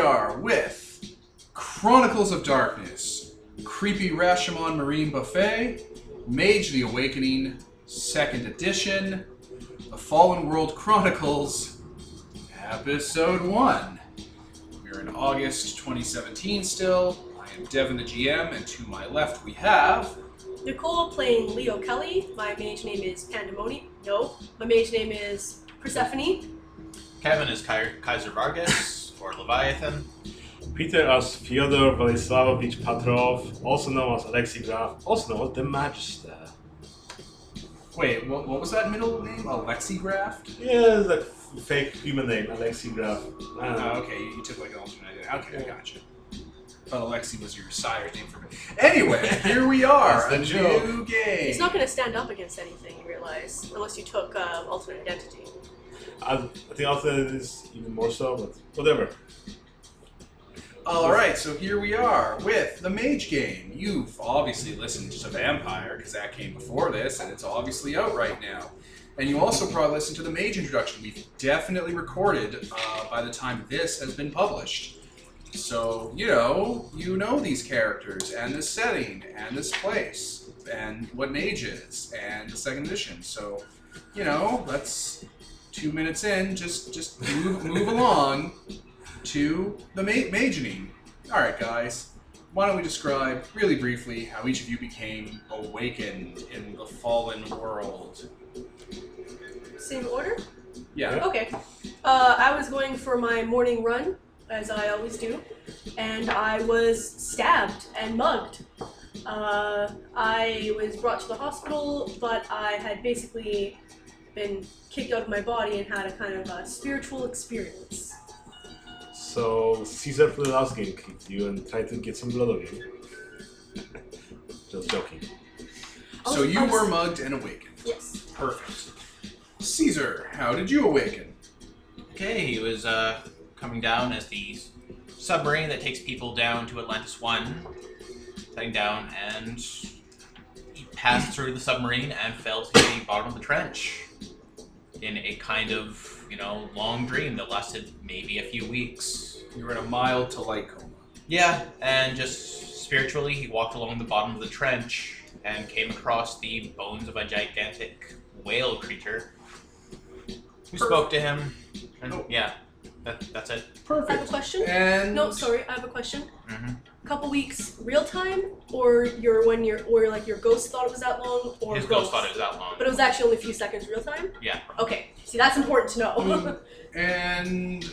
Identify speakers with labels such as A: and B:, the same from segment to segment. A: are with Chronicles of Darkness, Creepy Rashomon Marine Buffet, Mage the Awakening, Second Edition, The Fallen World Chronicles, Episode 1. We're in August 2017 still. I am Devin the GM, and to my left we have.
B: Nicole playing Leo Kelly. My mage name is Pandemonium. No, my mage name is Persephone.
C: Kevin is Kai- Kaiser Vargas or Leviathan.
D: Peter as Fyodor Vladislavovich Patrov, also known as Alexei Graf, also known as the Magister.
A: Wait, what, what was that middle name? Alexi Graft?
D: Yeah, it's like f- fake human name, Alexei Graf. I don't know.
C: Um,
A: Oh, okay, you, you took like an alternate. Okay, I gotcha. Thought Alexi was your sire's name for me. Anyway, here we are.
C: That's the
A: a
C: joke.
A: new game.
B: He's not going to stand up against anything, you realize, unless you took um, alternate identity.
D: I, I think alternate is even more so, but whatever.
A: All right, so here we are with the Mage Game. You've obviously listened to Vampire because that came before this, and it's obviously out right now. And you also probably listened to the Mage introduction. We've definitely recorded uh, by the time this has been published. So you know, you know these characters and this setting and this place and what Mage is and the second edition. So you know, that's two minutes in. Just just move move along to the ma- Magening. All right, guys. Why don't we describe really briefly how each of you became awakened in the fallen world?
B: Same order?
A: Yeah.
B: Okay. Uh, I was going for my morning run, as I always do, and I was stabbed and mugged. Uh, I was brought to the hospital, but I had basically been kicked out of my body and had a kind of a spiritual experience.
D: So Caesar for the last game kicked you and tried to get some blood of you. Just joking.
B: I
A: So
B: was-
A: you
B: I was-
A: were mugged and awakened.
B: Yes.
A: Perfect. Caesar, how did you awaken?
C: Okay, he was uh, coming down as the s- submarine that takes people down to Atlantis 1. Heading down, and he passed through the submarine and fell to the bottom of the trench in a kind of, you know, long dream that lasted maybe a few weeks.
A: You were in a mild to light coma.
C: Yeah, and just spiritually, he walked along the bottom of the trench and came across the bones of a gigantic whale creature who
A: Perfect.
C: spoke to him. And
A: Oh.
C: yeah, that, that's it.
B: I have a
A: Perfect.
B: question.
A: And
B: No, sorry, I have a question.
C: Mhm.
B: Couple weeks, real time, or your when your or like your ghost thought it was that long, or
C: His ghost thought it was that long.
B: But it was actually only a few seconds real time?
C: Yeah. Mm.
B: Okay. See, that's important to know.
A: and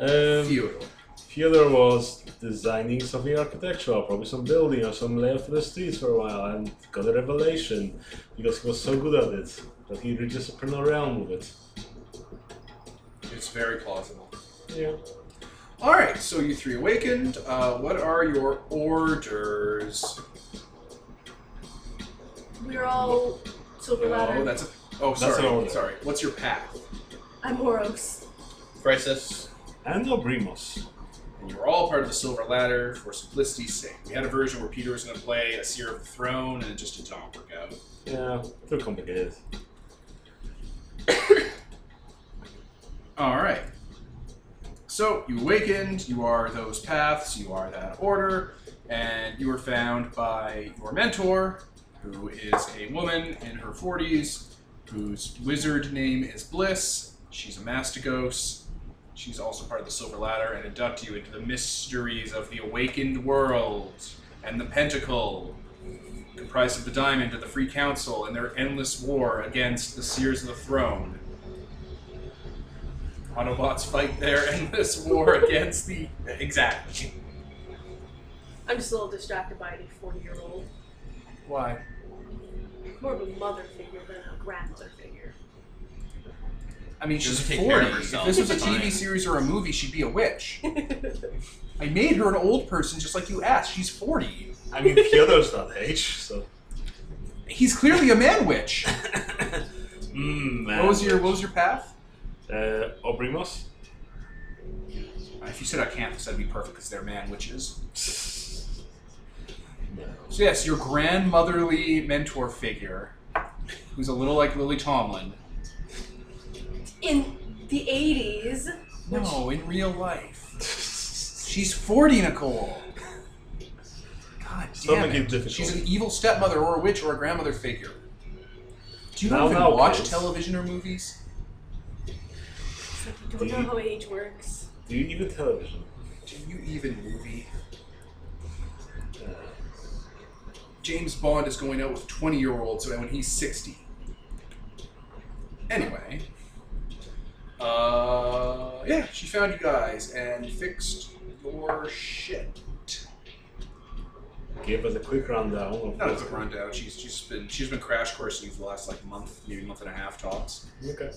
D: Um,
A: Theodore.
D: Fyodor was designing something architectural, probably some building or some layout for the streets for a while, and got a revelation because he was so good at it that he reached a supernal realm with it.
A: It's very plausible.
D: Yeah.
A: All right, so you three awakened. Uh, what are your orders?
B: We're all silver
A: Oh,
B: ladder.
A: that's a. Oh,
D: That's an
A: sorry.
D: order.
A: Sorry. What's your path?
B: I'm Horos.
C: Crisis.
D: And Obrimos.
A: and you were all part of the Silver Ladder for simplicity's sake. We had a version where Peter was going to play a Seer of the Throne, and it just did not work out.
D: Yeah, too complicated.
A: All right. So you awakened. You are those paths. You are that order, and you were found by your mentor, who is a woman in her forties, whose wizard name is Bliss. She's a Mastigos. She's also part of the Silver Ladder and induct you into the mysteries of the awakened world and the Pentacle, comprised of the Diamond and the Free Council and their endless war against the Seers of the Throne. Autobots fight their endless war against the exactly.
B: I'm just a little distracted by a 40 year old.
A: Why?
B: More of a mother figure than a grandmother figure.
A: I mean, she's
C: Doesn't take
A: forty.
C: care of
A: If
C: herself,
A: this was a
C: it's
A: TV
C: fine.
A: series or a movie, she'd be a witch. I made her an old person, just like you asked. She's forty.
D: I mean, Fyodor's that age, so.
A: He's clearly a man witch.
D: Mm, man.
A: What was your What was your path?
D: Uh, Obrimos?
A: Uh, If you said Acanthus, that'd be perfect because they're man witches.
D: No.
A: So yes, your grandmotherly mentor figure, who's a little like Lily Tomlin.
B: In the 80s,
A: No, in real life. She's 40, Nicole. God
D: Stop
A: damn
D: making it
A: it.
D: difficult.
A: She's an evil stepmother or a witch or a grandmother figure. Do you
D: Now,
A: even
D: now,
A: watch
D: kids.
A: television or movies?
B: It's like you don't know how age works.
D: Do you even television?
A: Do you even movie?
D: Uh,
A: James Bond is going out with 20 year olds when he's 60. Anyway. Uh, yeah, she found you guys and fixed your shit.
D: give us a quick rundown. Of
A: Not a
D: what's
A: quick
D: going-
A: rundown. She's she's been she's been crash coursing you for the last like month, maybe month and a half tops.
D: Okay.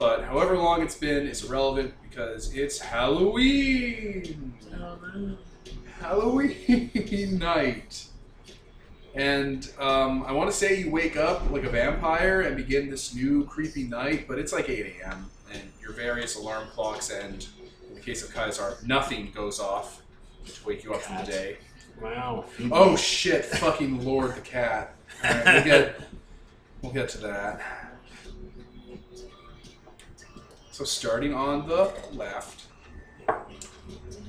A: But however long it's been is irrelevant because it's Halloween. Halloween night. And um, I want to say you wake up like a vampire and begin this new creepy night, but it's like 8 a.m. and your various alarm clocks and, in the case of Kaisar, nothing goes off to wake you up from the
D: Cat.
A: day.
D: Wow.
A: Oh shit! Fucking Lord the cat. All right, we'll get we'll get to that. So starting on the left,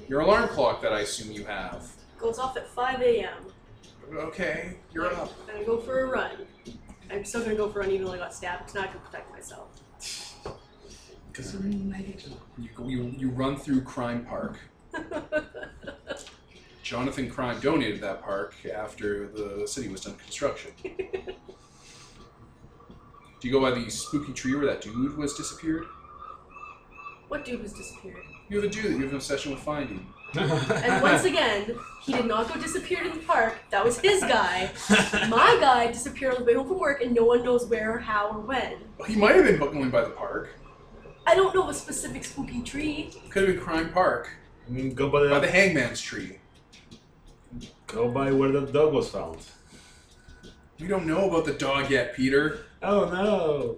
A: your alarm clock that I assume you have.
B: Goes off at 5 a.m.
A: Okay, you're up.
B: I'm gonna go for a run. I'm still gonna go for a run even though I got stabbed because now I can protect myself.
A: You go- you you run through Crime Park. Jonathan Crime donated that park after the city was done construction. Do you go by the spooky tree where that dude was disappeared?
B: what dude was disappeared?
A: You have a dude that you have an obsession with finding.
B: And once again, he did not go disappeared in the park. That was his guy. My guy disappeared on the way home from work and no one knows where, or how, or when.
A: He might have been going by the park.
B: I don't know a specific spooky tree.
A: Could have been Crime Park.
D: I mean, go by,
A: By the
D: the,
A: hangman's tree.
D: go by where the dog was found.
A: We don't know about the dog yet, Peter.
D: Oh no!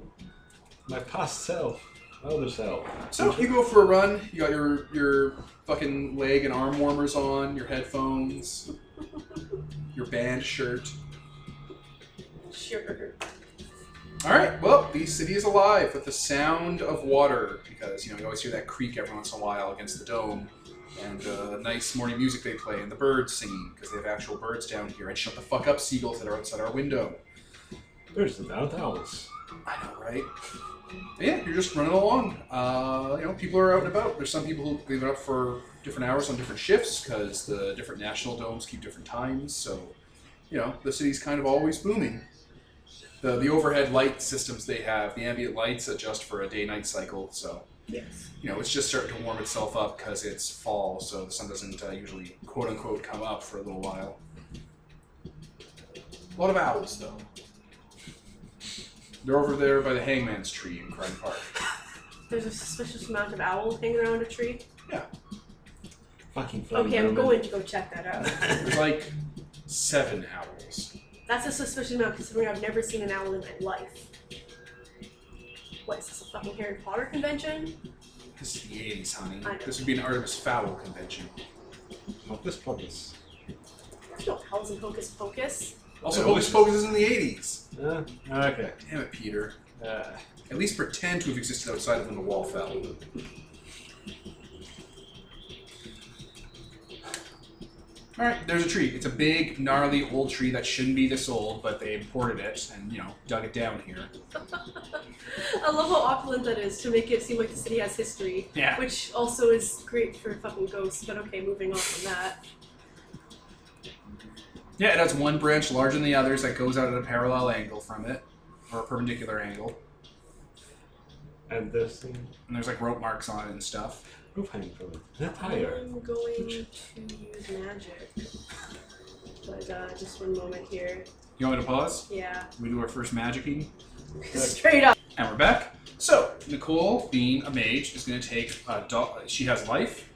D: My past self. Other self.
A: So you go for a run. You got your your fucking leg and arm warmers on, your headphones, your band shirt.
B: Sure.
A: All right. Well, the city is alive with the sound of water because you know you always hear that creak every once in a while against the dome, and the nice morning music they play and the birds singing because they have actual birds down here. And shut the fuck up, seagulls that are outside our window.
D: There's the downtowns.
A: I know, right? Yeah, you're just running along. Uh, you know, people are out and about. There's some people who leave it up for different hours on different shifts because the different national domes keep different times. So, you know, the city's kind of always booming. The, the overhead light systems they have, the ambient lights adjust for a day-night cycle. So,
B: Yes.
A: you know, it's just starting to warm itself up because it's fall, so the sun doesn't uh, usually quote unquote come up for a little while. A lot of owls, though. They're over there by the hangman's tree in Crime Park.
B: There's a suspicious amount of owl hanging around a tree.
D: Fucking flame
B: Okay, I'm
D: vermin.
B: going to go check that out.
A: There's like seven owls.
B: That's a suspicious amount considering I've never seen an owl in my life. What is this a fucking Harry Potter convention?
A: This is the 80s, honey.
B: I know.
A: This would be an Artemis Fowl convention.
D: Not this puppies.
B: There's no owls in Hocus Pocus.
A: Also,
D: Yeah,
A: Hocus Pocus is in the 80s.
D: Uh, okay.
A: Damn it, Peter.
D: Uh,
A: At least pretend to have existed outside of when the wall fell. Alright, there's a tree. It's a big, gnarly old tree that shouldn't be this old, but they imported it and, you know, dug it down here.
B: I love how opulent that is to make it seem like the city has history.
A: Yeah.
B: Which also is great for fucking ghosts, but okay, moving on from that.
A: Yeah, it has one branch larger than the others that goes out at a parallel angle from it, or a perpendicular angle.
D: and there's some
A: And there's like rope marks on it and stuff.
D: roof hanging from it. That higher.
B: I'm going to use magic. But uh, just one moment here.
A: You want me to pause?
B: Yeah.
A: We do our first magicking.
B: Straight up.
A: And we're back. So Nicole, being a mage, is going to take a dot. She has life,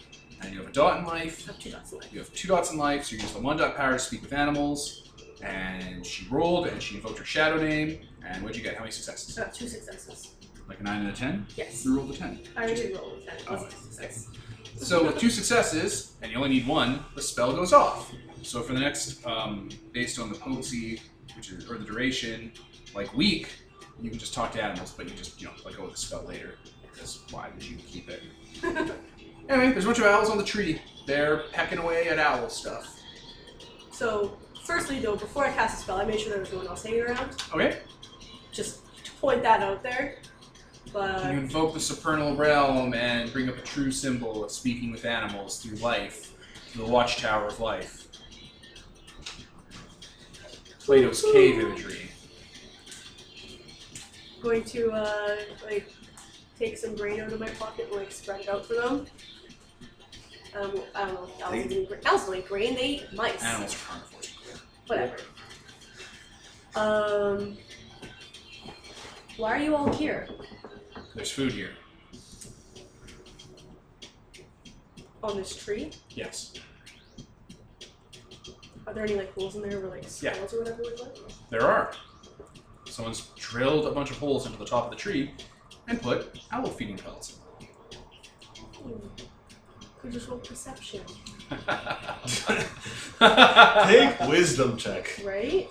A: and you have a dot in life.
B: Up two dots away.
A: You have two dots in life, so you use the one dot power to speak with animals. And she rolled, and she invoked her shadow name. And what'd you get? How many successes?
B: Uh, two successes.
A: Like a nine and a ten.
B: Yes.
A: You rolled a ten.
B: I already rolled that. It was
A: Oh,
B: a success.
A: So with two successes, and you only need one, the spell goes off. So for the next, um, based on the potency, which is or the duration, like week, you can just talk to animals, but you just you know let go of the spell later. Because why would you keep it? Anyway, there's a bunch of owls on the tree. They're pecking away at owl stuff.
B: So, firstly, though, before I cast a spell, I made sure there was no one else hanging around.
A: Okay.
B: Just to point that out there. But
A: You invoke the supernal realm and bring up a true symbol of speaking with animals through life, the watchtower of life. Plato's cave imagery.
B: going to uh, like take some grain out of my pocket and like spread it out for them. Um, I don't know. if Owls eat gra- owls don't eat grain. They eat mice.
A: Animals are carnivores.
B: Whatever. Um, why are you all here?
A: There's food here.
B: On this tree?
A: Yes.
B: Are there any like holes in there where like
A: Yeah.
B: skulls or whatever would live?
A: There are. Someone's drilled a bunch of holes into the top of the tree and put owl feeding pellets.
B: Hmm. Could just roll perception,
D: Take wisdom check.
B: right?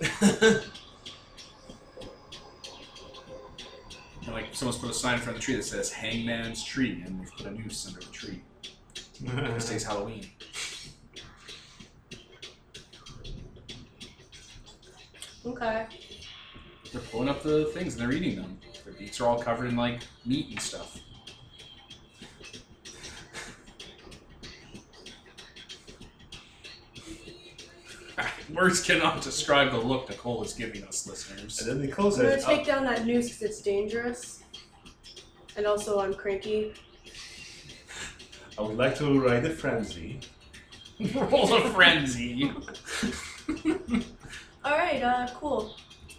A: And, like someone's put a sign in front of the tree that says "Hangman's Tree," and they've put a noose under the tree. This day's Halloween.
B: Okay.
A: They're pulling up the things and they're eating them. Their beaks are all covered in like meat and stuff. Words cannot describe the look Nicole is giving us,
D: and
A: listeners.
D: then Nicole
B: I'm gonna
D: says, uh,
B: take down that noose because it's dangerous. And also, I'm cranky.
D: I would like to ride a frenzy.
A: Roll a frenzy.
B: All right. Uh, cool.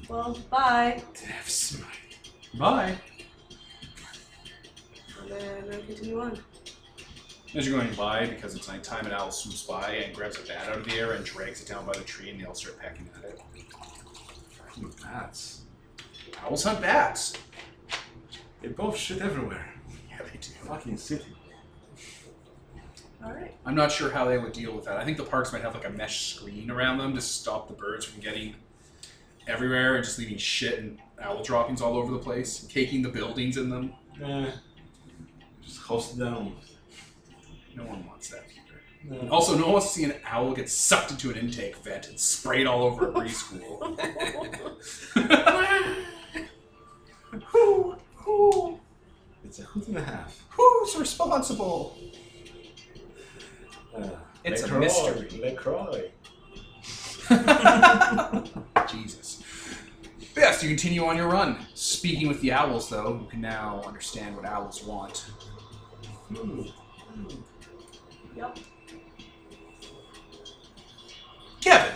B: Well, bye.
A: Death smite. Bye.
B: And then I'm gonna continue on.
A: As you're going by, because it's nighttime, an owl swoops by and grabs a bat out of the air and drags it down by the tree, and they all start pecking at it.
D: Fucking bats.
A: Owls hunt bats.
D: They both shit everywhere.
A: Yeah, they do.
D: Fucking city.
B: All right.
A: I'm not sure how they would deal with that. I think the parks might have like a mesh screen around them to stop the birds from getting everywhere and just leaving shit and owl droppings all over the place, caking the buildings in them.
D: Eh. Just host down. Oh,
A: No one wants that. Peter.
D: No.
A: Also, no one wants to see an owl get sucked into an intake vent and sprayed all over a preschool. who, who,
D: It's a hoot and a half.
A: who's responsible?
D: Uh,
A: It's a
D: LaCroix,
A: mystery.
D: LaCroix.
A: Jesus. But yes, you continue on your run. Speaking with the owls, though, you can now understand what owls want.
D: Hmm.
B: Yep.
A: Kevin!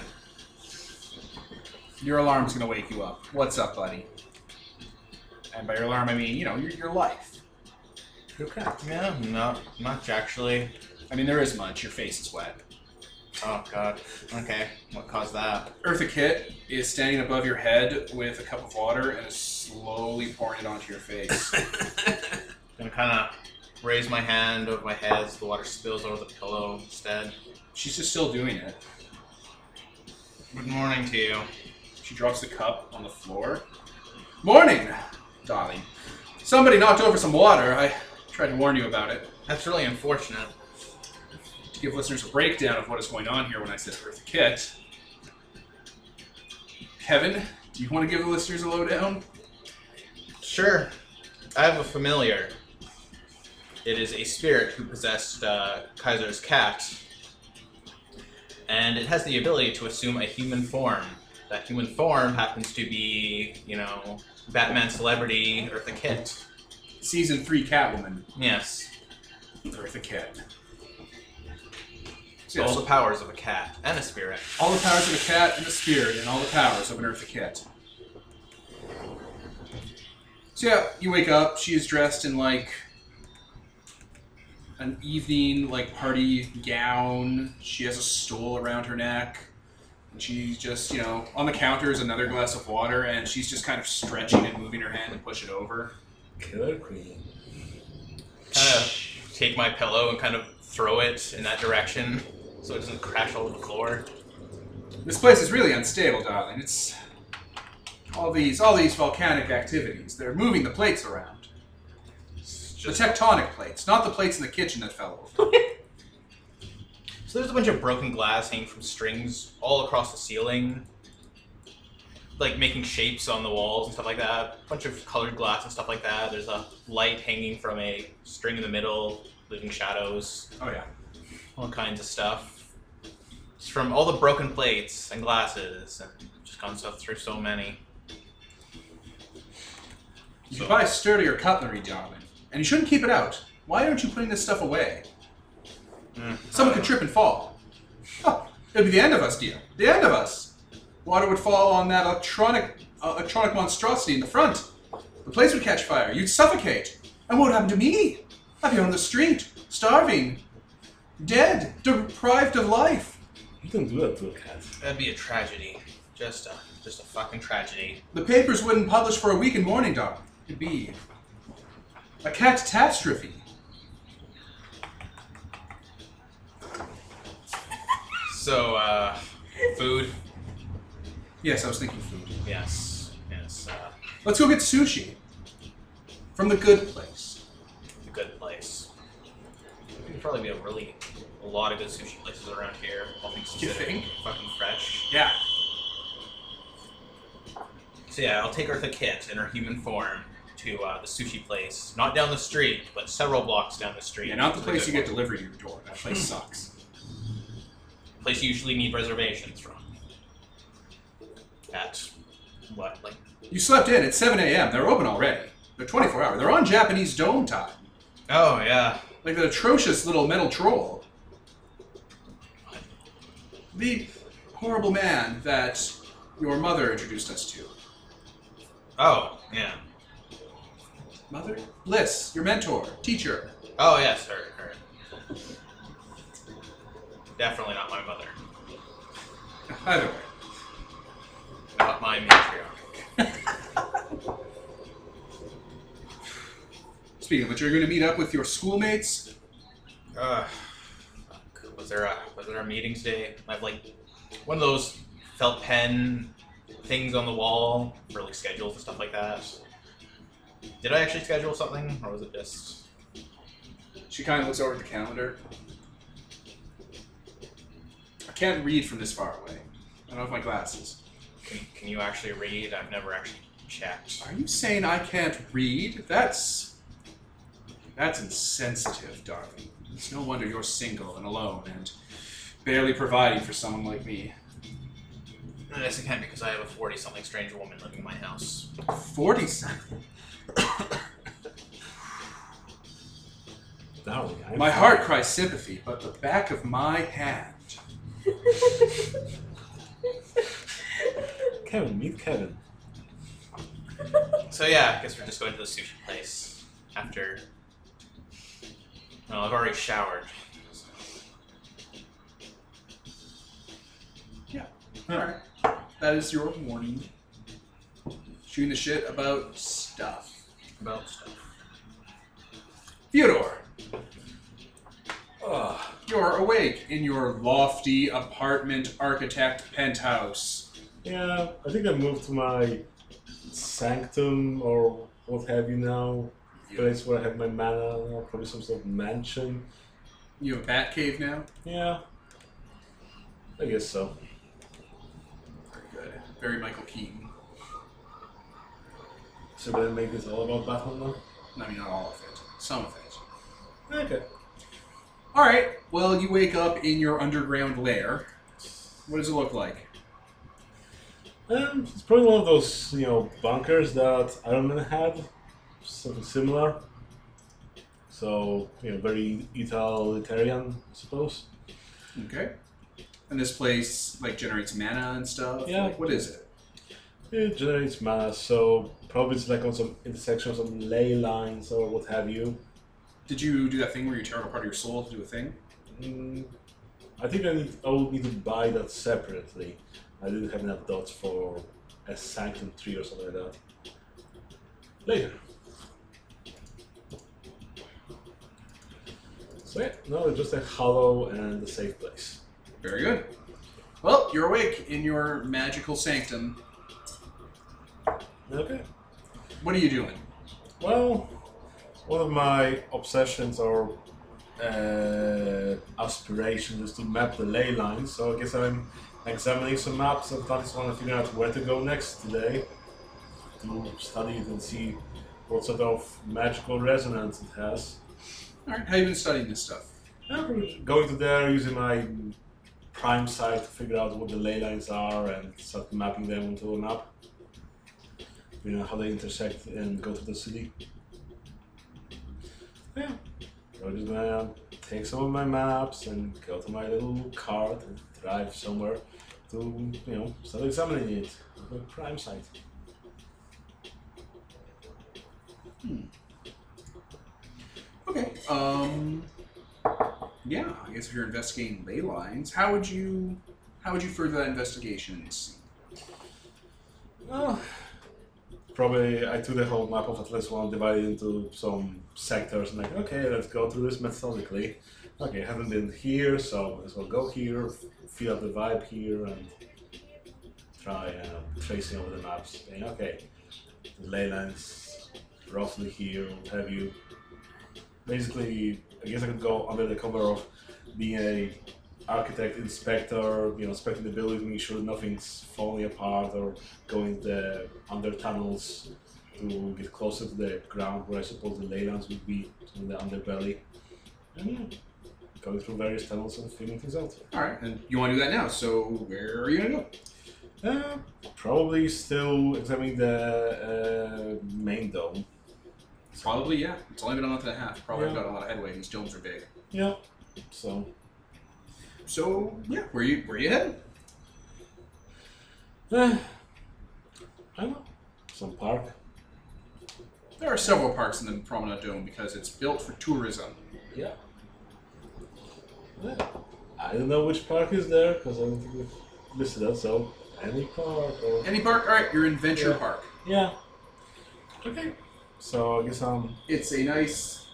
A: Your alarm's gonna wake you up. What's up, buddy? And by your alarm, I mean, you know, your, your life.
D: You're crap.
C: Yeah, not much actually.
A: I mean, there is much. Your face is wet.
C: Oh god. Okay, what caused that?
A: Eartha Kit is standing above your head with a cup of water and is slowly pouring it onto your face.
C: Gonna kind of raise my hand over my head so the water spills over the pillow instead.
A: She's just still doing it.
C: Good morning to you.
A: She drops the cup on the floor. Morning, darling. Somebody knocked over some water. I tried to warn you about it.
C: That's really unfortunate.
A: To give listeners a breakdown of what is going on here when I said Eartha Kit. Kevin, do you want to give the listeners a lowdown?
C: Sure. I have a familiar. It is a spirit who possessed uh, Kaiser's cat. And it has the ability to assume a human form. That human form happens to be, you know, Batman celebrity Eartha Kitt.
A: Season 3 Catwoman,
C: Yes.
A: Eartha Kit. So
C: All
A: yes,
C: the powers of a cat and a spirit.
A: all the powers of a cat and a spirit, and all the powers of an Eartha Kit. So yeah, you wake up. She is dressed in like an evening like party gown. She has a stole around her neck. And she's just, you know, on the counter is another glass of water, and she's just kind of stretching and moving her hand to push it over.
D: Killer queen.
C: Kind of take my pillow and kind of throw it in that direction so it doesn't crash all over the floor.
A: This place is really unstable, darling. It's all these all these volcanic activities. They're moving the plates around. The
C: just
A: tectonic plates, not the plates in the kitchen that fell over.
C: so there's a bunch of broken glass hanging from strings all across the ceiling, like making shapes on the walls and stuff like that. A bunch of colored glass and stuff like that. There's a light hanging from a string in the middle, leaving shadows.
A: Oh yeah.
C: all kinds of stuff. Just from all the broken plates and glasses and just gone stuff through so many.
A: You
C: So-
A: should buy sturdier cutlery, darling. And you shouldn't keep it out. Why aren't you putting this stuff away?
C: Mm.
A: Someone could trip and fall. Huh. It'd be the end of us, dear. The end of us. Water would fall on that electronic, uh, electronic monstrosity in the front. The place would catch fire. You'd suffocate. And what would happen to me? I'd be on the street, starving, dead, deprived of life.
D: You don't do that to a cat.
C: That'd be a tragedy. Just a just a fucking tragedy.
A: The papers wouldn't publish for a week in mourning, darling. It'd be a catastrophe.
C: So uh food.
A: Yes, I was thinking food.
C: Yes. Yes, uh
A: Let's go get sushi from the good place.
C: a good place. There'd probably be a really a lot of good sushi places around here. All things
A: You
C: considered.
A: think?
C: Fucking fresh.
A: Yeah.
C: So yeah, I'll take Eartha Kit in her human form to uh, the sushi place. Not down the street, but several blocks down the street.
A: Yeah, not the
C: It's a
A: place
C: good
A: you
C: Hmm. one.
A: get delivery to your door. That place sucks.
C: place you usually need reservations from. At what, like
A: You slept in at 7 a.m. They're open already. They're 24 hour. They're on Japanese dome time.
C: Oh yeah.
A: Like that atrocious little metal troll. The horrible man that your mother introduced us to.
C: Oh, yeah.
A: Mother? Bliss, your mentor, teacher.
C: Oh yes, her her. Definitely not my mother.
A: Either way.
C: Not my matriarch.
A: Speaking of which, you're going to meet up with your schoolmates.
C: Uh, fuck. was there a was there a meetings day? I have like one of those felt pen things on the wall for like schedules and stuff like that. Did I actually schedule something, or was it just
A: She kind of looks over at the calendar. I can't read from this far away. I don't have my glasses.
C: can, can you actually read? I've never actually checked.
A: Are you saying I can't read? That's. That's insensitive, darling. It's no wonder you're single and alone and barely providing for someone like me.
C: I guess I can because I have a forty-something strange woman living in my house.
A: 40 something.
D: Darling, I'm
A: My heart cries sympathy, but the back of my hand.
D: Kevin, meet Kevin.
C: So yeah, I guess we're just going to the sushi place after. Well, I've already showered.
A: Alright. That is your warning. Shooting the shit about stuff.
C: About stuff.
A: Theodore,
D: Ugh.
A: you're awake in your lofty apartment architect penthouse.
D: Yeah, I think I moved to my sanctum or what have you now. Place where I have my manor, or probably some sort of mansion.
A: You have a bat cave now?
D: Yeah. I guess so.
A: Very good. Very Michael Keaton.
D: So we're gonna make this all about Batman
A: I mean, not all of it, some of it.
D: now? Okay.
A: All right. Well, you wake up in your underground lair. What does it look like?
D: Um, it's probably one of those, you know, bunkers that Iron Man had, something similar. So, you know, very Italitarian, I suppose.
A: Okay. And this place like generates mana and stuff.
D: Yeah.
A: Like, what is it?
D: It generates mana, so probably it's like on some intersection of some ley lines or what have you.
A: Did you do that thing where you tear up a part of your soul to do a thing?
D: Mm, I think I, need, I would need to buy that separately. I didn't have enough dots for a Sanctum 3 or something like that. Later. So yeah, no, it's just a hollow and a safe place.
A: Very good. Well, you're awake in your magical sanctum.
D: Okay.
A: What are you doing?
D: Well, One of my obsessions or uh, aspirations is to map the ley lines, so I guess I'm examining some maps and I just want to figure out where to go next today to study it and see what sort of magical resonance it has.
A: All right, how you been studying this stuff?
D: I'm going to there using my prime sight to figure out what the ley lines are and start mapping them onto a map. You know how they intersect and go to the city. Yeah. I'm just gonna take some of my maps and go to my little cart and drive somewhere to you know start examining it with my prime sight.
A: Okay. Um. Yeah, I guess if you're investigating ley lines, how would you how would you further that investigation?
D: Well, Oh. probably I took the whole map of Atlas One, divided into some sectors, and like, okay, let's go through this methodically. Okay, haven't been here, so might as well go here, feel out the vibe here, and try uh, tracing over the maps. Saying, okay, the ley lines roughly here, what have you. Basically, I guess I could go under the cover of being a architect inspector, you know, inspecting the building, making sure nothing's falling apart or going the under tunnels to get closer to the ground where I suppose the ley lines would be in the underbelly. And yeah, going through various tunnels and figuring things out.
A: All right, and you want to do that now. So where are you gonna go?
D: Uh, probably still examining the uh, main dome.
A: Probably yeah. It's only been a month and a half. Probably
D: Yeah.
A: got a lot of headway. These domes are big.
D: Yeah. So
A: So yeah, where you where you headed?
D: eh, I don't know. Some park.
A: There are several parks in the Promenade Dome because it's built for tourism.
D: Yeah. Yeah. I don't know which park is there because I don't think we've listed that. So any park or
A: Any park? All right, you're in Venture
D: Yeah.
A: Park.
D: yeah. Okay. So I guess um, I'm
A: It's a nice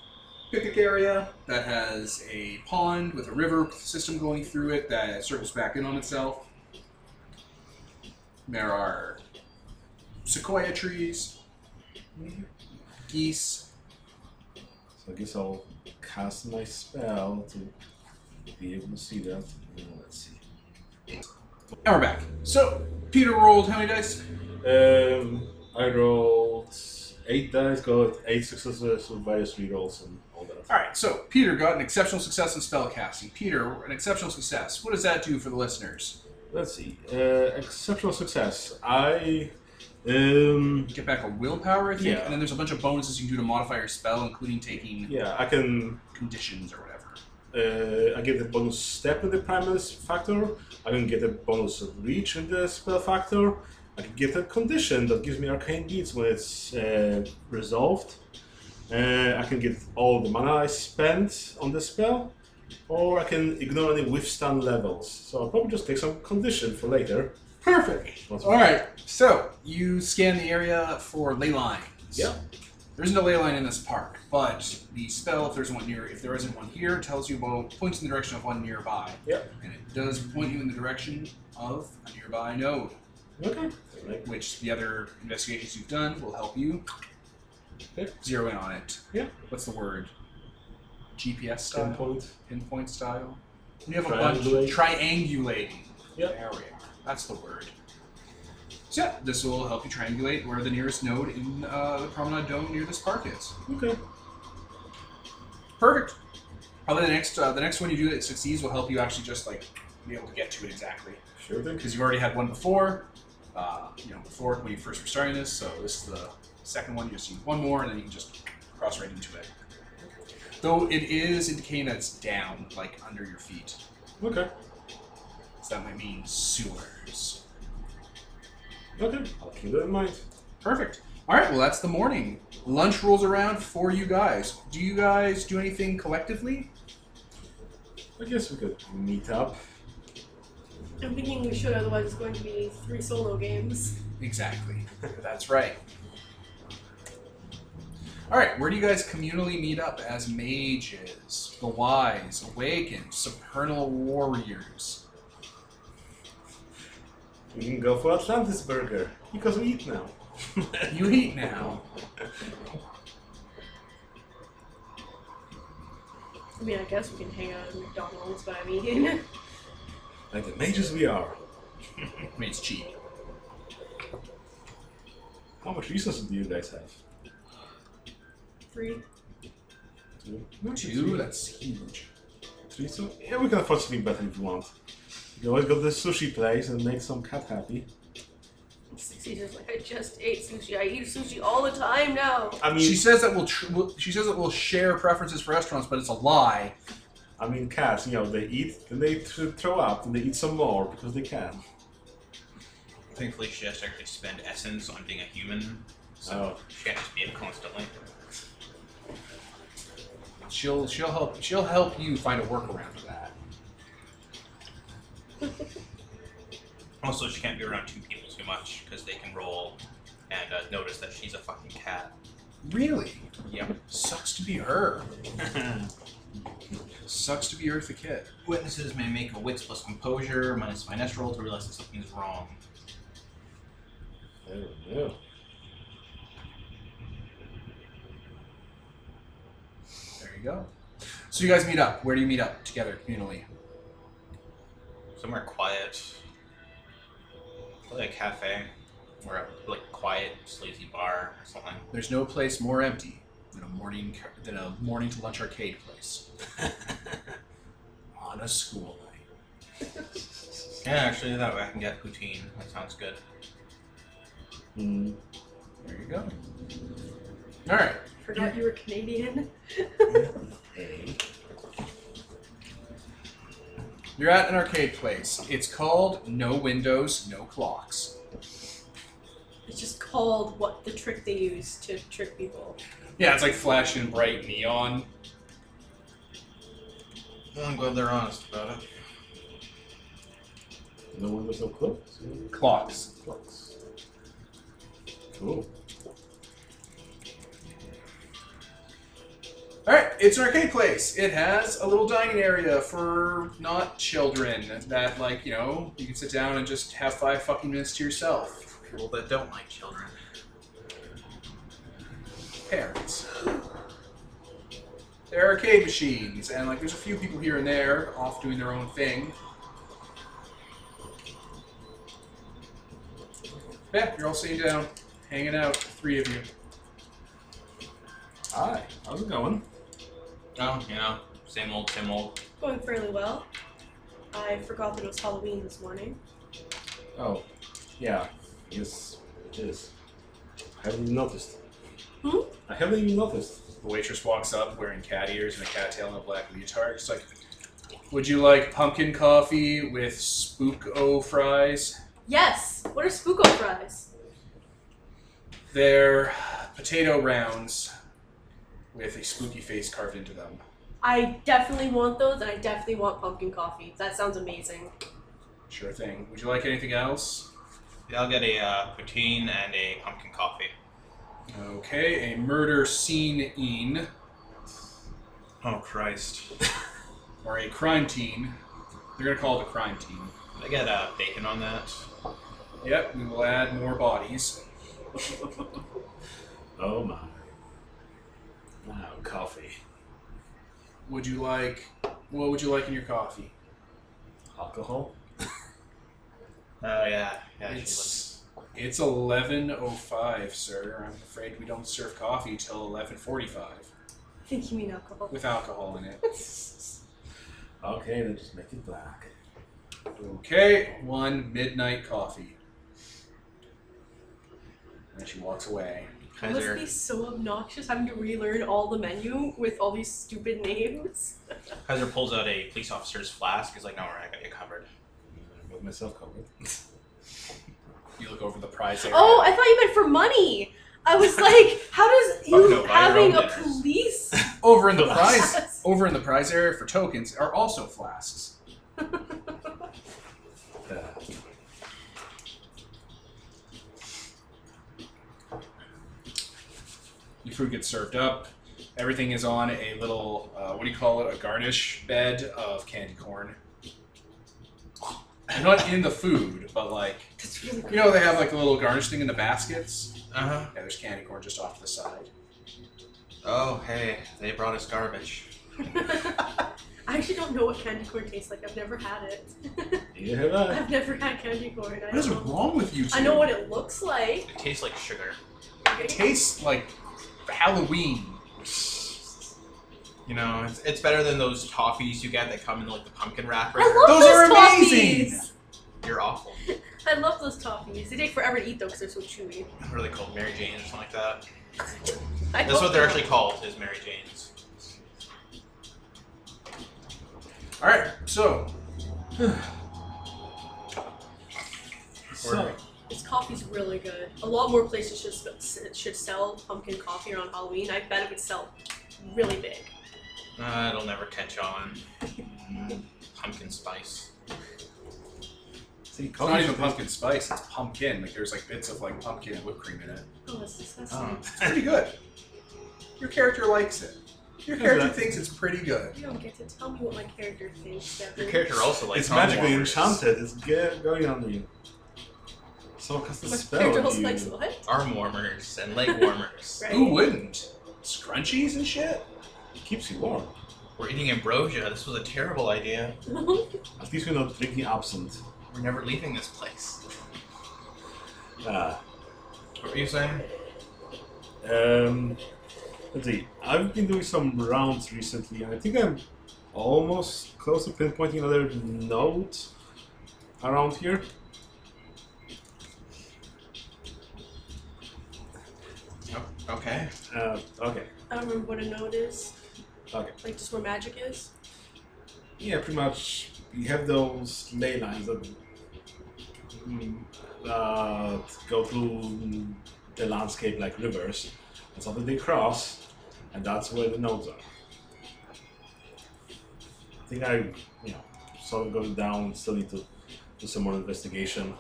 A: picnic area that has a pond with a river system going through it that circles back in on itself. There are sequoia trees, geese.
D: So I guess I'll cast my spell to be able to see that. Uh, let's see.
A: And we're back. So, Peter rolled how many dice?
D: Um, I rolled eight dice, got eight successes with various rerolls and all that.
A: All right, so Peter got an exceptional success in spellcasting. Peter, an exceptional success. What does that do for the listeners?
D: Let's see. Uh, exceptional success. I um,
A: You get back a willpower, I think,
D: Yeah.
A: and then there's a bunch of bonuses you can do to modify your spell, including taking
D: yeah, I can
A: conditions or whatever.
D: Uh, I get a bonus step with the primus factor. I can get a bonus of reach with the spell factor. I can get a condition that gives me arcane deeds when it's uh, resolved. Uh, I can get all the mana I spent on the spell, or I can ignore any withstand levels. So I'll probably just take some condition for later.
A: Perfect.
D: What's-
A: All right. So you scan the area for ley lines.
D: Yeah.
A: There isn't a ley line in this park, but the spell, if there's one near, if there isn't one here, tells you well, points in the direction of one nearby.
D: Yeah.
A: And it does point you in the direction of a nearby node,
D: Okay.
A: which the other investigations you've done will help you
D: Yeah.
A: zero in on it.
D: Yeah.
A: What's the word? GPS style.
D: Pinpoint.
A: pinpoint style. We have a bunch triangulating.
D: Yep.
A: There we are. That's the word. So yeah, this will help you triangulate where the nearest node in uh, the Promenade Dome near this park is.
D: Okay.
A: Perfect. Probably the next uh, the next one you do that succeeds will help you actually just like be able to get to it exactly
D: Sure thing.
A: because you've already had one before. Uh, you know, before when you first were starting this, so this is the second one. You just need one more, and then you can just cross right into it. Though it is indicating that it's down, like under your feet.
D: Okay.
A: So that might mean sewers.
D: Okay. I'll keep that in mind.
A: Perfect. All right, well, that's the morning. Lunch rolls around for you guys. Do you guys do anything collectively?
D: I guess we could meet up.
B: I'm thinking we should, otherwise it's going to be three solo games.
A: Exactly. That's right. All right, where do you guys communally meet up as mages, the wise, awakened, supernal warriors?
D: We can go for Atlantis Burger because we eat now.
A: You eat now.
B: I mean, I guess we can hang out at McDonald's, but I mean,
D: Like the mages we are.
A: I mean, it's cheap.
D: How much resources do you guys have?
B: three.
A: Two, that's huge.
D: Three, so yeah, we can afford to sleep better if we want. You can always go to the sushi place and make some cat happy.
B: Sixie's just like, I just ate sushi. I eat sushi all the time now.
D: I mean,
A: She says that we'll, tr- we'll she says that we'll share preferences for restaurants, but it's a lie.
D: I mean, cats. You know, they eat, then they th- throw up, and they eat some more because they can.
C: Thankfully, she has to actually spend essence on being a human,
D: Oh,
C: so she can't just be it constantly.
A: She'll she'll help she'll help you find a workaround for that.
C: Also, she can't be around two people too much because they can roll and uh, notice that she's a fucking cat.
A: Really,
C: Yep.
A: sucks to be her. Sucks to be Eartha Kitt.
C: Witnesses may make a wits plus composure minus finesse roll to realize that something is wrong.
D: There we go.
A: There you go. So you guys meet up. Where do you meet up together communally?
C: Somewhere quiet, like a cafe, or a, like quiet sleazy bar or something.
A: There's no place more empty than a morning ca- than a morning to lunch arcade place on a school night.
C: yeah, actually, that way I can get poutine. That sounds good.
D: Hmm.
A: There you go. All right.
B: Forgot you were Canadian.
A: You're at an arcade place. It's called No Windows, No Clocks.
B: It's just called what the trick they use to trick people.
A: Yeah, it's like flashing bright neon.
C: Well, I'm glad they're honest about it.
D: No one was so close.
A: Clocks.
D: Close. Cool.
A: All right, it's an arcade place. It has a little dining area for not children that, like, you know, you can sit down and just have five fucking minutes to yourself.
C: People that don't like children.
A: Parents. There are arcade machines, and like, there's a few people here and there off doing their own thing. Yeah, you're all sitting down, hanging out, three of you.
D: Hi. How's it going?
C: Oh, you know, same old, same old.
B: Going fairly well. I forgot that it was Halloween this morning.
D: Oh, yeah. Yes, it is. I haven't even noticed.
B: Hmm?
D: I haven't even noticed.
A: The waitress walks up wearing cat ears and a cat tail and a black leotard. She's like, Would you like pumpkin coffee with spook o fries?
B: Yes! What are spooko fries?
A: They're potato rounds with a spooky face carved into them.
B: I definitely want those, and I definitely want pumpkin coffee. That sounds amazing.
A: Sure thing. Would you like anything else?
C: Yeah, I'll get a uh, poutine and a pumpkin coffee.
A: Okay, a murder scene in
C: Oh, Christ.
A: or a crime team. They're gonna call it a crime team.
C: I get uh, bacon on that.
A: Yep, we will add more bodies.
D: Oh my. Now coffee.
A: Would you like what would you like in your coffee?
D: Alcohol?
C: Oh, yeah. Yeah, she looks-
A: It's it's eleven oh five, sir. I'm afraid we don't serve coffee till eleven forty five
B: I think you mean alcohol.
A: with alcohol in it.
D: Okay, then just make it black.
A: Okay, one midnight coffee. And she walks away.
B: It
C: Kaiser.
B: must be so obnoxious having to relearn all the menu with all these stupid names.
C: Kaiser pulls out a police officer's flask. He's like, "No, I got you covered."
D: With myself covered.
A: You look over the prize area.
B: Oh, I thought you meant for money. I was like, how does you
C: no, buy your own
B: having a
C: dinners.
B: police?
A: over in the prize
B: Yes.
A: over in the prize area for tokens are also flasks.
D: Yeah.
A: Your food gets served up. Everything is on a little uh, what do you call it? A garnish bed of candy corn. Not in the food, but like
B: That's really
A: You know they have like a little garnish thing in the baskets.
C: Uh huh.
A: Yeah, there's candy corn just off to the side.
C: Oh, hey, they brought us garbage.
B: I actually don't know what candy corn tastes like. I've never had it.
D: Neither have I.
B: I've never had candy corn. I
A: What is
B: don't know.
A: wrong with you two?
B: I know what it looks like.
C: It tastes like sugar.
A: It tastes like Halloween.
C: You know, it's, it's better than those toffees you get that come in like the pumpkin wrapper.
B: I love
A: Those
B: those,
A: are
B: toffees.
A: amazing!
C: You're awful.
B: I love those toffees. They take forever to eat though because they're so chewy.
C: What are they called? Mary Jane's or something like that.
B: I
C: That's
B: love
C: what they're
B: them.
C: actually called, is Mary Jane's.
A: All right, so
D: So,
B: This coffee's really good. A lot more places should s- should sell pumpkin coffee around Halloween. I bet it would sell really big.
C: Uh, it'll never catch on. Mm, Pumpkin spice.
D: see,
A: it's not even pumpkin spice; it's pumpkin. Like there's like bits of like pumpkin and whipped cream in it.
B: Oh, that's disgusting.
C: Oh.
A: It's pretty good. Your character likes it. Your character thinks it's pretty good.
B: You don't get to tell me what my character thinks. Devin.
C: Your character also likes
D: it's magically
C: Halloween.
D: enchanted. It's get going on you. So cast a
B: My
D: spell
B: character
D: on
B: also
D: you.
B: likes what?
C: Arm warmers and leg warmers.
B: Right.
A: Who wouldn't? Scrunchies and shit.
D: Keeps you warm.
C: We're eating ambrosia. This was a terrible idea.
D: At least we're not drinking absinthe.
C: We're never leaving this place.
D: Ah.
C: What were you saying?
D: Um, let's see. I've been doing some rounds recently, and I think I'm almost close to pinpointing another node around here.
C: Oh, okay.
D: Uh, okay.
B: I don't remember what a node is.
D: Okay.
B: Like just where magic is.
D: Yeah, pretty much. You have those ley lines that, mm, that go through the landscape like rivers, and something they cross, and that's where the nodes are. I think I, you know, sort of got it down. Still need to do some more investigation,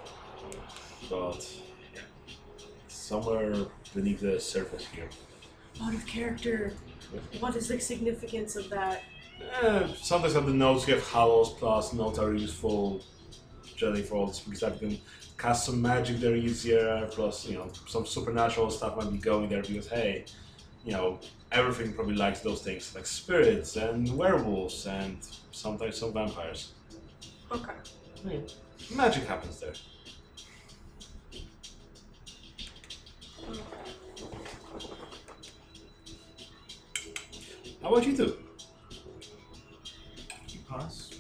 D: but yeah, somewhere beneath the surface here.
B: Out of character. What is the significance of that?
D: Uh, sometimes on the notes you have hollows plus notes are useful jelly folds because I can cast some magic there easier plus you know some supernatural stuff might be going there because hey you know everything probably likes those things like spirits and werewolves and sometimes some vampires
B: Okay.
D: magic happens there how about you do
C: Can you pause?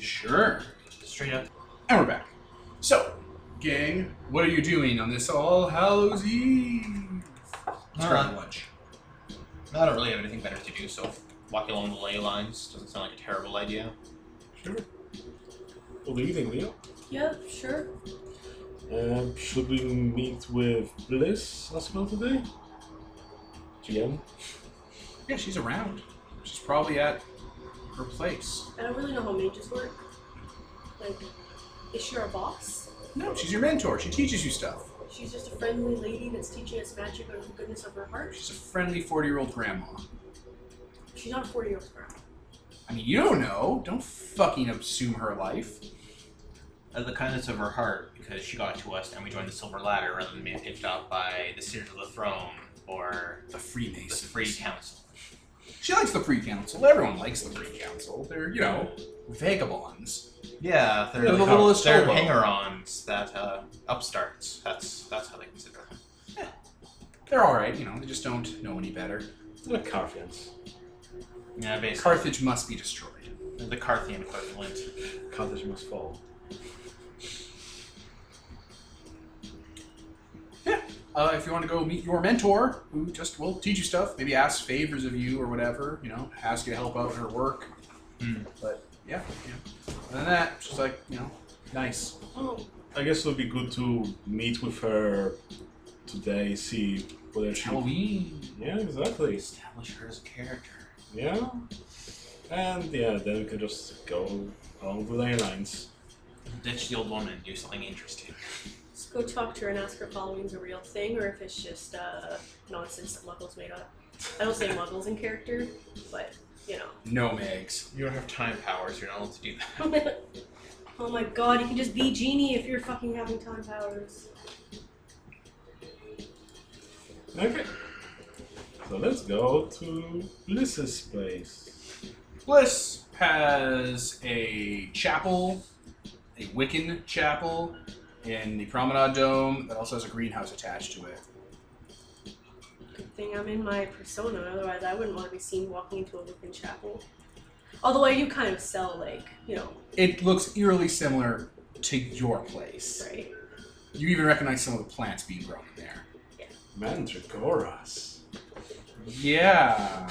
A: Sure.
C: Straight up.
A: And we're back. So, gang, what are you doing on this All Hallows Eve? Let's grab
C: Uh,
A: lunch.
C: I don't really have anything better to do, so walking along the ley lines doesn't sound like a terrible idea.
D: sure well good evening leo
B: Yeah, sure.
D: Um, should we meet with Bliss as well today? GM?
A: Yeah, she's around. She's probably at her place.
B: I don't really know how mages work. Like, is she our boss?
A: No, she's your mentor. She teaches you stuff.
B: She's just a friendly lady that's teaching us magic out of the goodness of her heart.
A: She's a friendly 40 year old grandma.
B: She's not a 40 year old girl.
A: I mean, you don't know. Don't fucking assume her life.
C: Out of the kindness of her heart, because she got to us and we joined the Silver Ladder rather than being picked up by the Seers of the Throne or
A: The
C: the
A: Freemasons.
C: Free Council.
A: She likes the Free Council. Everyone likes the Free Council. They're, you know, vagabonds.
C: Yeah, they're,
A: Yeah, the
C: like,
A: littlest
C: they're
A: hobo.
C: hanger-ons that uh, upstarts. That's that's how they consider them.
A: They're alright, you know, they just don't know any better.
D: What a Carthians.
C: Yeah, basically
A: Carthage must be destroyed.
C: they're the Carthian equivalent.
D: Carthage must fall.
A: Uh, if you want to go meet your mentor, who just will teach you stuff, maybe ask favors of you or whatever, you know, ask you to help out in her work.
C: Hmm.
A: But yeah, yeah. Other than that, she's like, you know, nice.
B: Oh,
D: I guess it would be good to meet with her today, see whether she.
A: Halloween.
D: Yeah, exactly.
C: Establish her as a character.
D: Yeah. And yeah, then we can just go along the ley lines.
C: Ditch the old woman, do something interesting.
B: just go talk to her and ask her if Halloween's a real thing or if it's just uh, nonsense that muggles made up. I don't say muggles in character, but you
A: No Megs.
C: You don't have time powers, you're not allowed to do that.
B: know. oh my god, you can just be Genie if you're fucking having time powers.
D: Okay. So let's go to Bliss's place.
A: Bliss has a chapel, a Wiccan chapel, in the Promenade Dome that also has a greenhouse attached to it.
B: Good thing I'm in my persona, otherwise I wouldn't want to be seen walking into a Wiccan chapel. Although I do kind of sell, like, you know,
A: It looks eerily similar to your place.
B: right?
A: You even recognize some of the plants being grown in there.
D: Mandragoras.
A: Yeah,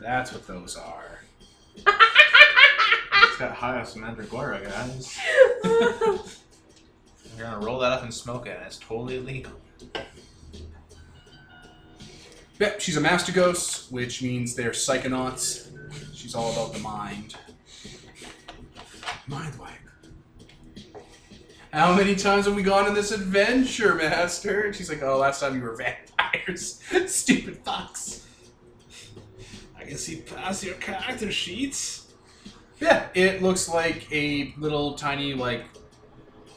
A: that's what those are.
C: It's got high on some mandragora, guys. You're gonna roll that up and smoke it, and it's totally illegal.
A: Yep, she's a master ghost, which means they're psychonauts. She's all about the mind. Mind wipe. How many times have we gone on this adventure, Master? And she's like, oh, last time you were vampires. Stupid fucks.
D: I can see past your character sheets.
A: Yeah, it looks like a little tiny, like,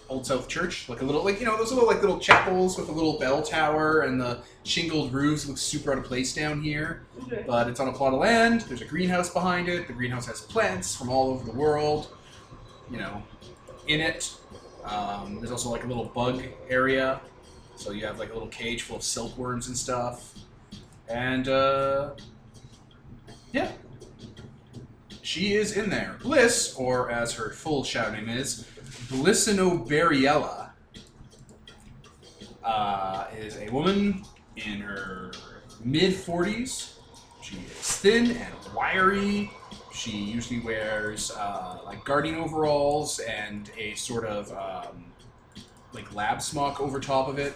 A: Old South church. Like a little, like, you know, those little, like, little chapels with a little bell tower and the shingled roofs look super out of place down here.
B: Okay.
A: but it's on a plot of land. There's a greenhouse behind it. The greenhouse has plants from all over the world, you know, in it. Um, there's also like a little bug area, so you have like a little cage full of silkworms and stuff. And uh, yeah, she is in there. Bliss, or as her full shout name is, Bariella, uh, is a woman in her mid 40s she is thin and wiry. She usually wears uh, like guardian overalls and a sort of um, like lab smock over top of it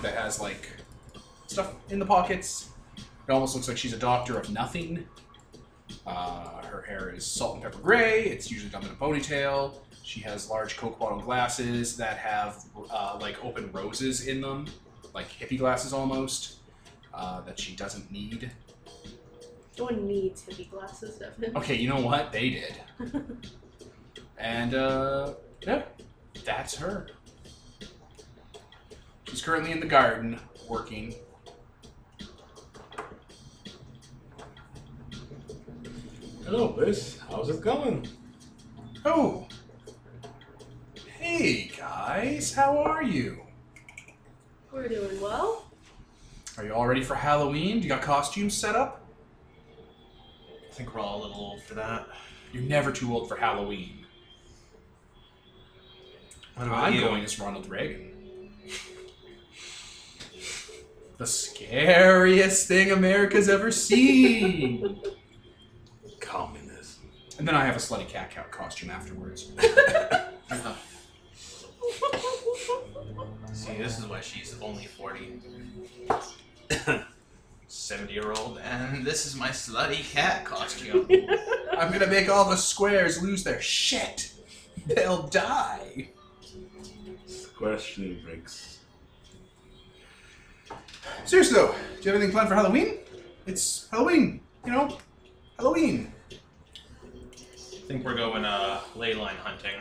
A: that has like stuff in the pockets. It almost looks like she's a doctor of nothing. Uh, her hair is salt and pepper gray. It's usually done in a ponytail. She has large Coke bottle glasses that have uh, like open roses in them, like hippie glasses almost, uh, that she doesn't need.
B: No one needs heavy glasses, definitely.
A: Okay, you know what? They did. and, uh, yeah, that's her. She's currently in the garden working.
D: Hello, Bliss. How's it going?
A: Oh! Hey, guys, how are you?
B: We're doing well.
A: Are you all ready for Halloween? Do you got costumes set up?
C: I think we're all a little old for that.
A: You're never too old for Halloween.
C: What about
A: I'm
C: you?
A: going as Ronald Reagan. the scariest thing America's ever seen!
D: Communist.
A: And then I have a slutty cat cow costume afterwards.
C: See, this is why she's only 40. 70 year old, and this is my slutty cat costume.
A: I'm gonna make all the squares lose their shit. They'll die.
D: Square shooting bricks.
A: Seriously though, do you have anything planned for Halloween? It's Halloween, you know? Halloween.
C: I think we're going uh, ley line hunting.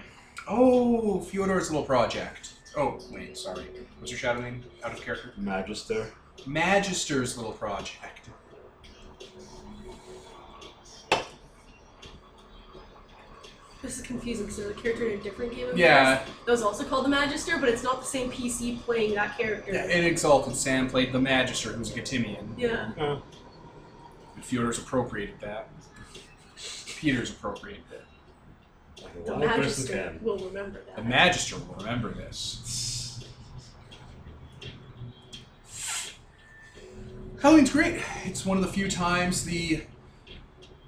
A: Oh, Fyodor's little project. Oh, wait, sorry. What's your shadow name? Out of character?
D: Magister.
A: Magister's little project.
B: This is confusing because there's a character in a different game. Of
A: Yeah,
B: yours That was also called the Magister, but it's not the same PC playing that character.
A: yeah, in Exalted, Sam played the Magister, who's a Gatimian.
B: Yeah.
D: Uh,
A: And Fyodor's appropriated that. Peter's appropriated that.
B: The
D: one person
B: Magister
D: can.
B: will remember
A: The
B: that.
A: Magister will remember this. Halloween's great. It's one of the few times the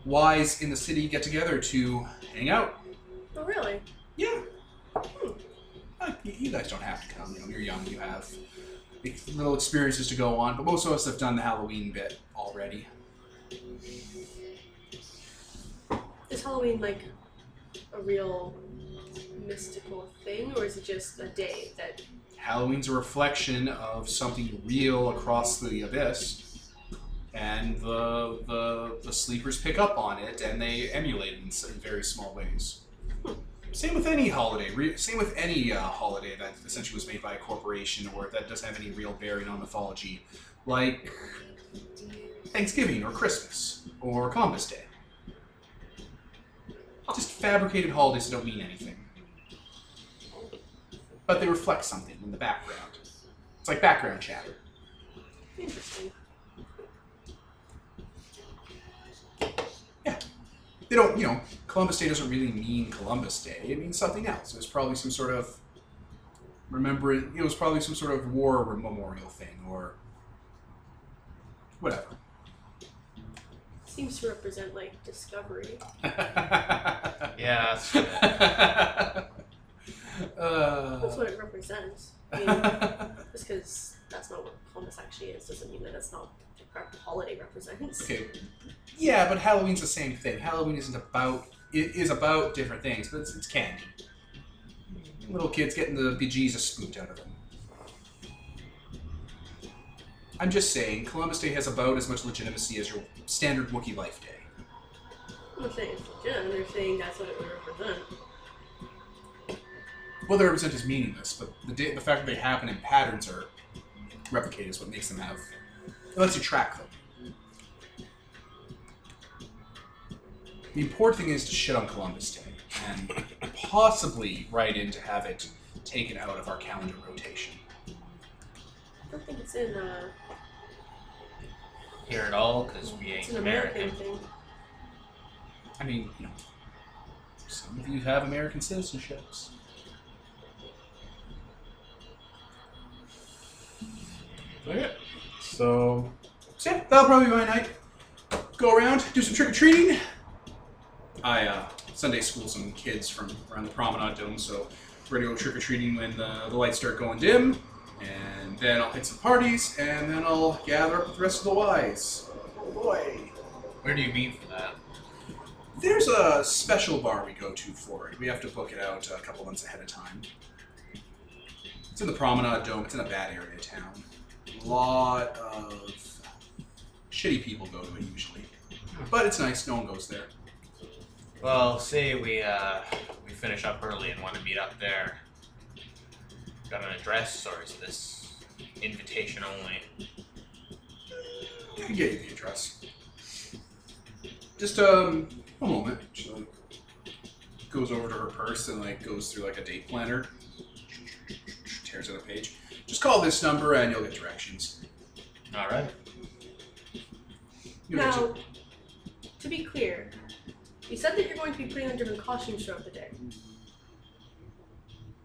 A: wise in the city get together to hang out.
B: oh, really?
A: Yeah. Uh, you- You guys don't have to come. You know, you're young. You have ex- little experiences to go on. But most of us have done the Halloween bit already.
B: Is Halloween like a real mystical thing, or is it just a day that?
A: Halloween's a reflection of something real across the abyss, and the the, the sleepers pick up on it and they emulate it in s- in very small ways. Same with any holiday. Re- same with any uh, holiday that essentially was made by a corporation or that doesn't have any real bearing on mythology, like Thanksgiving or Christmas or Columbus Day. Just fabricated holidays that don't mean anything, but they reflect something in the background. It's like background chatter.
B: Interesting.
A: they don't, you know, Columbus Day doesn't really mean Columbus Day. It means something else. It was probably some sort of remember. It was probably some sort of war memorial thing or whatever.
B: Seems to represent like discovery.
C: Yeah, that's
B: That's
A: uh,
B: what it represents. I mean, just because that's not what Columbus actually is doesn't mean that that's not what the correct holiday represents.
A: okay. Yeah, but Halloween's the same thing. Halloween isn't about. It is about different things, but it's, it's candy. Little kids getting the bejesus spooked out of them. I'm just saying, Columbus Day has about as much legitimacy as your standard Wookiee Life Day.
B: I'm not saying it's legitimate, they're saying that's what it would represent.
A: Well, they represent as meaningless, but the, da- the fact that they happen in patterns are replicated is what makes them have. It lets you track them. The important thing is to shit on Columbus Day and possibly write in to have it taken out of our calendar rotation.
B: I don't think it's in uh
C: here at all because we
B: it's
C: ain't
B: an
C: American.
B: American thing.
A: I mean, you know, some of you have American citizenships.
D: Okay. So
A: So yeah, that'll probably be my night. Go around, do some trick or treating. I uh, Sunday school some kids from around the Promenade Dome, so we're gonna go trick or treating when the, the lights start going dim, and then I'll hit some parties, and then I'll gather up with the rest of the wise. Oh boy!
C: Where do you meet for that?
A: There's a special bar we go to for it. We have to book it out a couple months ahead of time. It's in the Promenade Dome. It's in a bad area of town. A lot of shitty people go to it usually, but it's nice. No one goes there.
C: Well, say we uh, we finish up early and want to meet up there. Got an address, or is this invitation only?
A: I can get you the address. Just um, a moment. She like, goes over to her purse and like goes through like a date planner. Tears out a page. Just call this number and you'll get directions.
C: All right.
A: You'll get to-
B: Now to be clear, you said that you're going to be putting on different costumes throughout the day.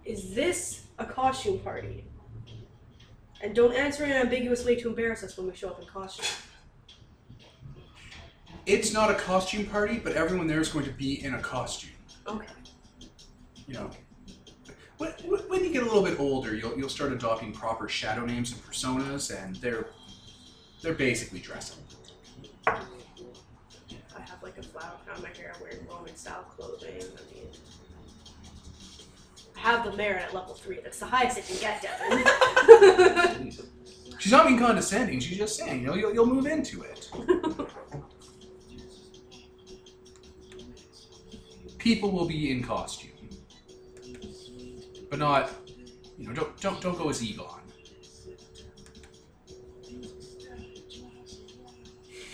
B: Is this a costume party? And don't answer in an ambiguous way to embarrass us when we show up in costume.
A: it's not a costume party, but everyone there is going to be in a costume.
B: Okay.
A: You know, when, when when you get a little bit older, you'll you'll start adopting proper shadow names and personas, and they're they're basically dressing.
B: I have like a flower crown on my hair. I'm wearing Roman style clothing. I mean, I have the merit at level three. That's the highest it can get, Devin.
A: She's not being condescending. She's just saying, you know, you'll, you'll move into it. People will be in costume, but not, you know, don't don't don't go as Egon.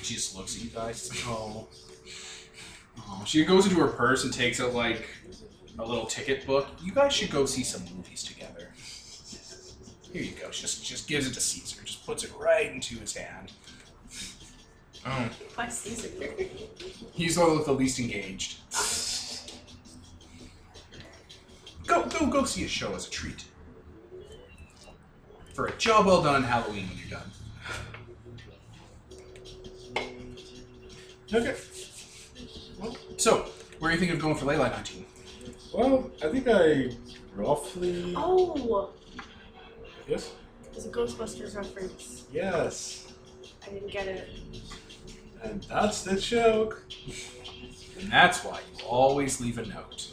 A: She just looks at you guys. It's like, oh. oh. She goes into her purse and takes out like a little ticket book. You guys should go see some movies together. Here you go. She just, just gives it to Caesar. Just puts it right into his hand.
C: Oh,
B: Why Caesar?
A: He's the one with the least engaged. Go, go, go see a show as a treat. For a job well done on Halloween when you're done.
D: okay.
A: So, where are you thinking of going for Leyline hunting?
D: Well, I think I roughly
B: Oh,
D: yes.
B: it's a Ghostbusters reference.
D: Yes.
B: I didn't get it.
D: And that's the joke.
A: And that's why you always leave a note.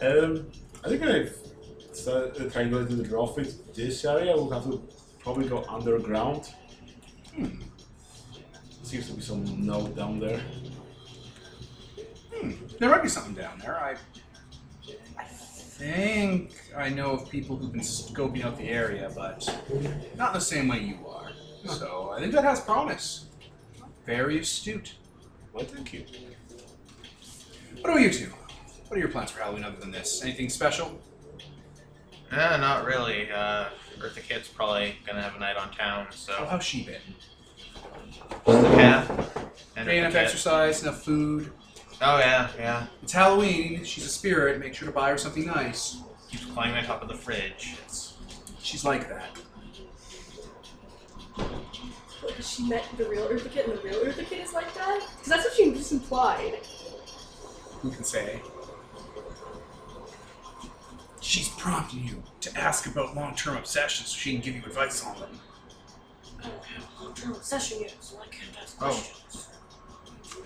D: Um, I think I've started triangulating the traffic. This area will have to probably go underground.
A: Hmm.
D: Seems to be some note down there.
A: Hmm. Hmm. There might be something down there. I, I think I know of people who've been scoping out the area, but not in the same way you are. So I think that has promise. Very astute.
D: Why, thank you.
A: What about you two? What are your plans for Halloween other than this? Anything special?
C: Eh, not really. Uh, Eartha Kid's probably gonna have a night on town,
A: Oh,
C: so
A: how's she been?
C: just the cat. And
A: Enough
C: Eartha Kitt.
A: exercise, enough food.
C: Oh yeah, yeah.
A: It's Halloween. She's a spirit. Make sure to buy her something nice.
C: Keeps climbing on top of the fridge. It's
A: She's like that.
B: What, has she met the real Eartha Kid and the real Eartha Kid is like that? Because that's what she just implied.
A: Who can say? She's prompting you to ask about long-term obsessions so she can give you advice on them.
B: I don't have a long-term obsession yet, so I can't ask
C: Oh.
B: questions.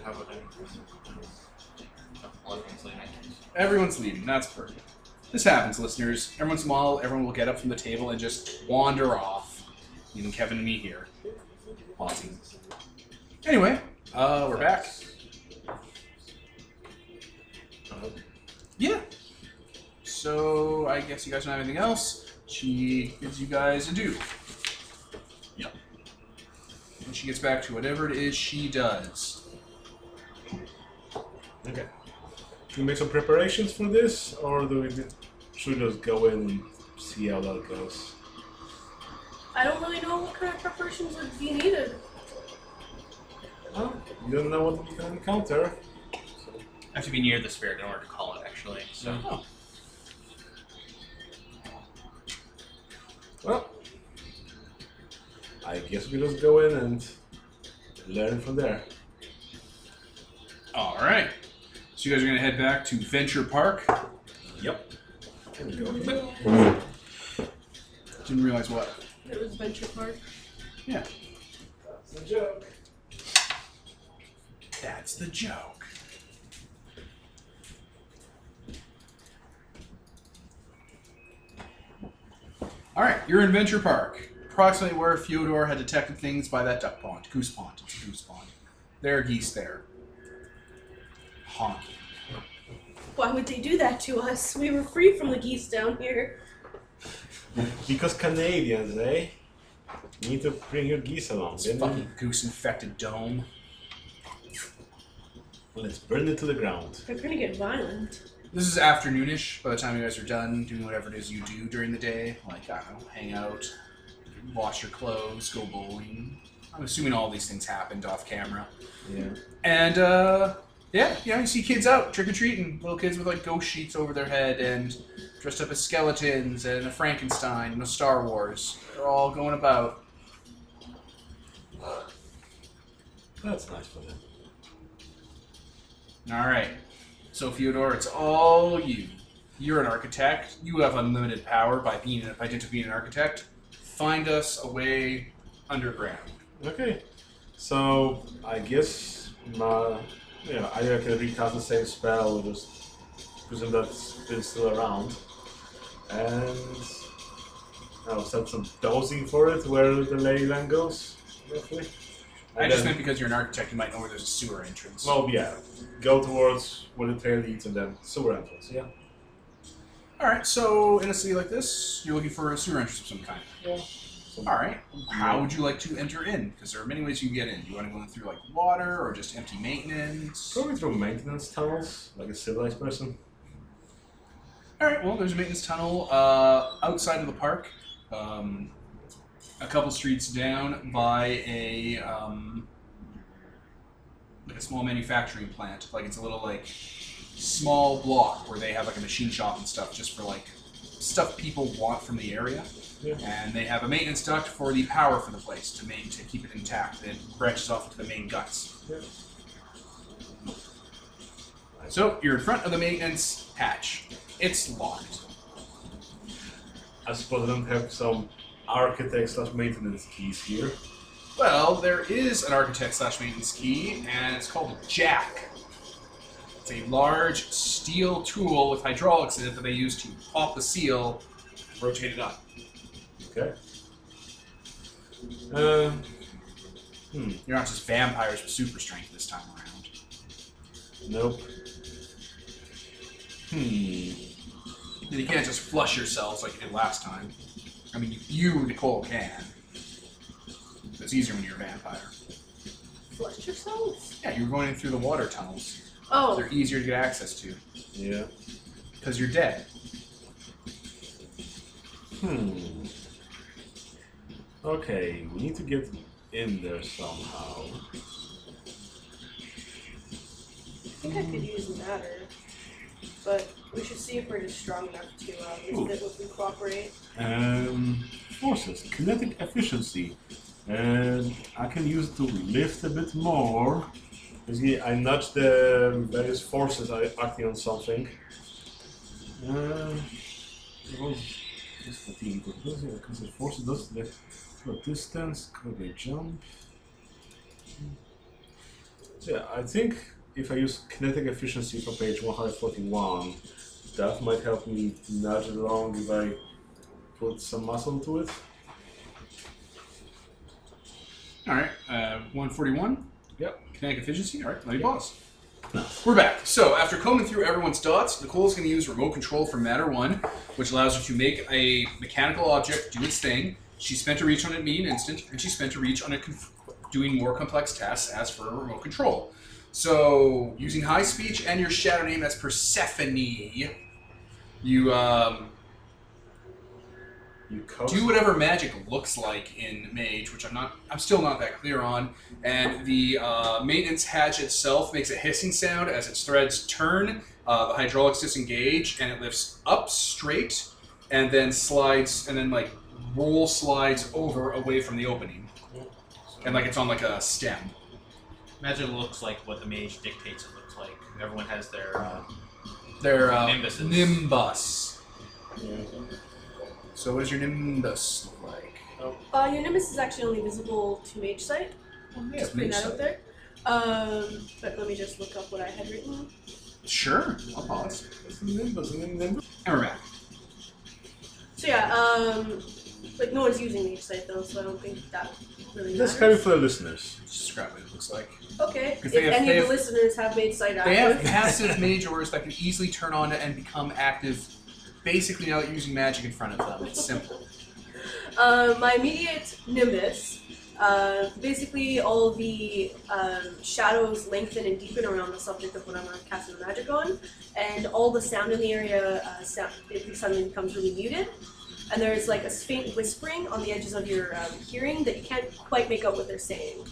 C: how about it? Oh, everyone's leaving.
A: Everyone's leaving. That's perfect. This happens, listeners. Every once in a while, everyone will get up from the table and just wander off. Even Kevin and me here. Haunting. Anyway, uh, we're back. Yeah. So I guess you guys don't have anything else. She gives you guys a do.
D: Yep.
A: And she gets back to whatever it is she does.
D: Okay. Do we make some preparations for this, or do we ju- should we just go in and see how that goes?
B: I don't really know what kind of preparations would be needed.
D: Well, you don't know what we can encounter.
C: I have to be near the spirit in order to call it, actually. So
A: Oh.
D: Well, I guess we just go in and learn from there.
A: All right. So you guys are gonna head back to Venture Park.
D: Yep. There we go.
A: Didn't realize what.
B: It was Venture Park.
A: Yeah.
D: That's a joke.
A: That's the joke. All right, you're in Venture Park, approximately where Fyodor had detected things by that duck pond, goose pond. It's a goose pond. There are geese there. Honking.
B: Why would they do that to us? We were free from the geese down here.
D: Because Canadians, eh? You need to bring your geese along.
A: This
D: then
A: fucking goose-infected dome.
D: Let's burn it to the ground.
B: They're gonna get violent.
A: This is afternoonish. By the time you guys are done doing whatever it is you do during the day, like I don't know, hang out, wash your clothes, go bowling. I'm assuming all these things happened off camera.
D: Yeah.
A: And uh, yeah, you know, you see kids out trick or treating, little kids with like ghost sheets over their head and dressed up as skeletons and a Frankenstein and a Star Wars. They're all going about.
D: That's nice for them.
A: All right. So Fyodor, it's all you. You're an architect. You have unlimited power by being by dint of being an architect. Find us a way underground.
D: Okay. So I guess my yeah, either I can recast the same spell or just presume that's been still around. And I'll send some dosing for it where the ley line goes, roughly.
A: I
D: And
A: just
D: then-
A: meant because you're an architect, you might know where there's a sewer entrance.
D: Well yeah. Go towards where the trail leads and then sewer entrance, yeah.
A: all right. So in a city like this, you're looking for a sewer entrance of some kind.
D: So-
A: All right. How would you like to enter in? Because there are many ways you can get in. Do you want to go in through like water or just empty maintenance? All
D: Probably through maintenance tunnels, like a civilized person.
A: right. Well, there's a maintenance tunnel uh, outside of the park, um, a couple streets down by a um, like a small manufacturing plant. Like it's a little like small block where they have like a machine shop and stuff just for like stuff people want from the area.
D: Yeah.
A: And they have a maintenance duct for the power for the place to main to keep it intact. Then branches off into the main guts.
D: Yeah.
A: So you're in front of the maintenance hatch. It's locked.
D: I suppose I don't have some architect slash maintenance keys here.
A: Well, there is an architect slash maintenance key, and it's called a jack. It's a large steel tool with hydraulics in it that they use to pop the seal, and rotate it up.
D: Okay. Uh, hmm.
A: You're not just vampires with super strength this time around.
D: Nope. Hmm.
A: You can't just flush yourselves like you did last time. I mean, you, Nicole, can. It's easier when you're a vampire.
B: Flush yourselves?
A: Yeah, you're going in through the water tunnels.
B: Oh,
A: They're easier to get access to
D: Yeah.
A: because you're dead.
D: Hmm. Okay, we need to get in there somehow.
B: I think I could use matter. But we should see if we're just strong enough to um,
D: Ooh.
B: that we can cooperate.
D: Um, forces, kinetic efficiency. And I can use it to lift a bit more. You see, I nudge the various forces I acting on something. Uh, well, this fatigue because yeah, because the force does the the distance, could they jump? So yeah, I think if I use kinetic efficiency for page 141, that might help me nudge it along if I put some muscle to it.
A: All right, uh, 141.
D: Yep.
A: Kinetic efficiency. All right, let me pause. We're back. So after combing through everyone's dots, Nicole's going to use remote control from Matter One, which allows her to make a mechanical object do its thing. She spent a reach on it me an instant, and she spent a reach on it conf- doing more complex tasks as for remote control. So using high speech and your shadow name, that's Persephone. You um,
D: You coach.
A: do whatever magic looks like in Mage, which I'm not, I'm still not that clear on. And the uh, maintenance hatch itself makes a hissing sound as its threads turn. Uh, the hydraulics disengage, and it lifts up straight, and then slides, and then like roll slides over away from the opening, and like it's on like a stem.
C: Magic looks like what the mage dictates it looks like. Everyone has their. Uh,
A: They're uh,
C: Nimbuses.
A: Nimbus.
D: Yeah.
A: So what does your nimbus look like?
B: Uh, your Nimbus is actually only visible to Mage Sight.
A: Oh,
B: just putting that out there. Um, but let me just look up what I had written.
A: Sure, I'll pause.
D: Nimbus, nim- nimbus.
A: And we're back.
B: So yeah, um, like no one's using Mage Sight though, so I don't think that really matters.
D: Describe it for the listeners.
A: Just describe what it looks like.
B: Okay.
A: If
B: If
A: they have-
B: any
A: they have-
B: of the listeners have Mage Sight
A: They have
B: active,
A: passive mage orders that can easily turn on and become active basically now that you're using magic in front of them. It's simple.
B: uh, my immediate Nimbus. Uh, basically, all the um, shadows lengthen and deepen around the subject of whatever I'm casting the magic on, and all the sound in the area uh, sound, it suddenly becomes really muted. And there's like a faint whispering on the edges of your um, hearing that you can't quite make out what they're saying.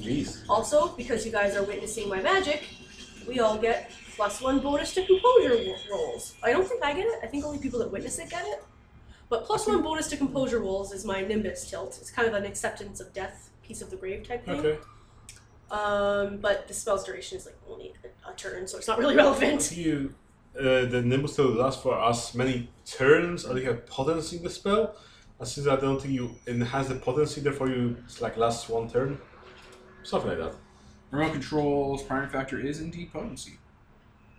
D: Jeez.
B: Also, because you guys are witnessing my magic, we all get plus one bonus to composure wo- rolls. I don't think I get it. I think only people that witness it get it. But plus one bonus to composure rolls is my Nimbus tilt. It's kind of an acceptance of death, piece of the grave type thing.
D: Okay.
B: Um, but the spell's duration is like only a- a turn, so it's not really relevant.
D: You, uh, the nimbus still lasts for as many turns as you have potency in the spell. And since I don't think you enhance the potency, therefore you it's like lasts one turn, something like that.
A: Remote control's primary factor is indeed potency.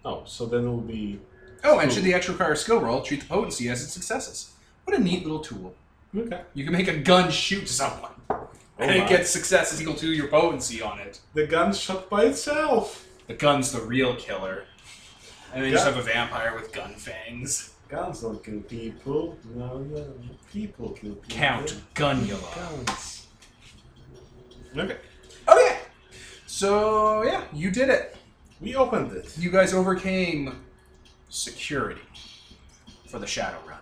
D: Oh, so then it will be
A: Oh, and should the action require a skill roll, treat the potency as its successes. What a neat little tool.
D: okay.
A: You can make a gun shoot someone. and
D: Oh my.
A: it gets successes equal to your potency on it.
D: The gun shot by itself.
A: The gun's the real killer. And then you
D: Yeah.
A: just have a vampire with gun fangs.
D: Guns don't kill people. No, no, people kill people.
A: Count Gunula.
D: Guns. Okay,
A: Okay. Oh, So yeah, you did it.
D: we opened it.
A: You guys overcame security for the Shadow Run.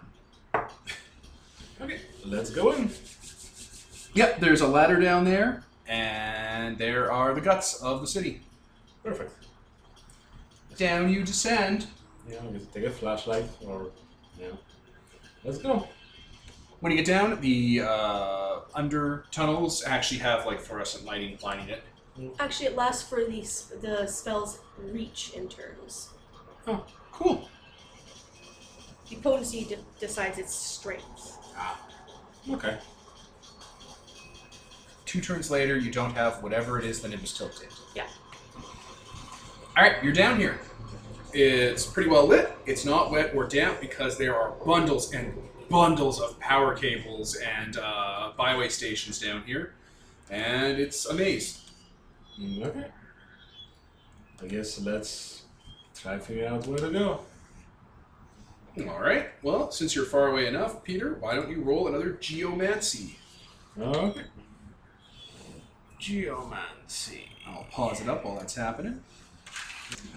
D: Okay, let's go in.
A: Yep, there's a ladder down there, and there are the guts of the city.
D: Perfect.
A: Down you descend.
D: Yeah, I'm gonna take a flashlight or yeah. Let's go.
A: When you get down, the uh, under tunnels actually have like fluorescent lighting lining it.
B: Actually, it lasts for the, s- the spell's reach in turns.
A: Oh, cool.
B: The potency de- decides its strength.
D: Okay.
A: Two turns later, you don't have whatever it is the Nimbus Tilt did.
B: Yeah.
A: All right, you're down here. It's pretty well lit. It's not wet or damp because there are bundles and bundles of power cables and uh, byway stations down here, and it's a maze.
D: Mm, Okay. I guess let's try to figure out where to go.
A: All right. Well, since you're far away enough, Peter, why don't you roll another geomancy?
D: Okay.
C: Geomancy.
A: I'll pause it up while that's happening.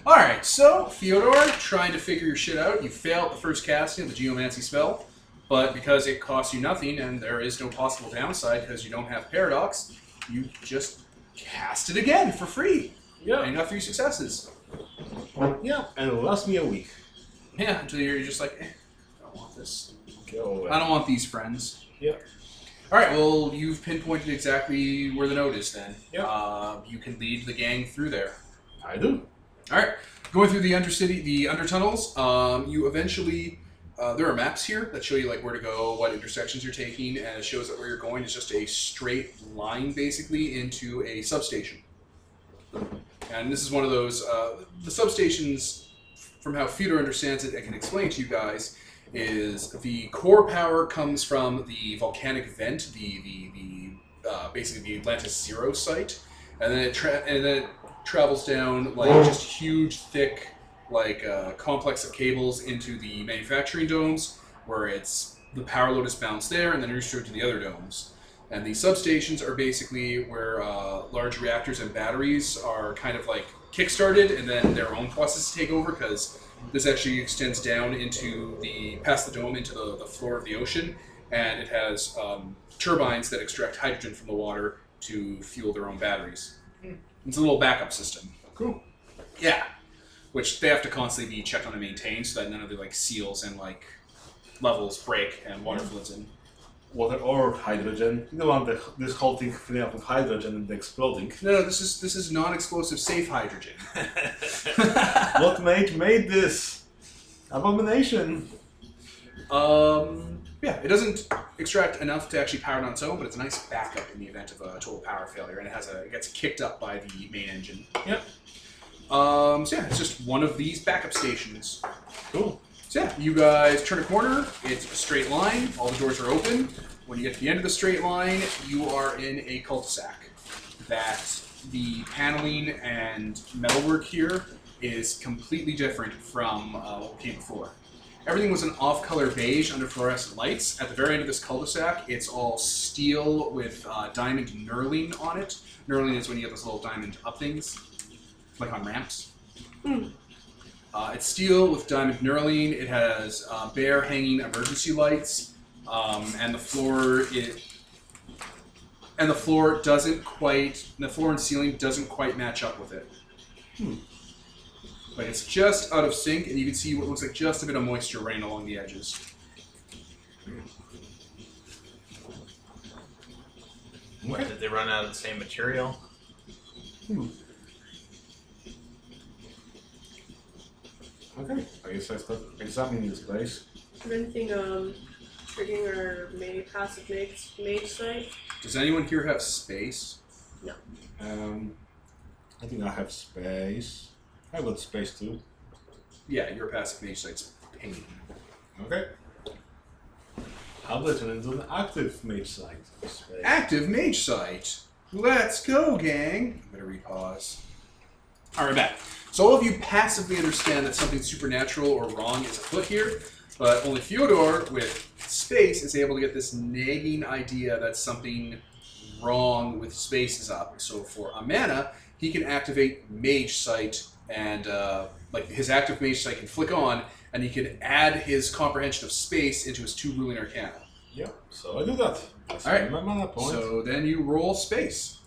A: All right. So Theodore, trying to figure your shit out, you fail at the first casting of the geomancy spell, but because it costs you nothing and there is no possible downside because you don't have paradox, you just cast it again for free.
D: Yeah.
A: And you got three successes.
D: Yeah. And it lasts me a week.
A: Yeah, until you're just like, eh, I don't want this.
D: Go away.
A: I don't want these friends.
D: Yep.
A: All right. Well, you've pinpointed exactly where the note is. Then.
D: Yep.
A: Uh, you can lead the gang through there.
D: I do.
A: All right. Going through the undercity, the undertunnels. Um, you eventually. Uh, there are maps here that show you like where to go, what intersections you're taking, and it shows that where you're going is just a straight line, basically, into a substation. And this is one of those uh, the substations, from how Fedor understands it, and can explain to you guys, is the core power comes from the volcanic vent, the the, the uh, basically the Atlantis Zero site, and then it tra- and then it travels down like just huge, thick, like uh, complex of cables into the manufacturing domes, where it's the power load is bounced there and then redistributed to the other domes. And the substations are basically where uh, large reactors and batteries are kind of like kickstarted, and then their own processes take over because this actually extends down into the past the dome into the, the floor of the ocean, and it has um, turbines that extract hydrogen from the water to fuel their own batteries. It's a little backup system.
D: Cool.
A: Yeah. Which they have to constantly be checked on and maintained so that none of the like seals and like levels break and water floods in.
D: Water or hydrogen. You don't want the, this whole thing filling up with hydrogen and exploding.
A: No, no, this is this is non-explosive safe hydrogen.
D: what mage made this? Abomination.
A: um, yeah, it doesn't extract enough to actually power it on its own, but it's a nice backup in the event of a total power failure, and it has a it gets kicked up by the main engine.
D: Yep.
A: Um, so yeah, it's just one of these backup stations.
D: Cool.
A: So yeah, you guys turn a corner. It's a straight line. All the doors are open. When you get to the end of the straight line, you are in a cul-de-sac. That the paneling and metalwork here is completely different from uh, what came before. Everything was an off-color beige under fluorescent lights. At the very end of this cul-de-sac, it's all steel with uh, diamond knurling on it. Knurling is when you get those little diamond up things, like on ramps. Uh, it's steel with diamond knurling. It has uh, bare hanging emergency lights, um, and the floor it and the floor doesn't quite the floor and ceiling doesn't quite match up with it. Like it's just out of sync, and you can see what looks like just a bit of moisture running along the edges.
C: What, did they run out of the same material?
D: Hmm. Okay. I guess I start examining this place.
B: Is there anything um, triggering our mage, passive mage, mage site?
A: Does anyone here have space?
D: Um, I think I have space. I got space too.
A: Yeah, your passive mage site's pinging.
D: Okay. How about turn into an active mage site? Space.
A: Active mage site. Let's go, gang. I'm gonna repause. All right, back. So all of you passively understand that something supernatural or wrong is afoot here, but only Fyodor with space is able to get this nagging idea that something wrong with space is up. So for Amana, he can activate mage sight and uh, like his active mage sight can flick on, and he can add his comprehension of space into his two ruling arcana.
D: Yeah. So I do that. I spend
A: right.
D: my mana point.
A: So then you roll space.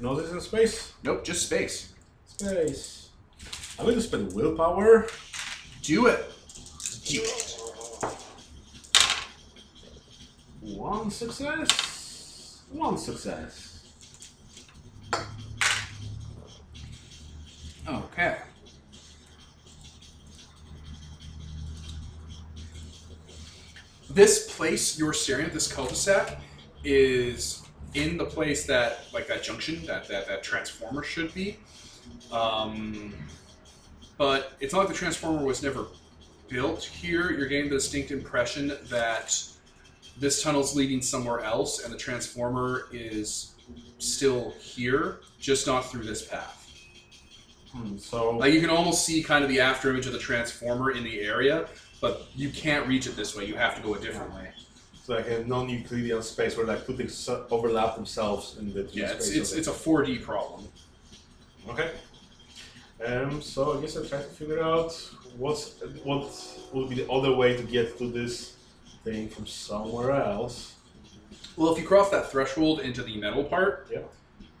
D: No, this is space.
A: Nope, just space.
D: Space. I'm going to spend willpower.
A: Do it. Do it.
D: One success. One success.
A: Okay. This place you're staring at, this cul-de-sac, is in the place that, like that junction, that that, that transformer should be. Um, but it's not like the transformer was never built here. You're getting the distinct impression that this tunnel's leading somewhere else, and the transformer is still here, just not through this path.
D: Hmm, so
A: Like you can almost see kind of the after image of the transformer in the area, but you can't reach it this way. You have to go a different way.
D: It's like a non-Euclidean space where like put so overlap themselves in the three
A: Yeah, it's
D: spaces.
A: it's, it's a 4D problem.
D: Okay. Um, so I guess I try to figure out what's what would be the other way to get to this thing from somewhere else.
A: Well, if you cross that threshold into the metal part
D: Yeah.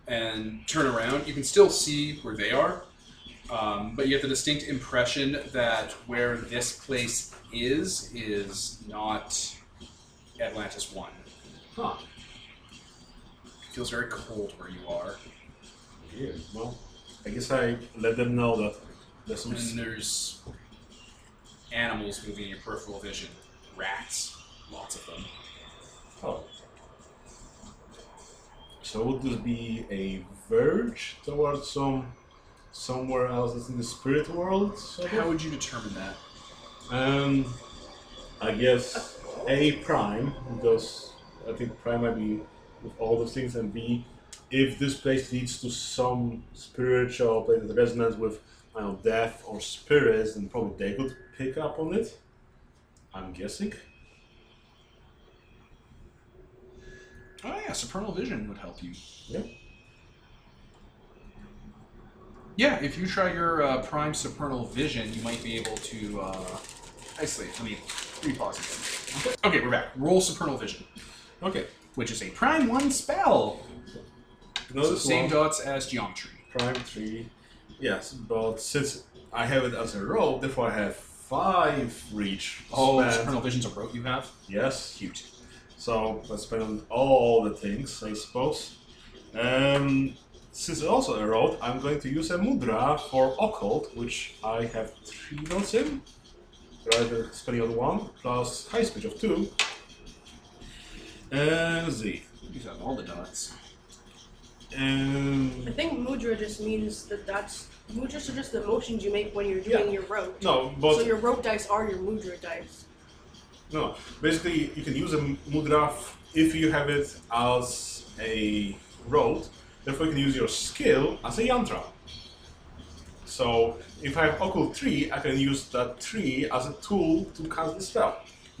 A: and turn around, you can still see where they are, um, but you get the distinct impression that where this place is is not Atlantis One.
D: Huh.
A: It feels very cold where you are.
D: Yeah. Well, I guess I let them know that there's some.
A: And there's animals moving in your peripheral vision. Rats, lots of them.
D: Oh. So would this be a verge towards some somewhere else that's in the spirit world? sort of?
A: How would you determine that?
D: Um, I guess A prime because I think prime might be with all those things, and B, if this place leads to some spiritual place that resonates with I don't know, death or spirits, then probably they could pick up on it. I'm guessing.
A: Oh yeah, supernal vision would help you.
D: Yeah.
A: Yeah, if you try your uh, prime supernal vision, you might be able to uh, isolate. Let me repause again. Okay, we're back. Roll supernal vision,
D: Okay.
A: which is a prime one spell.
D: No,
A: So
D: this
A: same
D: one,
A: dots as geometry.
D: prime three. Yes, but since I have it as a roll, therefore I have five reach.
A: Oh,
D: spans.
A: supernal vision's a rope you have.
D: yes.
A: Cute.
D: So let's spend on all the things, I suppose. Um, since it's also a road, I'm going to use a mudra for occult, which I have three notes in, rather than spending on one, plus high speed of two. And Z.
A: You have all the dots.
B: I
D: Um,
B: think mudra just means that that's mudras are just the motions you make when you're doing your rope.
D: no,
B: so
D: but
B: your rope dice are your mudra dice.
D: no. Basically, you can use a mudra f- if you have it as a road. Therefore, you can use your skill as a yantra. So if I have occult tree, I can use that tree as a tool to cast the spell.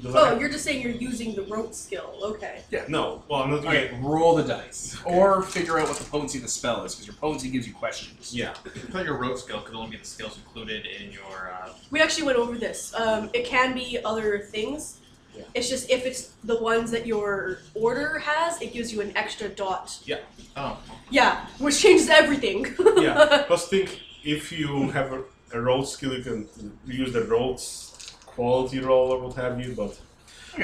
D: Does that
B: Oh,
D: make-
B: you're just saying you're using the rope skill. Okay.
D: no. Well, I'm not doing
A: Okay,
D: it.
A: roll the dice, or figure out what the potency of the spell is, because your potency gives you questions.
D: Yeah.
C: I thought your rote skill could only be the skills included in your. Uh,
B: We actually went over this. Um, it can be other things.
D: Yeah.
B: It's just if it's the ones that your order has, it gives you an extra dot.
C: oh,
B: Yeah, which changes everything.
D: Yeah. Plus, think if you have a, a road skill, you can use the roads quality roll or what have you. But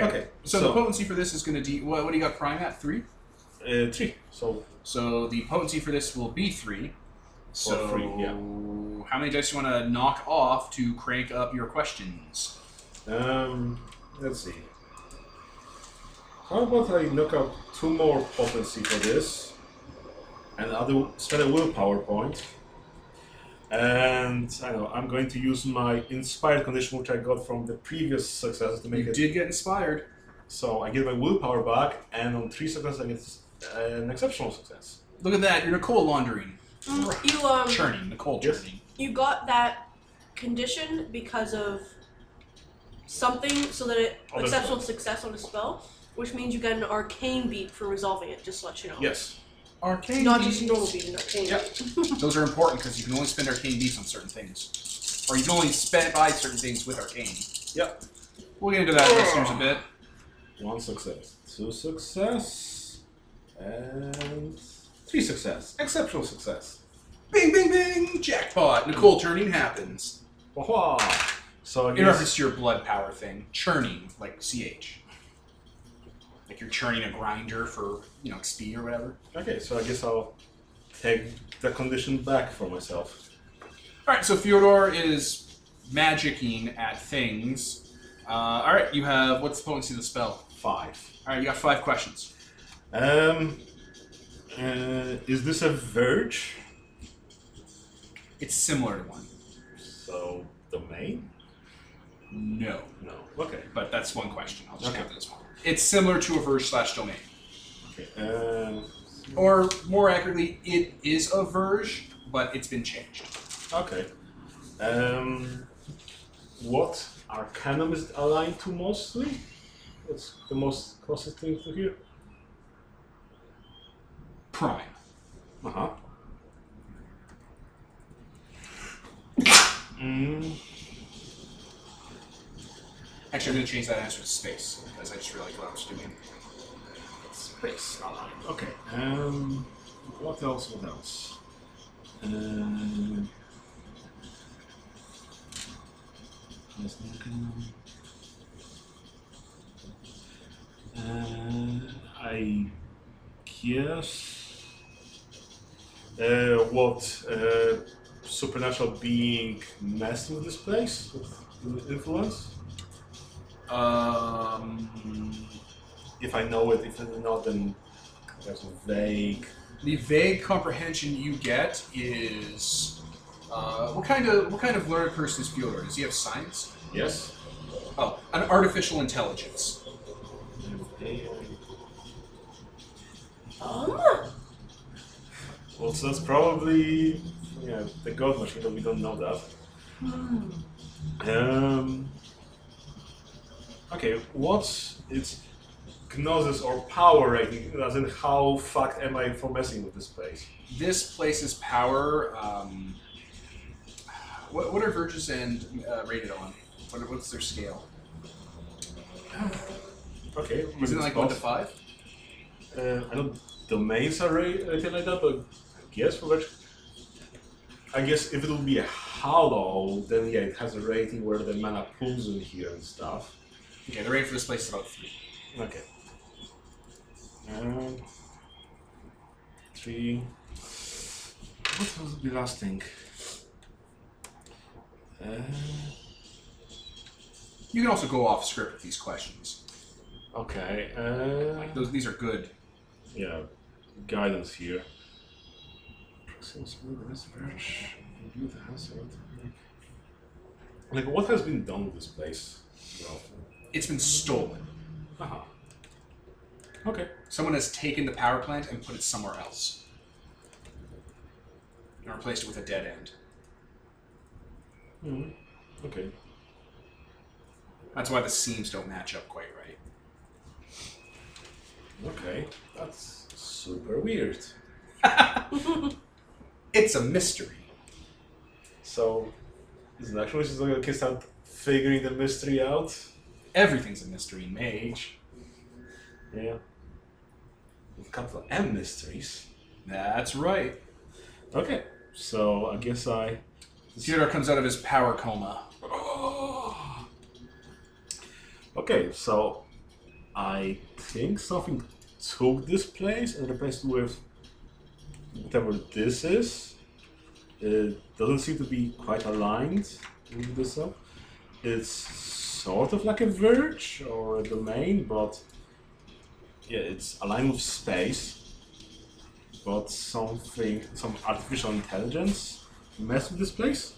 D: okay.
A: So, the potency for this is going to de. What, what do you got? Prime at three.
D: uh, three. So
A: So the potency for this will be three. So
D: three, yeah.
A: how many dice do you want to knock off to crank up your questions?
D: Um, let's see. How about I knock out two more potency for this, and other spend a willpower point. And I know I'm going to use my inspired condition, which I got from the previous successes, to make
A: you
D: it.
A: did get inspired.
D: So I get my willpower back, and on three successes I get an exceptional success.
A: Look at that. You're Nicole laundering,
B: Mm, you um
A: churning, Nicole
D: Yes.
A: churning.
B: you got that condition because of something so that it
D: On the
B: exceptional success on a spell, which means you got an arcane beat for resolving it, just to let you know.
D: Yes.
A: Arcane.
B: Not just a
A: beads.
B: normal beat, an arcane
D: Yeah.
B: beat.
A: Those are important because you can only spend arcane beats on certain things, or you can only spend buy certain things with arcane.
D: Yep.
A: We'll get into that listeners a bit.
D: One success, two success, and three success. Exceptional success.
A: Bing, bing, bing! Jackpot. Nicole churning happens.
D: Wah-wah. So I
A: In
D: guess,
A: reference to your blood power thing, churning, like CH. Like you're churning a grinder for, you know, XP or whatever.
D: okay, so I guess I'll take the condition back for myself.
A: Alright, so Fyodor is magicking at things. Uh, Alright, you have, what's the potency of the spell?
D: Five.
A: Alright, you got five questions.
D: Um, uh, is this a verge?
A: It's similar to one.
D: So domain?
A: No.
D: No. Okay.
A: But that's one question. I'll just
D: Okay.
A: count it as one. It's similar to a verge slash domain.
D: Okay. Um,
A: Or more accurately, it is a verge, but it's been changed.
D: okay. Um, what Arcanum is aligned to mostly. It's the most closest thing to here.
A: Prime.
D: Uh huh. Mm.
A: Actually, I'm going to change that answer to space because I just realized what I was doing. Space. Not
D: Okay. Um. What else? What else? Uh, Um. let's look, um, Uh, I guess. Uh, what uh, supernatural being messed with this place? With influence?
A: um,
D: If I know it, if I don't know, then that's vague.
A: the vague comprehension you get is uh, what kind of what kind of learned person is Bueller? Does he have science?
D: Yes.
A: Oh, an artificial intelligence.
B: Um,
D: Well, so that's probably yeah the god machine, but we don't know that.
B: hmm.
D: Um. Okay, what's its gnosis or power rating? As in, how fucked am I for messing with this place?
A: This place's power. Um, what, what are Verges and uh, rated on? What, what's their scale?
D: Okay,
A: Is
D: maybe
A: it
D: it's
A: like one to
D: possible.
A: five?
D: Uh, I don't domains are ra- anything like that, but I guess for which. I guess if it'll be a hollow, then yeah, it has a rating where the mana pools in here and stuff.
A: Okay, the rating for this place is about three.
D: Okay. Um, three. What was the last thing? Uh,
A: You can also go off script with these questions.
D: okay.
A: Like
D: Uh,
A: those, these are good
D: yeah, guidance here. Proximate smooth research. Review the hazard. Like, what has been done with this place? Well,
A: It's been stolen.
D: uh-huh. Okay.
A: Someone has taken the power plant and put it somewhere else. And replaced it with a dead end.
D: Mhm. Okay.
A: That's why the seams don't match up quite right.
D: Okay. That's super weird.
A: It's a mystery.
D: So, is it actually just like a case out figuring the mystery out?
A: Everything's a mystery in Mage.
D: Yeah. With capital M mysteries.
A: That's right.
D: Okay. So I guess I.
A: Theodore comes out of his power coma.
D: Oh. Okay, so I think something took this place and replaced it with whatever this is. It doesn't seem to be quite aligned with this one. It's sort of like a verge or a domain, but yeah, it's aligned with space. But something, some artificial intelligence messed with this place.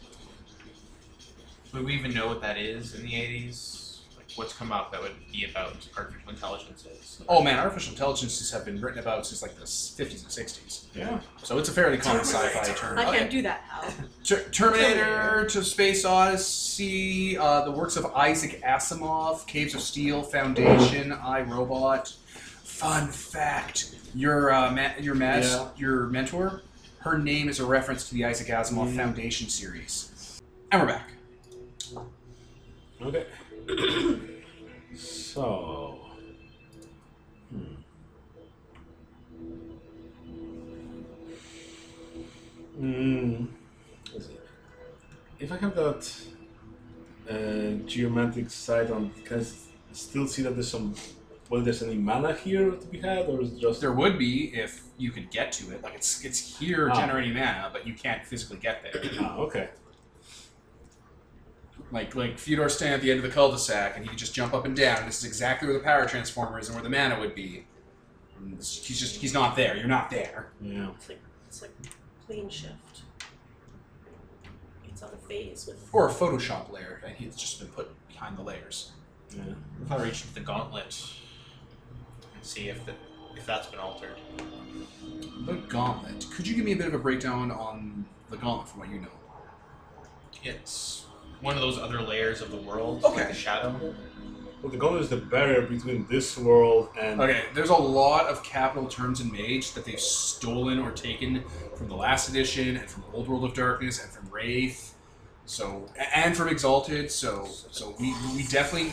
C: Would we even know what that is in the 80s? Like, what's come up that would be about artificial intelligence is?
A: Oh man, artificial intelligences have been written about since like the 50s and 60s.
D: Yeah.
A: So it's a fairly common sci fi term. Oh,
B: I
A: Okay.
B: can't do that, Hal.
A: Ter- Terminator to Space Odyssey, uh, the works of Isaac Asimov, Caves of Steel, Foundation, iRobot. Fun fact: your uh, ma- your mas-
D: Yeah.
A: your mentor, her name is a reference to the Isaac Asimov
D: Mm.
A: Foundation series. And we're back.
D: Okay. so. Hmm. Mm, let's see. If I have that uh, geomantic sight on, can I s- still see that there's some. Whether there's any mana here to be had, or is it just.
A: There would be if you could get to it. Like it's it's here
D: Ah.
A: generating mana, but you can't physically get there.
D: Ah, okay.
A: Like like Fyodor standing at the end of the cul-de-sac, and he could just jump up and down. This is exactly where the power transformer is and where the mana would be. And it's- He's just he's not there. You're not there.
D: Yeah.
B: It's like it's like plane shift. It's on a phase with.
A: Or a Photoshop layer, and he's just been put behind the layers.
D: Yeah.
C: If I reach into the gauntlet and see if the, if that's been altered.
A: The gauntlet. Could you give me a bit of a breakdown on the gauntlet from what you know?
C: It's one of those other layers of the world,
A: Okay.
C: like the shadow.
D: Well, the goal is the barrier between this world and
A: Okay, there's a lot of capital terms in Mage that they've stolen or taken from the last edition and from Old World of Darkness and from Wraith, so a- and from Exalted. So so we, we definitely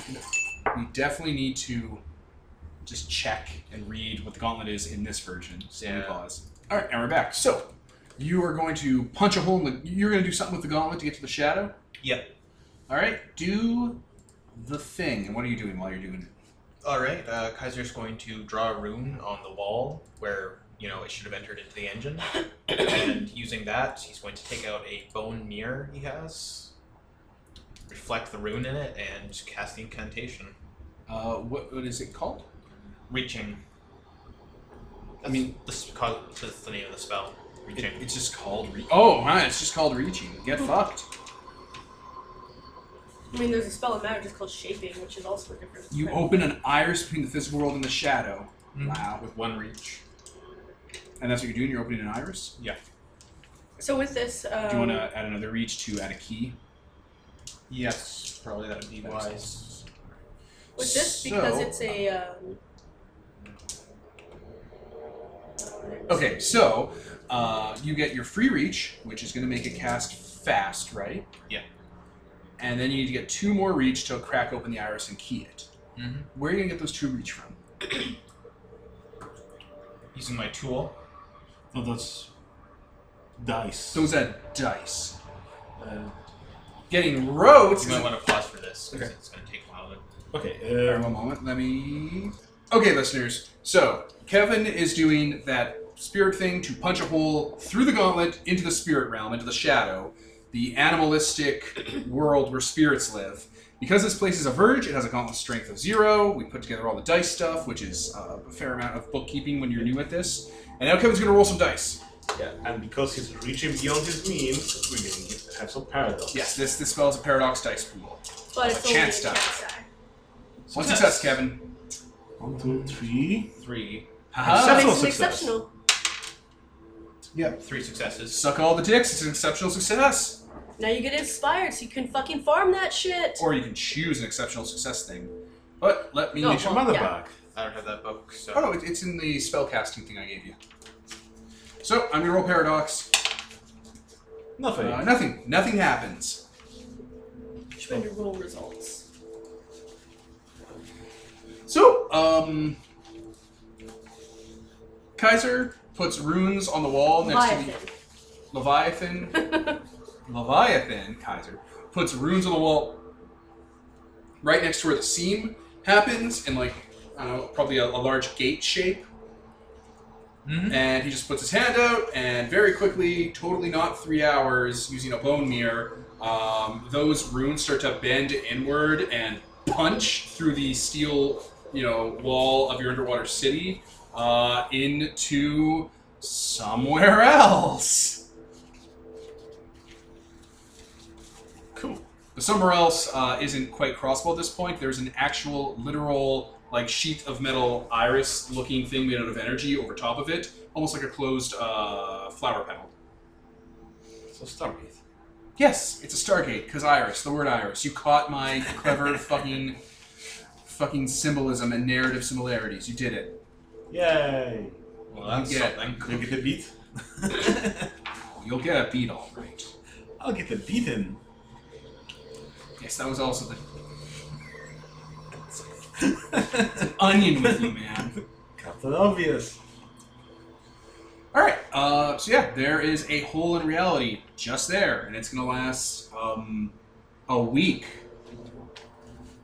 A: we definitely need to just check and read what the gauntlet is in this version. Stand
C: Yeah.
A: pause. All right, and we're back. So you are going to punch a hole in the. You're going to do something with the gauntlet to get to the shadow.
C: Yep.
A: All right, do the thing. And what are you doing while you're doing it?
C: All right. Uh, Kaiser's going to draw a rune on the wall where you know it should have entered into the engine, and using that, he's going to take out a bone mirror he has, reflect the rune in it, and cast the incantation.
A: Uh, what, what is it called?
C: Reaching.
A: I mean,
C: This is called- this is the name of the spell.
A: It,
C: Reaching.
A: it's just called re- oh, huh, it's just called reaching. Get fucked.
B: I mean, there's a spell of magic just called shaping, which is also a different.
A: You open an iris between the physical world and the shadow.
C: Mhm.
A: Wow.
C: with one reach.
A: And that's what you're doing. You're opening an iris.
B: So with this, um,
A: Do you want to add another reach to add a key?
C: Yes, probably that would be wise.
B: with this because
A: So-
B: it's a. Um,
A: Okay, so uh, you get your free reach, which is going to make it cast fast, right?
C: Yeah.
A: And then you need to get two more reach to crack open the iris and key it.
C: Mm-hmm.
A: Where are you going to get those two reach from?
C: Using my tool.
D: no, Oh, that's dice.
A: Those are dice.
D: Uh,
A: Getting roads.
C: You might want to pause for this because
A: Okay.
C: it's going to take a while. To...
D: okay.
A: Here,
D: Um,
A: one moment. Let me. Okay, listeners. So Kevin is doing that spirit thing to punch a hole through the gauntlet into the spirit realm, into the shadow, the animalistic world where spirits live. Because this place is a verge, it has a gauntlet strength of zero. We put together all the dice stuff, which is uh, a fair amount of bookkeeping when you're new at this. And now Kevin's going to roll some dice.
D: yeah, and because he's reaching beyond his means, we're going to have some paradox.
A: Yes, this this spell is a paradox dice pool.
B: but it's
A: A chance
B: only a
A: die.
B: chance die.
A: One success, Kevin.
D: One, two, three.
C: Three,
A: Haha.
B: That
D: Exceptional
B: makes it
D: success.
B: exceptional.
C: three successes.
A: Suck all the dicks. It's an exceptional success.
B: Now you get inspired, so you can fucking farm that shit.
A: or you can choose an exceptional success thing. But let me.
B: No,
D: Get your mother
B: Yeah.
D: back.
C: I don't have that book, so
A: Oh no, it- it's in the spellcasting thing I gave you. So I'm gonna roll paradox.
D: Nothing.
A: Uh, nothing. Nothing happens.
B: Should we do roll results?
A: So um, Kaiser puts runes on the wall next to
B: Leviathan.
A: the Leviathan. Leviathan Kaiser puts runes on the wall right next to where the seam happens, in like I don't know, probably a, a large gate shape.
C: Mhm.
A: And he just puts his hand out, and very quickly, totally not three hours, using a bone mirror, um, those runes start to bend inward and punch through the steel, you know, wall of your underwater city uh, into somewhere else.
D: Cool.
A: But somewhere else uh, isn't quite crossbow at this point. There's an actual, literal, like sheath of metal iris-looking thing made out of energy over top of it, almost like a closed uh, flower petal.
D: So Stargate.
A: Yes, it's a Stargate because iris, the word iris. You caught my clever fucking, fucking symbolism and narrative similarities. You did it.
D: Yay!
C: well, that's
A: Yeah.
D: Can I
C: something.
D: get the beat?
A: You'll get a beat, all right.
D: I'll get the beaten.
A: Yes, that was also the onion with you, man.
D: Captain Obvious.
A: All right. Uh, so yeah, there is a hole in reality just there, and it's gonna last um, a week.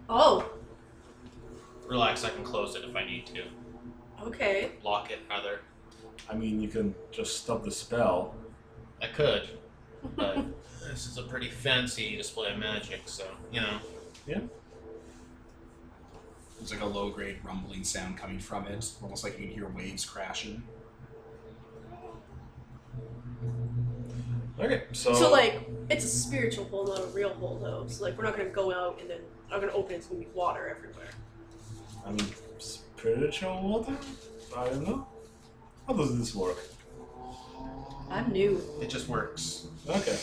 B: Oh,
C: Relax, I can close it if I need to.
B: okay.
C: Lock it, rather.
D: I mean, you can just stop the spell.
C: I could, but this is a pretty fancy display of magic, so you know.
A: There's like a low grade rumbling sound coming from it, almost like you can hear waves crashing.
D: Okay, so.
A: Oh.
B: So like, it's a spiritual hole, not a real hole, though. So like, we're not gonna go out and then I'm gonna open. it, It's gonna be water everywhere.
D: I mean, spiritual water? I don't know. How does this work?
B: I'm new.
C: It just works.
D: Okay.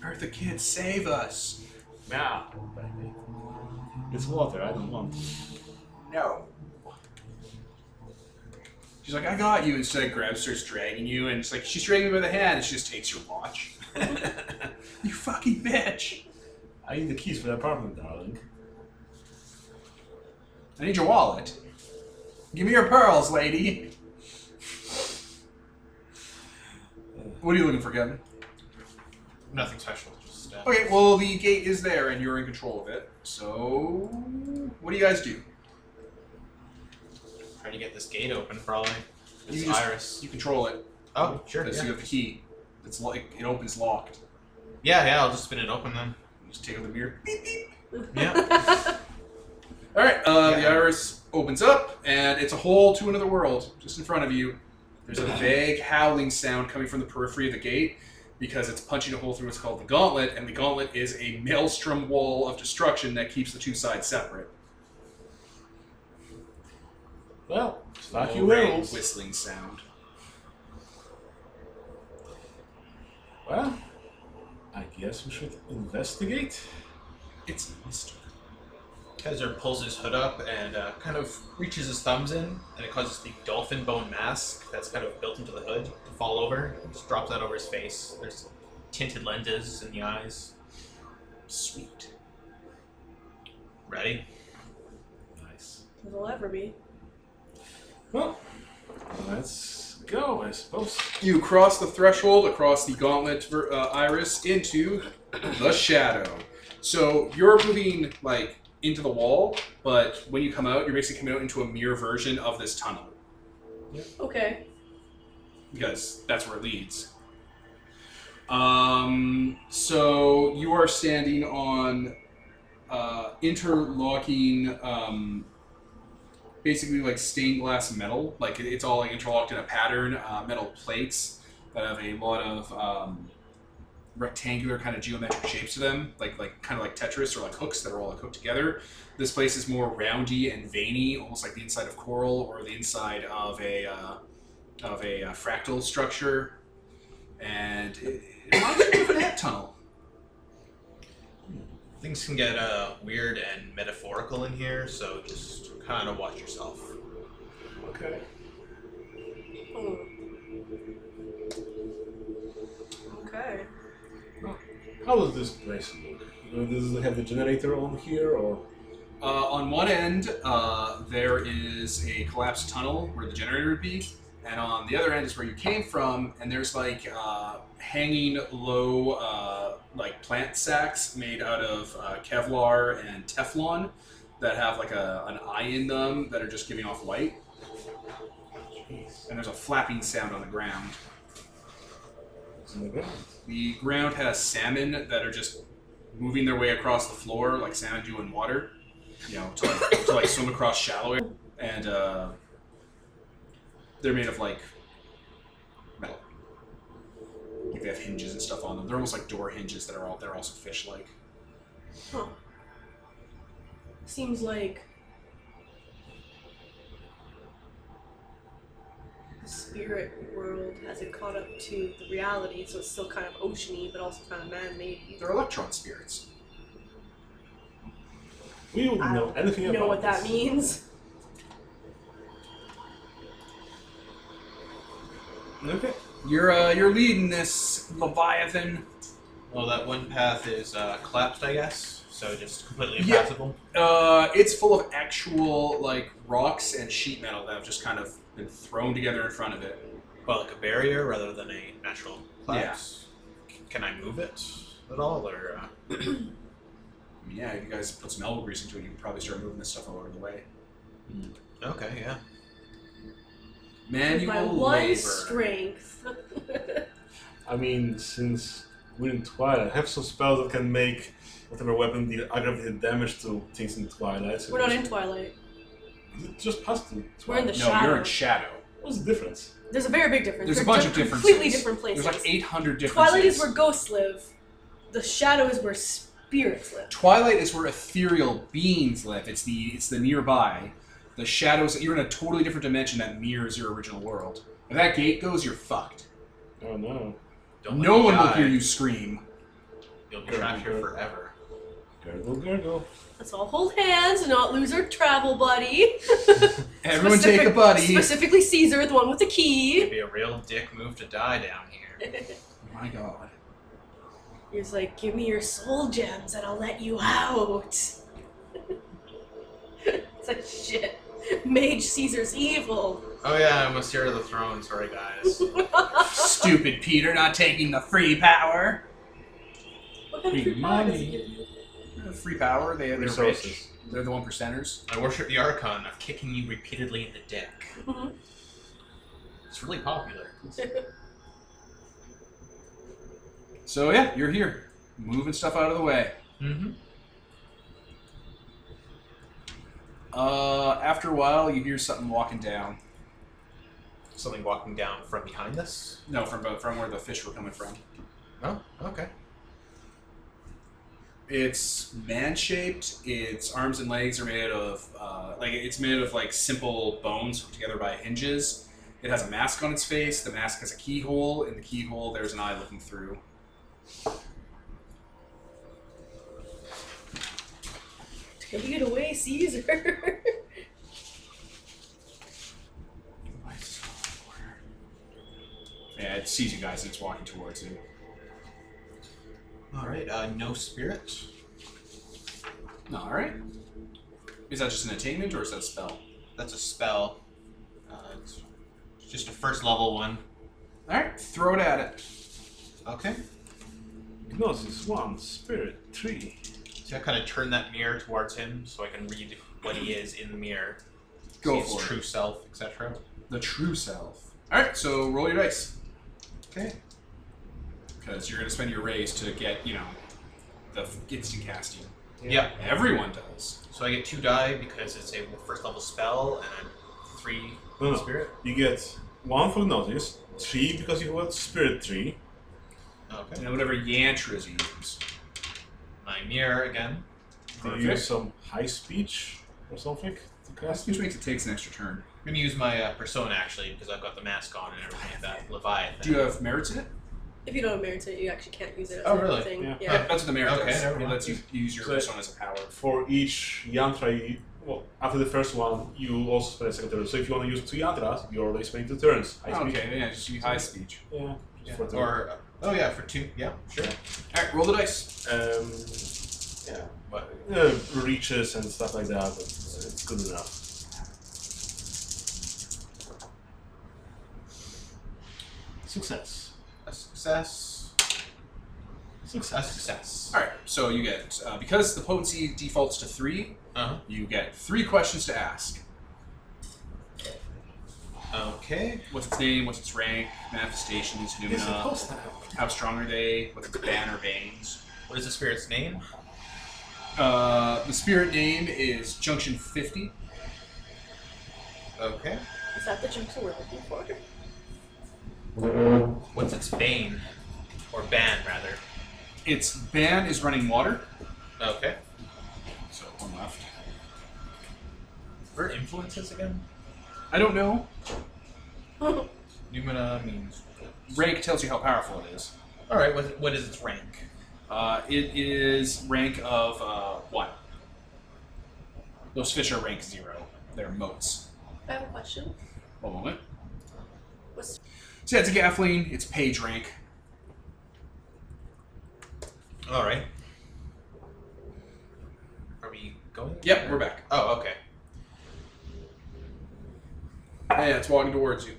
A: Bertha can't save us.
D: Nah. baby. It's water. I don't want.
A: No. She's like, I got you. Instead, grabs, starts dragging you, and it's like she's dragging you by the hand, and she just takes your watch. you fucking bitch.
D: I need the keys for the apartment, darling.
A: I need your wallet. Give me your pearls, lady. What are you looking for, Kevin?
C: Nothing special. Just uh,
A: Okay, well, the gate is there, and you're in control of it. So, what do you guys do?
C: trying to get this gate open, probably. This
A: You just-
C: iris.
A: You control it.
C: oh, sure.
A: So
C: Yeah.
A: you have the key. It's like it opens locked.
C: yeah, yeah. I'll just spin it open then.
A: You just take out the mirror. Beep, beep.
C: Yeah.
A: All right. Uh, The
C: Yeah.
A: iris opens up, and it's a hole to another world just in front of you. There's a vague howling sound coming from the periphery of the gate because it's punching a hole through what's called the gauntlet, and the gauntlet is a maelstrom wall of destruction that keeps the two sides separate.
D: Well, fuck you,
A: Low-rate
D: werewolves.
A: Whistling sound.
D: Well, I guess we should investigate.
A: It's a mystery.
C: Kaiser pulls his hood up and uh, kind of reaches his thumbs in, and it causes the dolphin bone mask that's kind of built into the hood to fall over. Just drops that over his face. There's tinted lenses in the eyes.
A: Sweet.
C: Ready?
D: Nice.
B: It'll ever be.
D: Well, let's go, I suppose.
A: You cross the threshold across the gauntlet ver- uh, iris into the shadow. So you're moving like into the wall, but when you come out, you're basically coming out into a mirror version of this tunnel
B: Okay.
A: because that's where it leads. Um, so you are standing on uh, interlocking, um, basically like stained glass metal. Like it- it's all like interlocked in a pattern. Uh, metal plates that have a lot of um, rectangular kind of geometric shapes to them, like like kind of like Tetris or like hooks that are all like hooked together. This place is more roundy and veiny, almost like the inside of coral or the inside of a uh, of a uh, fractal structure, and it, it reminds me of an ant tunnel.
C: Things can get uh, weird and metaphorical in here, so just kind of watch yourself.
D: Okay.
B: Hmm. Okay.
D: How does this place look? You know, Does it have the generator on here, or
A: Uh, on one end, uh, there is a collapsed tunnel where the generator would be, and on the other end is where you came from, and there's like uh, hanging low uh, like plant sacks made out of uh, Kevlar and Teflon that have like a, an eye in them that are just giving off light,
D: Jeez,
A: and there's a flapping sound on the ground.
D: it's in the ground?
A: The ground has salmon that are just moving their way across the floor, like salmon do in water, you know, to like, to like swim across shallow air. And uh, they're made of like metal. Like they have hinges and stuff on them. They're almost like door hinges that are all they're also fish-like.
B: Huh. Seems like the spirit world hasn't caught up to the reality, so it's still kind of oceany, but also kind of man-made.
A: They're electron spirits.
D: We wouldn't
B: I
D: know
B: don't
D: anything
B: You
D: about
B: know what that
D: this.
B: means?
D: Okay.
A: You're uh, you're leading this Leviathan.
C: Well, that one path is uh, collapsed, I guess, so just completely
A: Yeah.
C: impassable.
A: Uh, it's full of actual like rocks and sheet metal that have just kind of been thrown together in front of it.
C: Well, like a barrier rather than a natural collapse. C- Can I move it at all, or uh,
A: I mean, yeah, if you guys put some elbow grease into it, you can probably start moving this stuff all over the way.
C: okay, yeah.
B: With
A: Manual
B: my one
A: labor.
B: strength.
D: I mean, since we're in Twilight, I have some spells that can make whatever weapon deal aggravated damage to things in Twilight. So
B: We're not in Twilight.
D: It just passed to Twilight.
B: We're in the
A: no,
B: shadow.
A: you're in shadow.
D: What's the difference?
B: There's a very big difference.
A: There's a
B: They're
A: bunch
B: di-
A: of differences.
B: Completely different places.
A: There's like 800 differences.
B: Twilight is where ghosts live. The shadow is where spirits live.
A: Twilight is where ethereal beings live. It's the it's the nearby. The shadows. You're in a totally different dimension that mirrors your original world. If that gate goes, you're fucked.
D: Oh no.
C: Don't let
A: no
C: me
A: one will
C: die.
A: hear you scream.
C: You'll be
D: Good,
C: trapped here
D: good.
C: forever.
D: Gurgle, gurgle.
B: Let's all hold hands and not lose our travel buddy.
A: Everyone
B: Specific-
A: take a buddy.
B: Specifically, Caesar, the one with the key.
C: It'd be a real dick move to die down here.
A: My God.
B: He was like, "Give me your soul gems, and I'll let you out." it's like shit. Mage Caesar's evil.
C: Oh yeah, I'm a Seer of the Throne. Sorry guys.
A: Stupid Peter not taking the free power.
B: What kind of
D: Free
B: free power does
D: money.
B: it give you?
A: Free power. They, they're rich.
D: Resources.
A: They're the one percenters.
C: I worship the Archon of kicking you repeatedly in the dick.
B: Mhm.
C: It's really popular.
A: So yeah, you're here, moving stuff out of the way.
C: Mm-hmm.
A: Uh, after a while, you hear something walking down.
C: Something walking down from behind us.
A: No, from both from where the fish were coming from.
C: Oh, okay.
A: It's man-shaped. Its arms and legs are made of uh, like it's made of like simple bones hooked together by hinges. It has a mask on its face. The mask has a keyhole. In the keyhole, there's an eye looking through.
B: Take it away, Caesar.
A: Yeah, it sees you guys and it's walking towards you.
C: All right. Uh, no spirit.
A: All right. Is that just an attainment or is that a spell?
C: That's a spell. Uh, it's just a first level one.
A: All right, throw it at it.
C: Okay.
D: Gnosis, one, spirit, three.
C: So I kind of turn that mirror towards him so I can read what he is in the mirror.
A: Go
C: see his
A: for it.
C: true self, etc.
A: The true self. All right, so roll your dice
C: Okay.
A: because you're going to spend your raise to get you know the f- instant casting.
C: Yeah.
A: Everyone does.
C: So I get two die because it's a first level spell and I'm three
D: No, no.
C: spirit.
D: You get one for Gnosis, three because you got spirit three.
C: Okay.
A: And then whatever yantras you use.
C: My mirror again.
D: Do
A: Perfect.
D: you use some high speech or something to cast
A: Which
D: it?
A: makes it takes an extra turn.
C: I'm gonna use my uh, persona actually because I've got the mask on and everything like that. Leviathan.
A: Do you have merits in it?
B: if you don't have merit it, you actually can't use it as
C: Oh,
B: a
C: really?
B: thing.
D: Yeah.
A: That's what the merit
C: Okay,
A: does.
C: never
A: It
C: mind.
A: lets you use your
D: So-
A: persona as a power.
D: For each yantra, you, well, after the first one, you also spend a second turn. So if you want to use two yantras, you're already spending two turns. High speech.
A: Okay, yeah, just use high speech.
D: Yeah.
C: Yeah.
D: just For two.
C: Or uh, oh yeah, for two. Yeah, sure.
A: All right, roll the dice.
D: um, yeah, but uh, reaches and stuff like that. But it's good enough. Success.
C: A success. A
D: Success.
C: success.
A: All right, so you get uh, because the potency defaults to three,
C: Uh
A: you get three questions to ask.
C: huh. Okay.
A: What's its name? What's its rank? Manifestations, Numina. How strong are they? What's its banner veins?
C: What is the spirit's name?
A: Uh, the spirit name is Junction 50.
C: Okay.
B: Is that the jumps we're looking for?
C: What's its bane? Or ban rather.
A: Its ban is running water.
C: Okay.
A: So one left.
C: What are influences again?
A: I don't know.
C: Numina means.
A: Rank tells you how powerful it is.
C: All right. What, what is its rank?
A: Uh, it is rank of uh, one. Those fish are rank zero. They're moats.
B: I have a question.
A: One moment.
B: What's
A: So yeah, it's a gaffling. It's page rank.
C: All right. Are we going?
A: Yep, we're back.
C: Oh, okay.
A: Yeah, it's walking towards you.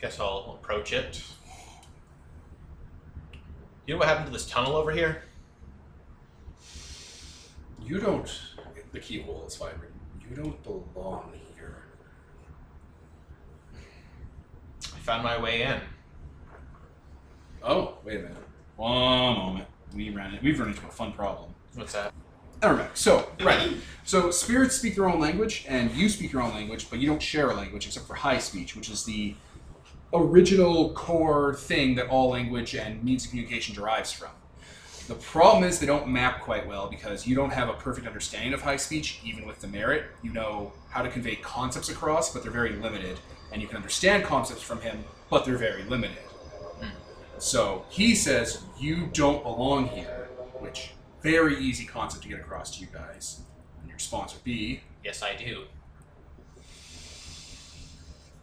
C: Guess I'll approach it. You know what happened to this tunnel over here?
A: You don't. The keyhole is vibrating. You don't belong here.
C: I found my way in.
A: Oh, wait a minute. One moment. We ran it. We've run into a fun problem.
C: What's that?
A: Never mind. So right. So spirits speak their own language, and you speak your own language, but you don't share a language except for high speech, which is the original core thing that all language and means of communication derives from. The problem is they don't map quite well because you don't have a perfect understanding of high speech, even with the merit. You know how to convey concepts across, but they're very limited, and you can understand concepts from him, but they're very limited. So he says, You don't belong here, which very easy concept to get across to you guys. And your sponsor B.
C: Yes, I do.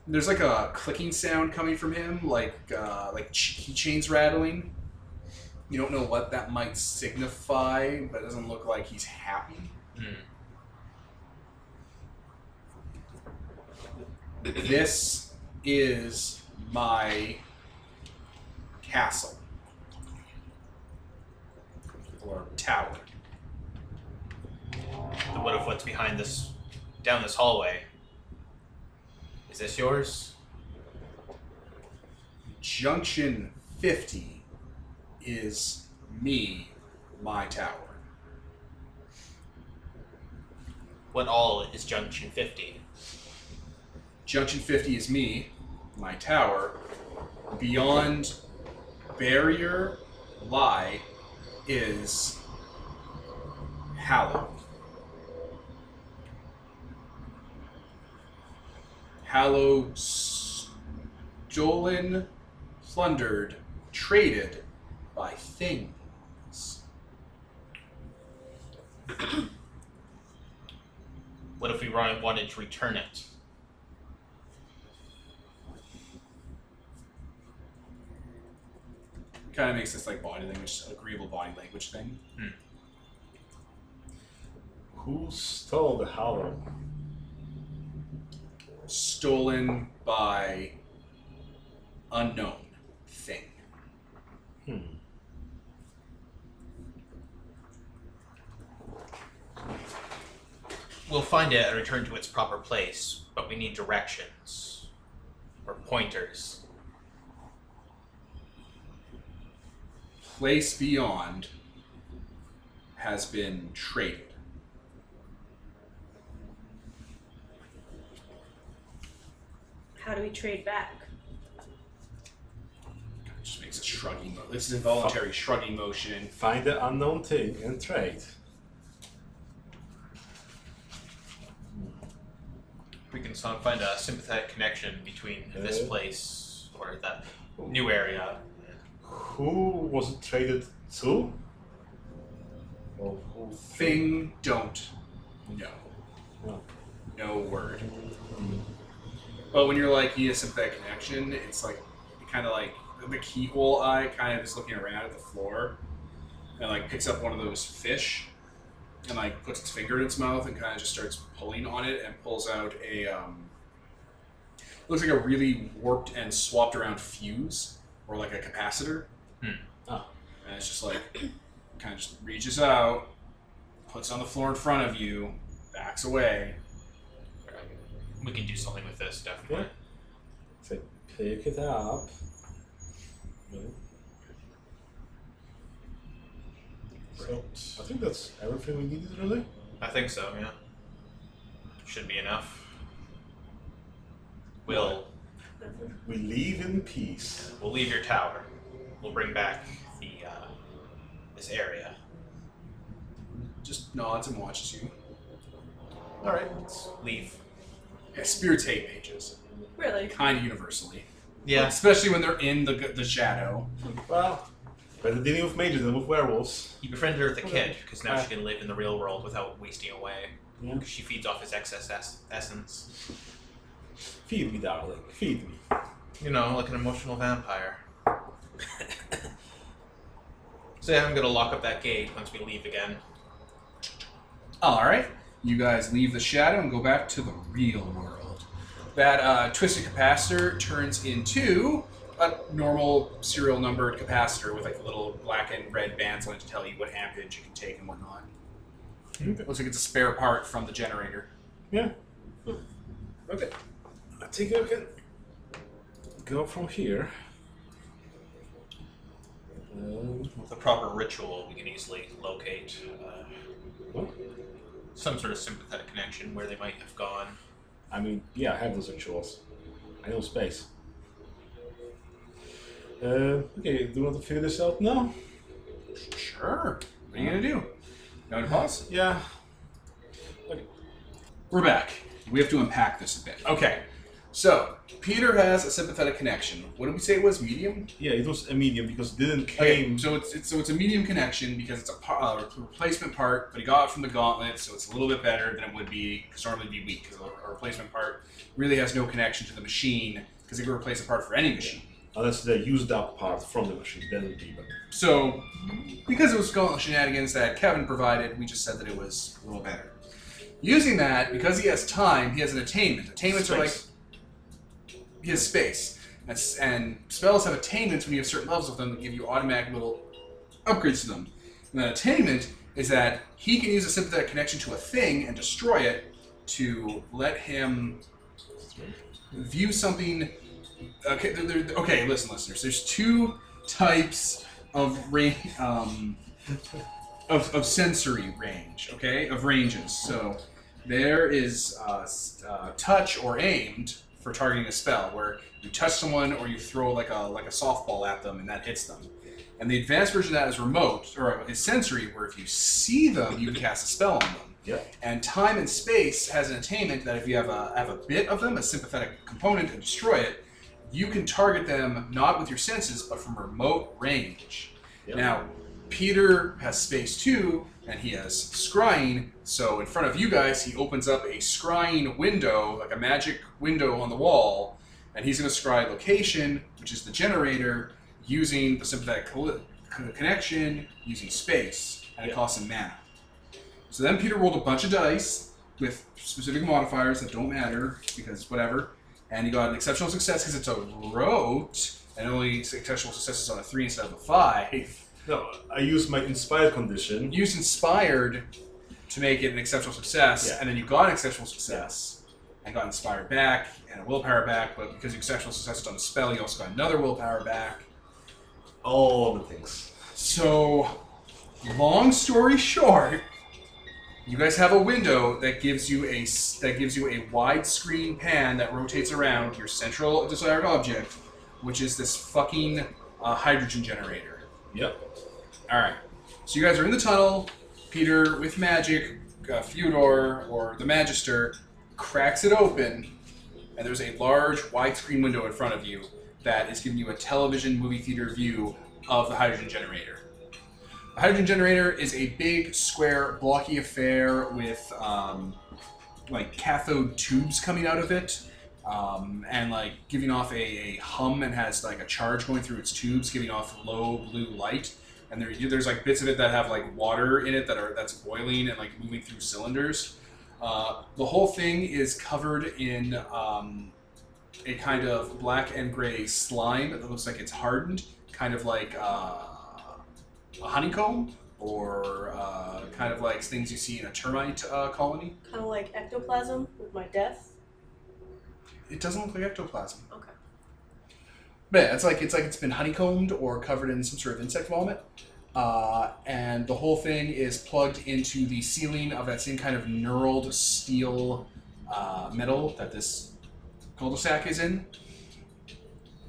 A: There's like a clicking sound coming from him, like uh, like ch- keychains rattling. You don't know what that might signify, but it doesn't look like he's happy.
C: Hmm.
A: this is my castle or tower.
C: But what if what's behind this, down this hallway? Is this yours?
A: Junction 50 is me, my tower.
C: What all is Junction 50?
A: Junction 50 is me, my tower. Beyond barrier lie is hallowed. Hallowed, stolen, plundered, traded by things.
C: What if we ri- wanted to return it?
A: Kind of makes this like body language, agreeable body language thing.
D: Who stole the hollow?
A: Stolen by unknown thing.
D: Hmm.
C: We'll find it and return to its proper place, but we need directions or pointers.
A: place beyond has been traded.
B: How do we trade back?
A: It just makes a shrugging mo- This is involuntary shrugging motion.
D: Find the unknown thing and trade.
C: We can some- find a sympathetic connection between this
D: Yeah.
C: place or that new area.
D: Who was it traded to? Or who
A: Thing don't know.
D: No.
A: No word. But when you're like, you have that connection, it's like, kind of like the keyhole eye kind of is looking around at the floor and like picks up one of those fish and like puts its finger in its mouth and kind of just starts pulling on it and pulls out a, um, looks like a really warped and swapped around fuse or like a capacitor.
C: Hmm.
D: Oh.
A: And it's just like, kind of just reaches out, puts it on the floor in front of you, backs away.
C: We can do something with this, definitely.
D: Say, pick it up. Really? So, I think that's everything we needed, really.
C: I think so, yeah. Should be enough. We'll,
D: We leave in peace.
C: we'll leave your tower. We'll bring back the uh, this area.
A: Just nods and watches you.
C: All right, let's leave.
A: Yeah, spirits hate mages,
B: Really?
A: kind of universally.
C: Yeah.
A: Especially when they're in the, the shadow.
D: Well, better dealing with mages than with werewolves.
C: You befriended her with a
D: Okay.
C: kid because now she can live in the real world without wasting away.
D: Yeah.
C: 'Cause she feeds off his excess es- essence.
D: Feed me, darling. Feed me.
C: You know, like an emotional vampire. so yeah, I'm gonna lock up that gate once we leave again.
A: All right, you guys leave the shadow and go back to the real world. That uh, twisted capacitor turns into a normal serial numbered capacitor with like little black and red bands on it to tell you what amperage it can take and whatnot.
D: Okay.
A: Looks like it's a spare part from the generator.
D: Yeah.
A: Hmm. Okay.
D: I think I can go from here. Um,
C: With a proper ritual, we can easily locate uh,
D: well,
C: some sort of sympathetic connection where they might have gone.
D: I mean, yeah, I have those rituals. I know space. Uh, okay, do you want to figure this out now?
A: Sure. What are you gonna do? No to pause.
D: Yeah.
A: We're back. We have to unpack this a bit. Okay. So Peter has a sympathetic connection. What did we say it was? Medium.
D: Yeah, it was a medium because it didn't
A: Okay.
D: came.
A: So it's, it's so it's a medium connection because it's a par- uh, re- replacement part, but he got it from the gauntlet, so it's a little bit better than it would be because normally it'd be weak because a replacement part really has no connection to the machine because it can replace a part for any machine.
D: Unless they used that part from the machine, then it'd be better.
A: So, because it was gauntlet shenanigans that Kevin provided, we just said that it was a little better. Using that, because he has time, he has an attainment. Attainments are like
D: Space.
A: he has space, That's, and spells have attainments when you have certain levels of them that give you automatic little upgrades to them. And that attainment is that he can use a sympathetic connection to a thing and destroy it to let him view something. Okay, there, there- okay, listen, listeners. There's two types of range, um, of, of sensory range. Okay, of ranges. So there is uh, s- uh, touch or aimed for targeting a spell, where you touch someone or you throw like a like a softball at them and that hits them. And the advanced version of that is remote or is sensory, where if you see them, you can cast a spell on them.
D: Yeah.
A: And time and space has an attainment that if you have a have a bit of them, a sympathetic component, and destroy it, you can target them not with your senses but from remote range.
D: Yeah.
A: Now, Peter has space too, and he has scrying. So in front of you guys, he opens up a scrying window, like a magic window on the wall, and he's going to scry location, which is the generator, using the sympathetic colli- con- connection, using space, and it
D: Yeah.
A: costs him mana. So then Peter rolled a bunch of dice with specific modifiers that don't matter because whatever, and he got an exceptional success because it's a rote, and only exceptional success is on a three instead of a five.
D: No, I used my inspired condition.
A: Use inspired to make it an exceptional success,
D: Yeah.
A: and then you got an exceptional success and got inspired back and a willpower back, but because your exceptional success is on a spell, you also got another willpower back.
D: all the things.
A: So, long story short, you guys have a window that gives you a s- that gives you a widescreen pan that rotates around your central desired object, which is this fucking uh, hydrogen generator.
D: Yep.
A: All right. So you guys are in the tunnel. Peter, with magic, uh, Fyodor or the Magister, cracks it open, and there's a large widescreen window in front of you that is giving you a television movie theater view of the hydrogen generator. The hydrogen generator is a big, square, blocky affair with um, like cathode tubes coming out of it. Um, and like giving off a, a hum and has like a charge going through its tubes, giving off low blue light and there, there's like bits of it that have like water in it that are that's boiling and like moving through cylinders. Uh, the whole thing is covered in um, a kind of black and gray slime that looks like it's hardened, kind of like uh, a honeycomb or uh, kind of like things you see in a termite uh, colony.
B: Kind of like ectoplasm with my death.
A: It doesn't look like ectoplasm.
B: Okay.
A: But yeah, it's like it's like it's been honeycombed or covered in some sort of insect vomit, uh, and the whole thing is plugged into the ceiling of that same kind of knurled steel uh, metal that this cul-de-sac is in.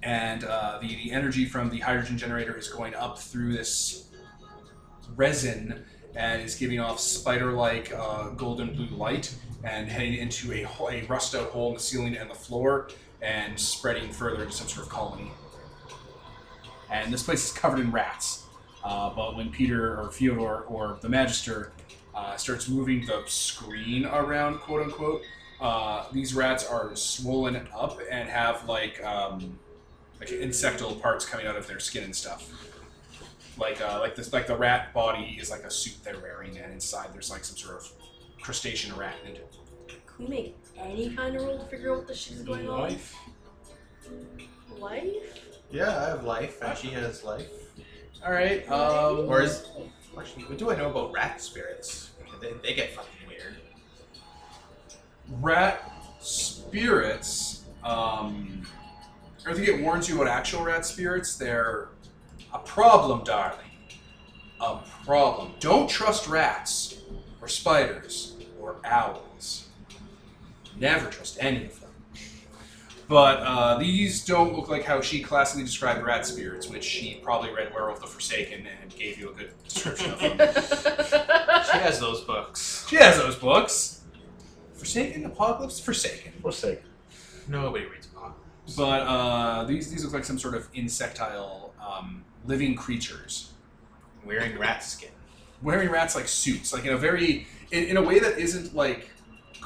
A: And uh, the, the energy from the hydrogen generator is going up through this resin and is giving off spider-like uh, golden blue light and heading into a, ho- a rust-out hole in the ceiling and the floor and spreading further into some sort of colony. And this place is covered in rats. Uh, but when Peter or Fyodor or the Magister uh, starts moving the screen around, quote unquote, uh, these rats are swollen up and have like um, like insectal parts coming out of their skin and stuff. Like uh, like this like the rat body is like a suit they're wearing, and inside there's like some sort of crustacean arachnid.
B: Can we make any kind of roll to figure out what the shit is going on? Life?
E: Yeah, I have life, and she has life.
A: All right. Um,
E: Or is actually, what do I know about rat spirits? They, they get fucking weird.
A: rat spirits. Um, I think it warns you about actual rat spirits. They're a problem, darling. A problem. Don't trust rats or spiders or owls. Never trust any of them. But uh, these don't look like how she classically described rat spirits, which she probably read Werewolf the Forsaken and gave you a good description of them.
C: She has those books.
A: she has those books. Forsaken, Apocalypse, Forsaken.
D: Forsaken.
C: Nobody reads Apocalypse.
A: But uh, these these look like some sort of insectile um, living creatures
C: Wearing rat skin.
A: wearing rats like suits, like in a very in, in a way that isn't like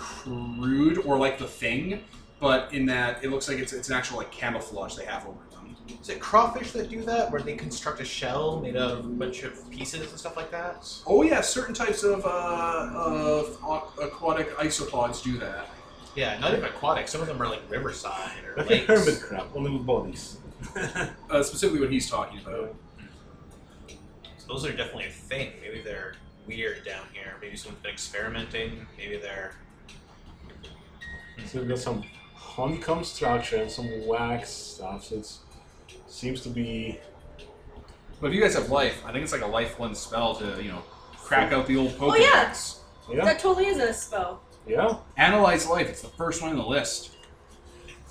A: crude or like the thing, but in that it looks like it's it's an actual like camouflage they have over them.
E: Is it crawfish that do that, where they construct a shell made of a bunch of pieces and stuff like that?
A: Oh yeah, certain types of uh, of aqu- aquatic isopods do that.
E: Yeah, not even aquatic. Some of them are like riverside or
D: Like a
E: lakes.
D: hermit crab, only with bodies.
A: Uh, specifically, what he's talking about.
C: So those are definitely a thing. Maybe they're weird down here. Maybe someone's been experimenting. Maybe they're.
D: So we've got some honeycomb structure and some wax stuff. So it seems to be
A: But if you guys have life, I think it's like a life one spell to you know crack out the old Pokédex.
B: Oh, yeah.
D: yeah,
B: That totally is a spell.
D: yeah.
A: Analyze life. It's the first one on the list.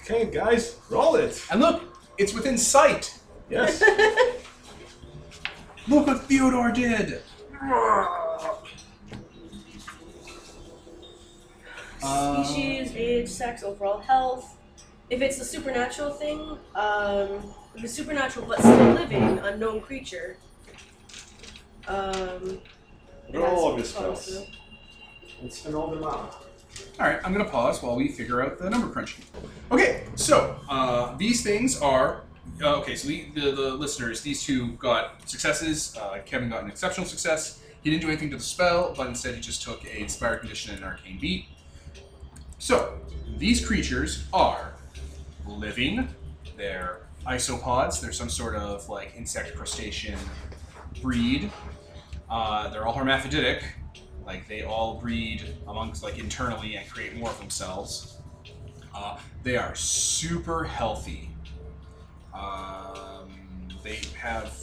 D: Okay, guys, roll it.
A: And look, it's within sight.
D: Yes.
A: Look what Theodore did. Uh,
B: Species, age, sex, overall health. If it's a supernatural thing, um, if it's supernatural but still living, unknown creature. Um,
F: They're all of
B: that's
F: his spells.
B: also-
F: Let's spin all them out.
A: All right, I'm going to pause while we figure out the number crunching. Okay, so uh, these things are. Uh, okay, so we, the, the listeners, these two got successes. Uh, Kevin got an exceptional success. He didn't do anything to the spell, but instead he just took a Inspire Condition and an Arcane Beat. So, these creatures are living. They're isopods. They're some sort of like insect crustacean breed. Uh, they're all hermaphroditic. Like they all breed amongst like internally and create more of themselves. Uh, they are super healthy. Um, they have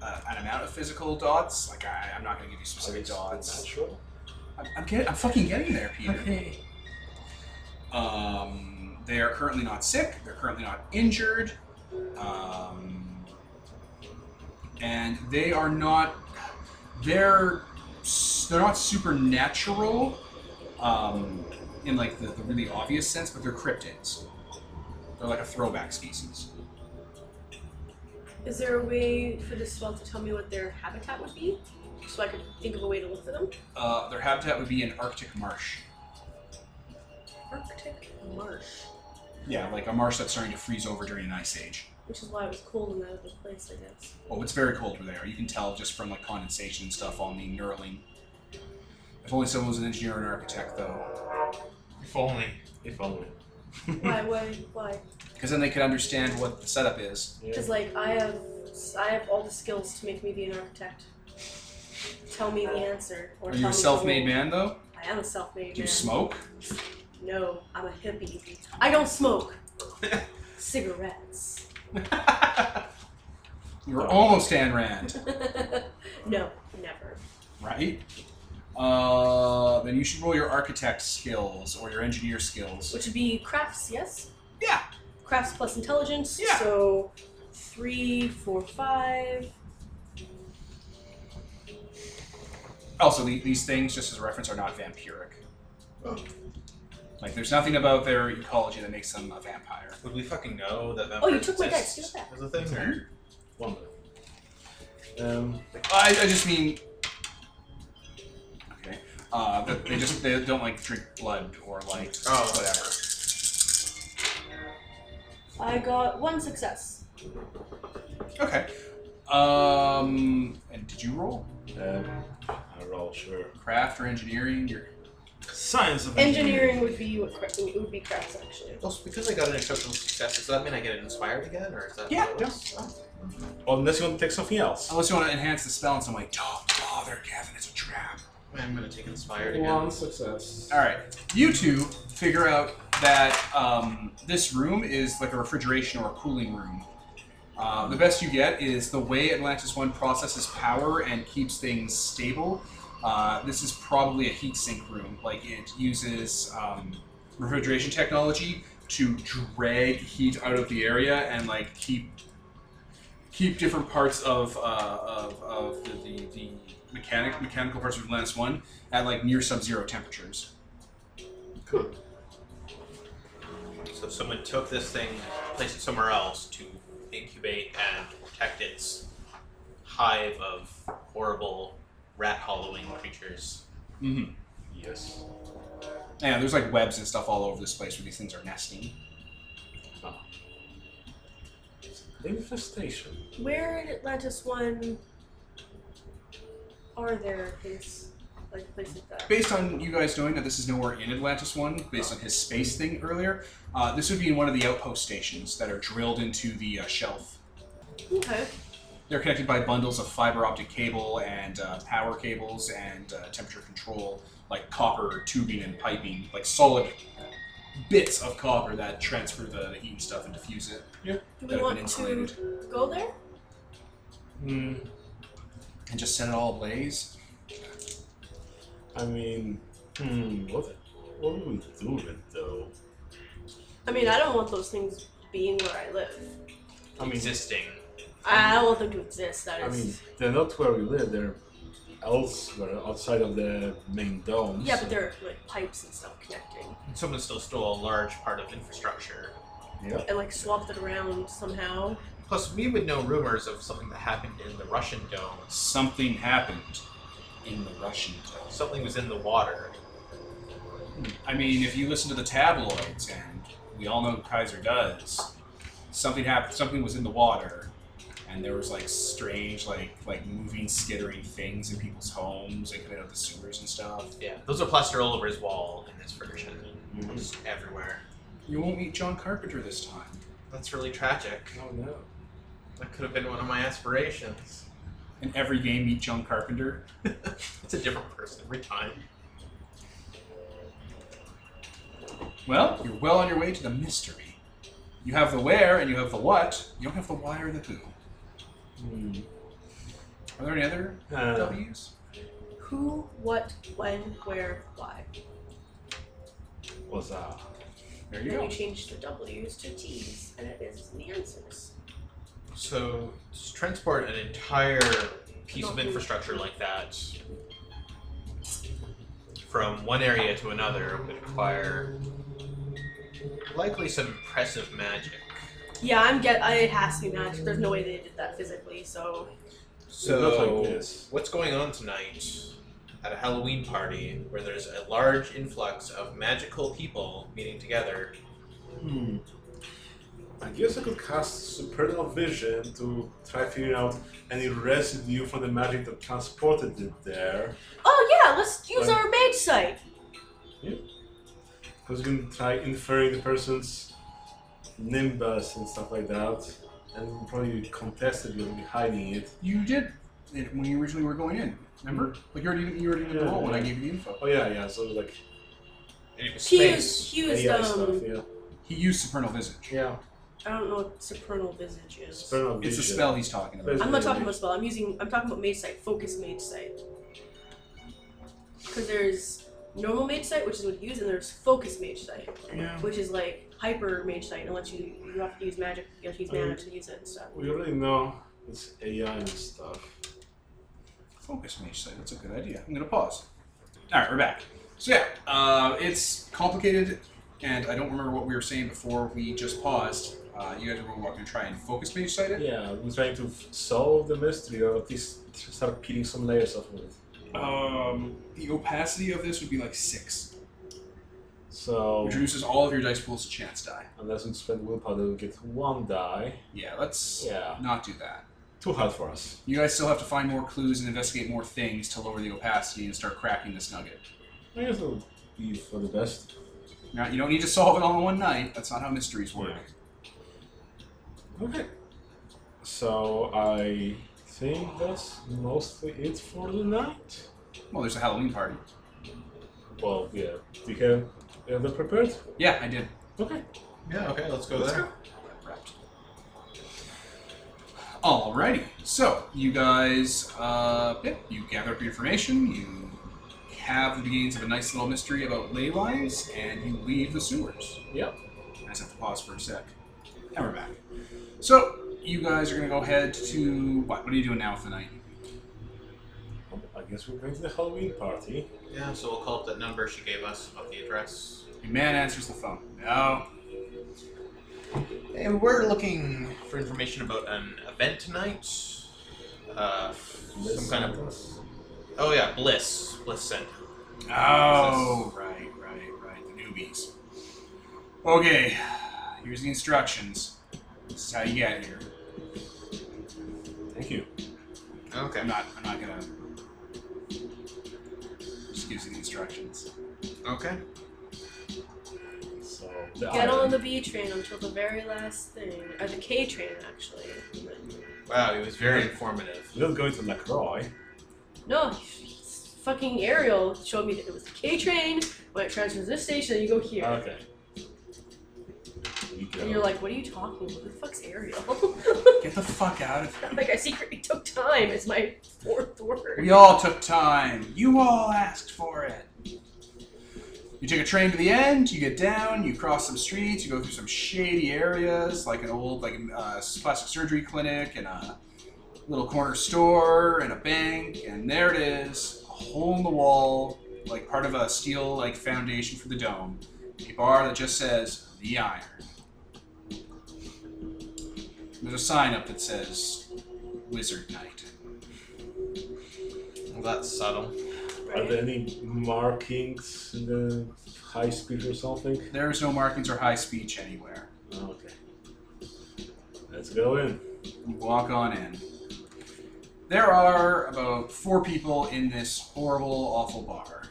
A: uh, an amount of physical dots. Like I, I'm not going to give you specific dots.
F: Natural.
A: I'm, I'm, getting, I'm fucking getting there, Peter. Um, they are currently not sick. They're currently not injured. Um, and they are not. They're s- they're not supernatural, um, in like the, the really obvious sense, but they're cryptids. They're like a throwback species.
B: Is there a way for this spell to tell me what their habitat would be? So I could think of a way to look for them?
A: Uh, their habitat would be an Arctic marsh.
B: Arctic marsh.
A: Yeah, like a marsh that's starting to freeze over during an ice age.
B: Which is why it was cold in that other place, I guess.
A: Oh, it's very cold where they are. You can tell just from like condensation and stuff on the knurling. If only someone was an engineer or an architect, though,
C: If only.
D: if only.
B: why, why, why?
A: because then they could understand what the setup is.
D: Yeah.
B: Because like I have, I have all the skills to make me be an architect. Tell me the answer, or
A: Are
B: tell
A: you
B: me
A: a self-made
B: the-
A: man, though?
B: I am a self-made
A: Do you
B: man.
A: smoke?
B: No, I'm a hippie. I don't smoke. Cigarettes.
A: You were almost Dan Rand,
B: no, never.
A: right? Uh, then you should roll your architect skills or your engineer skills.
B: Which would be crafts, yes.
A: Yeah.
B: Crafts plus intelligence.
A: Yeah.
B: So three, four, five.
A: Also, the, these things, just as a reference, are not vampiric. Like, there's nothing about their ecology that makes them a vampire.
C: Would we fucking know that
B: Oh,
C: vampires
B: you took my dice.
C: exist
B: Give it back. Mm-hmm.
C: As a thing? Or?
D: One. Um,
A: I, I just mean. Okay. Uh, but they just they don't like drink blood or like
E: Oh.
A: whatever.
B: I got one success.
A: Okay. Um, and did you roll
D: um, I roll sure.
A: craft or engineering? Your
F: Science of
B: Engineering would be what cra- it would be crafts actually.
E: Also, because I got an exceptional success, does that mean I get inspired again, or is that?
A: Yeah,
E: what it was?
D: Unless you want to take something else.
A: unless you want to enhance the spell in some way. Don't bother, Kevin. It's a trap.
E: Oh, I'm gonna take inspired again.
F: One success.
A: All right. You two figure out that um, this room is like a refrigeration or a cooling room. Uh, the best you get is the way Atlantis One processes power and keeps things stable. Uh, this is probably a heat sink room. Like it uses um, refrigeration technology to drag heat out of the area and like keep keep different parts of uh, of, of the, the, the mechanic mechanical parts of Atlantis One at like near sub zero temperatures.
F: Cool.
C: So someone took this thing, placed it somewhere else to incubate and protect its hive of horrible rat hollowing creatures.
A: Mm-hmm.
D: Yes.
A: Yeah, there's like webs and stuff all over this place where these things are nesting.
D: Infestation.
B: Where in Atlantis 1 are there things like places that?
A: Based on you guys knowing that this is nowhere in Atlantis 1, based on his space thing earlier, uh, this would be in one of the outpost stations that are drilled into the uh, shelf.
B: Okay.
A: They're connected by bundles of fiber optic cable and uh, power cables and uh, temperature control, like copper tubing and piping, like solid bits of copper that transfer the, the heat and stuff and diffuse it.
B: Do
A: That have
B: we
A: been
B: want to
A: insulated
B: go there?
D: Hmm.
A: and just set it all ablaze.
D: I mean, hmm, what, what do we do with it, though?
B: I mean, I don't want those things being where I live.
D: I mean,
C: Existing.
B: I don't want them to exist. That
D: I
B: is.
D: mean, they're not where we live. They're elsewhere, outside of the main dome.
B: yeah, but
D: so-
B: there are like pipes and stuff connecting,
C: Someone still stole a large part of infrastructure.
D: Yeah.
B: and like swapped it around somehow.
C: Plus, we would know rumors of something that happened in the Russian dome.
A: Something happened in the Russian town.
C: Something was in the water.
A: I mean, if you listen to the tabloids, and we all know what Kaiser does, something happened. Something was in the water, and there was like strange, like like moving, skittering things in people's homes and coming out of the sewers and stuff.
C: Yeah, those are plastered all over his wall in this version.
D: Mm-hmm.
C: Just everywhere.
A: You won't meet John Carpenter this time.
C: That's really tragic.
D: Oh no.
C: That could have been one of my aspirations.
A: In every game, meet John Carpenter.
C: It's a different person every time.
A: Well, you're well on your way to the mystery. You have the where and you have the what. You don't have the why or the who.
D: Hmm.
A: Are there any other
D: Uh,
A: W's?
B: Who, what, when, where, why?
D: what's that?
A: There you
B: And
A: go.
B: you change the W's to T's, and it is the answers.
C: So, to transport an entire piece of infrastructure like that from one area to another would require likely some impressive magic.
B: Yeah, I'm get. I it has to be magic. There's no way they did that physically. So
D: not
C: So,
D: like this.
C: what's going on tonight at a Halloween party where there's a large influx of magical people meeting together?
D: Hmm. I guess I could cast supernal vision to try to figure out any residue from the magic that transported it there.
B: Oh yeah, let's use
D: Right.
B: our mage site.
D: I was gonna try inferring the person's nimbus and stuff like that, and probably contest it with hiding it.
A: You did it when you originally were going in. Remember? Like you already you already did the
D: Yeah,
A: roll when I
D: yeah.
A: gave you the info.
D: Oh yeah, yeah. So like
C: And it was
B: He used.
C: space.
B: He used.
D: AI
B: Um,
D: stuff. Yeah.
A: He used supernal visage.
D: Yeah.
B: I don't know what supernal visage is.
D: Supernal
A: It's a
D: vision.
A: spell he's talking about.
B: I'm not talking about spell. I'm using. I'm talking about mage site. Focus mage site. Because there's normal mage site, which is what you use, and there's focus mage site,
D: Yeah.
B: which is like hyper mage site, and lets you you have to use magic. You have to use mana
D: Um,
B: to use it and stuff.
D: We already know it's AI and stuff.
A: Focus mage site. That's a good idea. I'm gonna pause. All right, we're back. So yeah, uh, it's complicated, and I don't remember what we were saying before we just paused. Uh, you guys were going to try and focus mage site it.
D: Yeah, we're trying to f- solve the mystery or at least start peeling some layers off of it.
A: Um, the opacity of this would be like six,
D: So Oh.
A: which reduces all of your dice pools to chance die.
D: unless we spend willpower, then we get one die.
A: Yeah, let's
D: Yeah.
A: not do that.
D: Too hard for us.
A: You guys still have to find more clues and investigate more things to lower the opacity and start cracking this nugget.
D: I guess it'll be for the best.
A: Now, you don't need to solve it all in one night. That's not how mysteries work.
D: Okay. So I think that's mostly it for the night.
A: Well, there's a Halloween party.
D: Well, yeah. Do you have you have that prepared?
A: Yeah, I did.
D: Okay.
C: Yeah, okay, let's go there.
A: Wrapped. Alrighty. So you guys, uh, yeah, you gather up your information. You have the beginnings of a nice little mystery about ley lines, and you leave the sewers.
D: Yep.
A: I just have to pause for a sec. And we're back. So you guys are gonna go head to what? What are you doing now for the night?
D: I guess we're going to the Halloween party.
C: Yeah, so we'll call up that number she gave us about the address.
A: A man answers the phone. No.
C: And we're looking for information about an event tonight. Uh, some kind of. Oh, yeah, Bliss. Bliss sent.
A: Oh, right, right, right. The newbies. Okay, here's the instructions. This is how you get here.
D: Thank you.
C: Okay.
A: I'm not. I'm not gonna. Just gives you the instructions.
C: Okay.
D: So
B: Get on the B train until the very last thing, or the K train actually.
C: Wow, it was very informative.
D: We're not going to LaCroix.
B: No, fucking Ariel showed me that it was the K train. When it transfers to this station, then you go here.
D: Okay. We
B: And
D: go.
B: you're like, what are you talking about? Who the fuck's Ariel?
A: Get the fuck out of here.
B: like, I secretly took time. It's my fourth word.
A: We all took time. You all asked for it. You take a train to the end. You get down. You cross some streets. You go through some shady areas, like an old like uh, plastic surgery clinic and a little corner store and a bank. And there it is, a hole in the wall, like part of a steel like foundation for the dome. A bar that just says the Iron. There's a sign up that says Wizard Knight.
C: Well, that's subtle.
D: Are there any markings in the high speed or something?
A: There is no markings or high speech anywhere.
D: Okay. Let's go in.
A: You walk on in. There are about four people in this horrible, awful bar.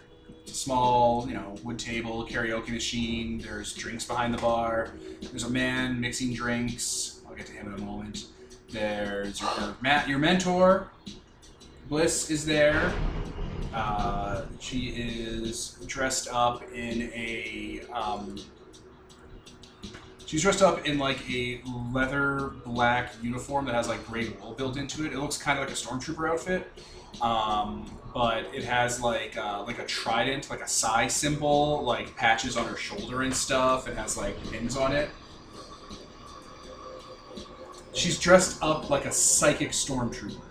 A: It's a small, you know, wood table, karaoke machine. There's drinks behind the bar. There's a man mixing drinks. I'll get to him in a moment. There's your, your, Matt, your mentor. Bliss is there. Uh, she is dressed up in a um, She's dressed up in like a leather black uniform that has like gray wool built into it. It looks kind of like a stormtrooper outfit, um, but it has like uh, like a trident, like a psi symbol, like patches on her shoulder and stuff. It has like pins on it. She's dressed up like a psychic stormtrooper.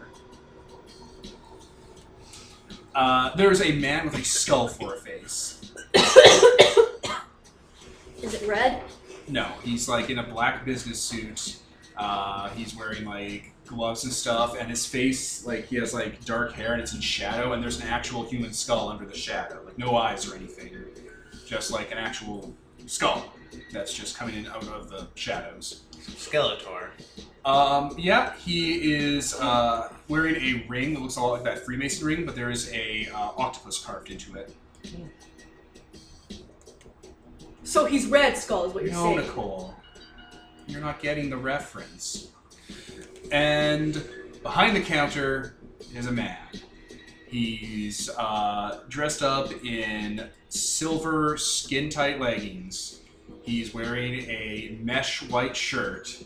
A: Uh, there's a man with a skull for a face.
B: Is it red?
A: No, he's like in a black business suit. Uh, he's wearing like gloves and stuff, and his face like he has like dark hair and it's in shadow, and there's an actual human skull under the shadow, like no eyes or anything, just like an actual skull that's just coming in out of the shadows.
C: Skeletor.
A: Um, yeah, he is uh, wearing a ring that looks a lot like that Freemason ring, but there is a uh, octopus carved into it.
B: So he's red skull, is what you're
A: No,
B: saying.
A: Nicole. You're not getting the reference. And behind the counter is a man. He's uh, dressed up in silver skin tight leggings. He's wearing a mesh white shirt.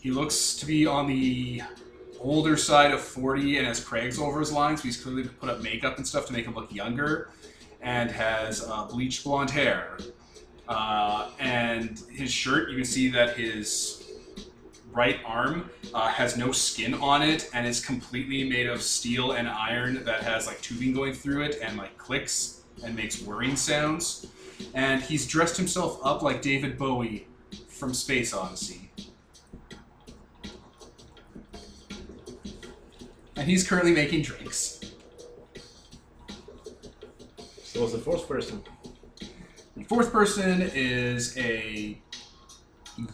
A: He looks to be on the older side of 40 and has crags over his lines, so he's clearly put up makeup and stuff to make him look younger, and has uh, bleached blonde hair. Uh, and his shirt, you can see that his right arm uh, has no skin on it and is completely made of steel and iron that has like tubing going through it and like clicks and makes whirring sounds. And he's dressed himself up like David Bowie from Space Odyssey. And he's currently making drinks.
D: So what's the fourth person?
A: The fourth person is a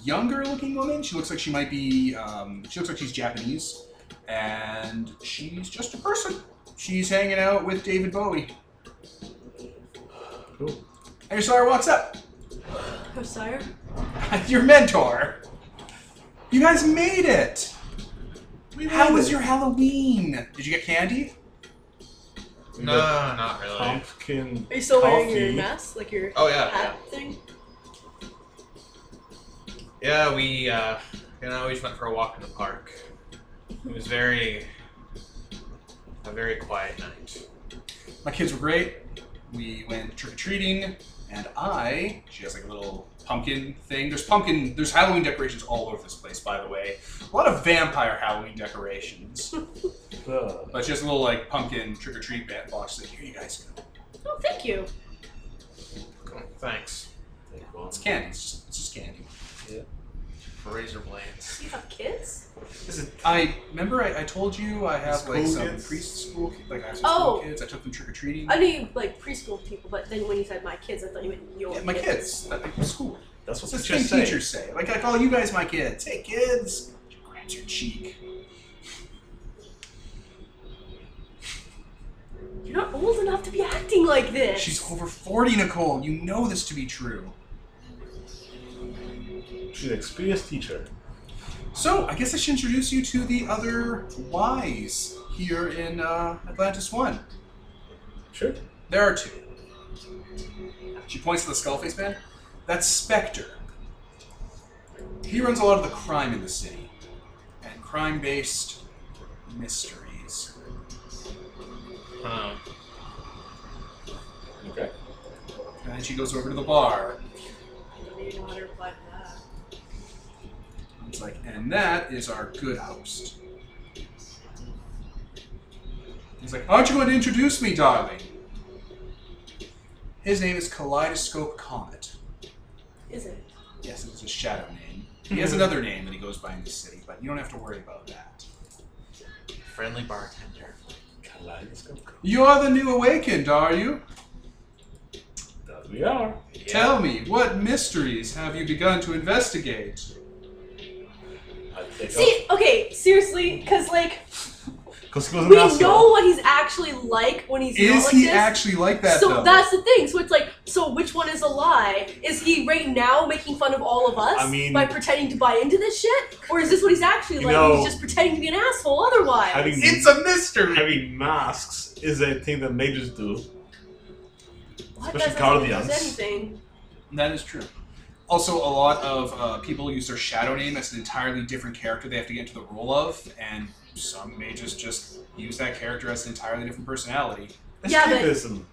A: younger looking woman. She looks like she might be, um, she looks like she's Japanese. And she's just a person. She's hanging out with David Bowie.
D: Cool.
A: Hey, Sire, what's up?
B: Oh, sire?
A: Your mentor. You guys made it.
D: We
A: How
D: made
A: was
D: it.
A: your Halloween? Did you get candy?
D: We
C: No,
D: got
C: not really.
D: Pumpkin.
B: Are you still wearing your
D: coffee.
B: mask? Like your
C: Oh, yeah, yeah.
B: hat thing?
C: Yeah, we uh, you know we just went for a walk in the park. It was very a very quiet night.
A: My kids were great. We went trick or treating, and I she has like a little pumpkin thing. There's pumpkin. There's Halloween decorations all over this place, by the way. A lot of vampire Halloween decorations,
D: Uh,
A: but she has a little like pumpkin trick or treat bat box. That here you guys go.
B: Oh, thank you.
C: Cool. Thanks.
D: take one.
A: It's candy. It's just, it's just candy.
D: Yeah.
C: razor blades.
B: You have kids?
A: Listen, I remember I, I told you I have
F: School
A: like some
F: kids?
A: priest school ki- like I have some
B: Oh.
A: school kids. I took them trick or treating.
B: I knew you like preschool people, but then when you said my kids, I thought you meant your
A: Yeah, my kids. That, like, school.
D: That's
A: That's
D: what
A: what
D: teachers say.
A: teachers say. Like I call you guys my kids. Hey kids, grabs your cheek.
B: You're not old enough to be acting like this.
A: She's over forty, Nicole. You know this to be true.
D: She's an experienced teacher.
A: So I guess I should introduce you to the other Ys here in uh, Atlantis One.
D: Sure.
A: There are two. She points to the skullface man. That's Spectre. He runs a lot of the crime in the city, and crime-based mysteries.
C: Huh.
D: Okay.
A: And then she goes over to the bar.
B: I don't even know how to reply to that.
A: It's like, and that is our good host. He's like, aren't you going to introduce me, darling? His name is Kaleidoscope Comet.
B: Is it?
A: Yes, it was his shadow name. He
B: Hmm.
A: has another name that he goes by in this city, but you don't have to worry about that.
C: Friendly bartender.
D: Kaleidoscope.
A: You're the new awakened, are you?
D: That we are.
C: Yeah.
A: Tell me, what mysteries have you begun to investigate?
D: I take
B: See, okay, seriously, because like
D: Because he was an
B: we
D: asshole.
B: know what he's actually like when he's not
A: Is
B: like
A: he
B: this.
A: actually like that,
B: so
A: though?
B: that's the thing. So it's like, so which one is a lie? Is he right now making fun of all of us
D: I mean-
B: by pretending to buy into this shit, or is this what he's actually
D: You
B: like?
D: know-
B: he's just pretending to be an asshole otherwise.
D: Having,
A: It's a mystery!
D: having masks is a thing that mages do.
B: What?
D: especially
B: That doesn't mean
D: Guardians.
B: there's anything.
A: That is true. Also, a lot of uh, people use their shadow name as an entirely different character they have to get into the role of, and some mages just use that character as an entirely different personality.
B: Yeah, but-
D: Escapism.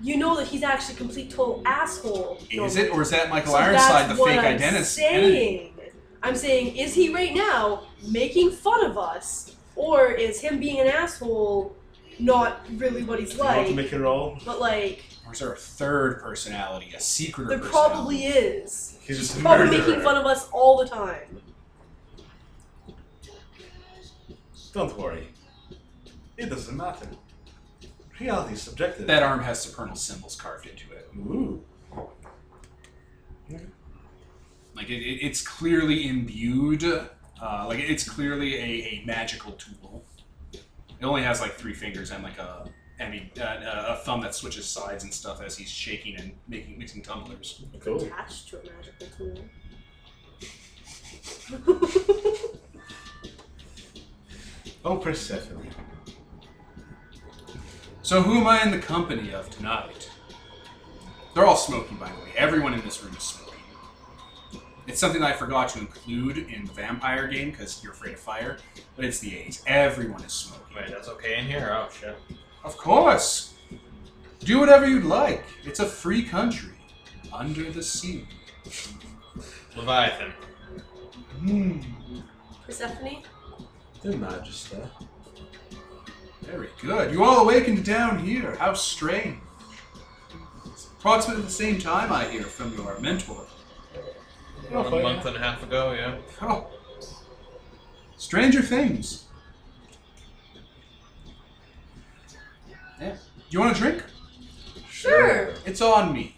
B: You know that he's actually a complete total asshole.
A: Is it, or is that Michael
B: So
A: Ironside,
B: that's
A: the
B: what
A: fake
B: I'm
A: identity?
B: Saying. I'm saying, is he right now making fun of us, or is him being an asshole not really what he's
D: You want to
B: like?
D: make a roll?
B: But like,
A: Or is there a third personality, a secret
B: there
A: personality?
B: probably is.
D: He's just a
B: Probably
D: murderer.
B: making fun of us all the time.
D: Don't worry. It doesn't matter. Reality is subjective.
A: That arm has supernal symbols carved into it.
D: Ooh.
A: Like, it, it, it's clearly imbued, uh, like, it's clearly a, a magical tool. It only has, like, three fingers and, like, a, and he, uh, a thumb that switches sides and stuff as he's shaking and making mixing tumblers.
D: Cool.
B: Attached to a magical tool.
D: Oh, Persephone.
A: So, who am I in the company of tonight? They're all smoking, by the way. Everyone in this room is smoking. It's something that I forgot to include in the vampire game because you're afraid of fire, but it's the A's. Everyone is smoking.
C: Wait, that's okay in here? Oh, shit.
A: Of course! Do whatever you'd like. It's a free country. Under the sea.
C: Leviathan.
A: Hmm.
B: Persephone,
D: The Magister.
A: Very good. You all awakened down here. How strange. It's approximately the same time I hear from your mentor.
D: Oh,
C: a
D: yeah.
C: month and a half ago, yeah.
A: Oh. Stranger things. Yeah. Do you want a drink?
B: Sure.
A: It's on me.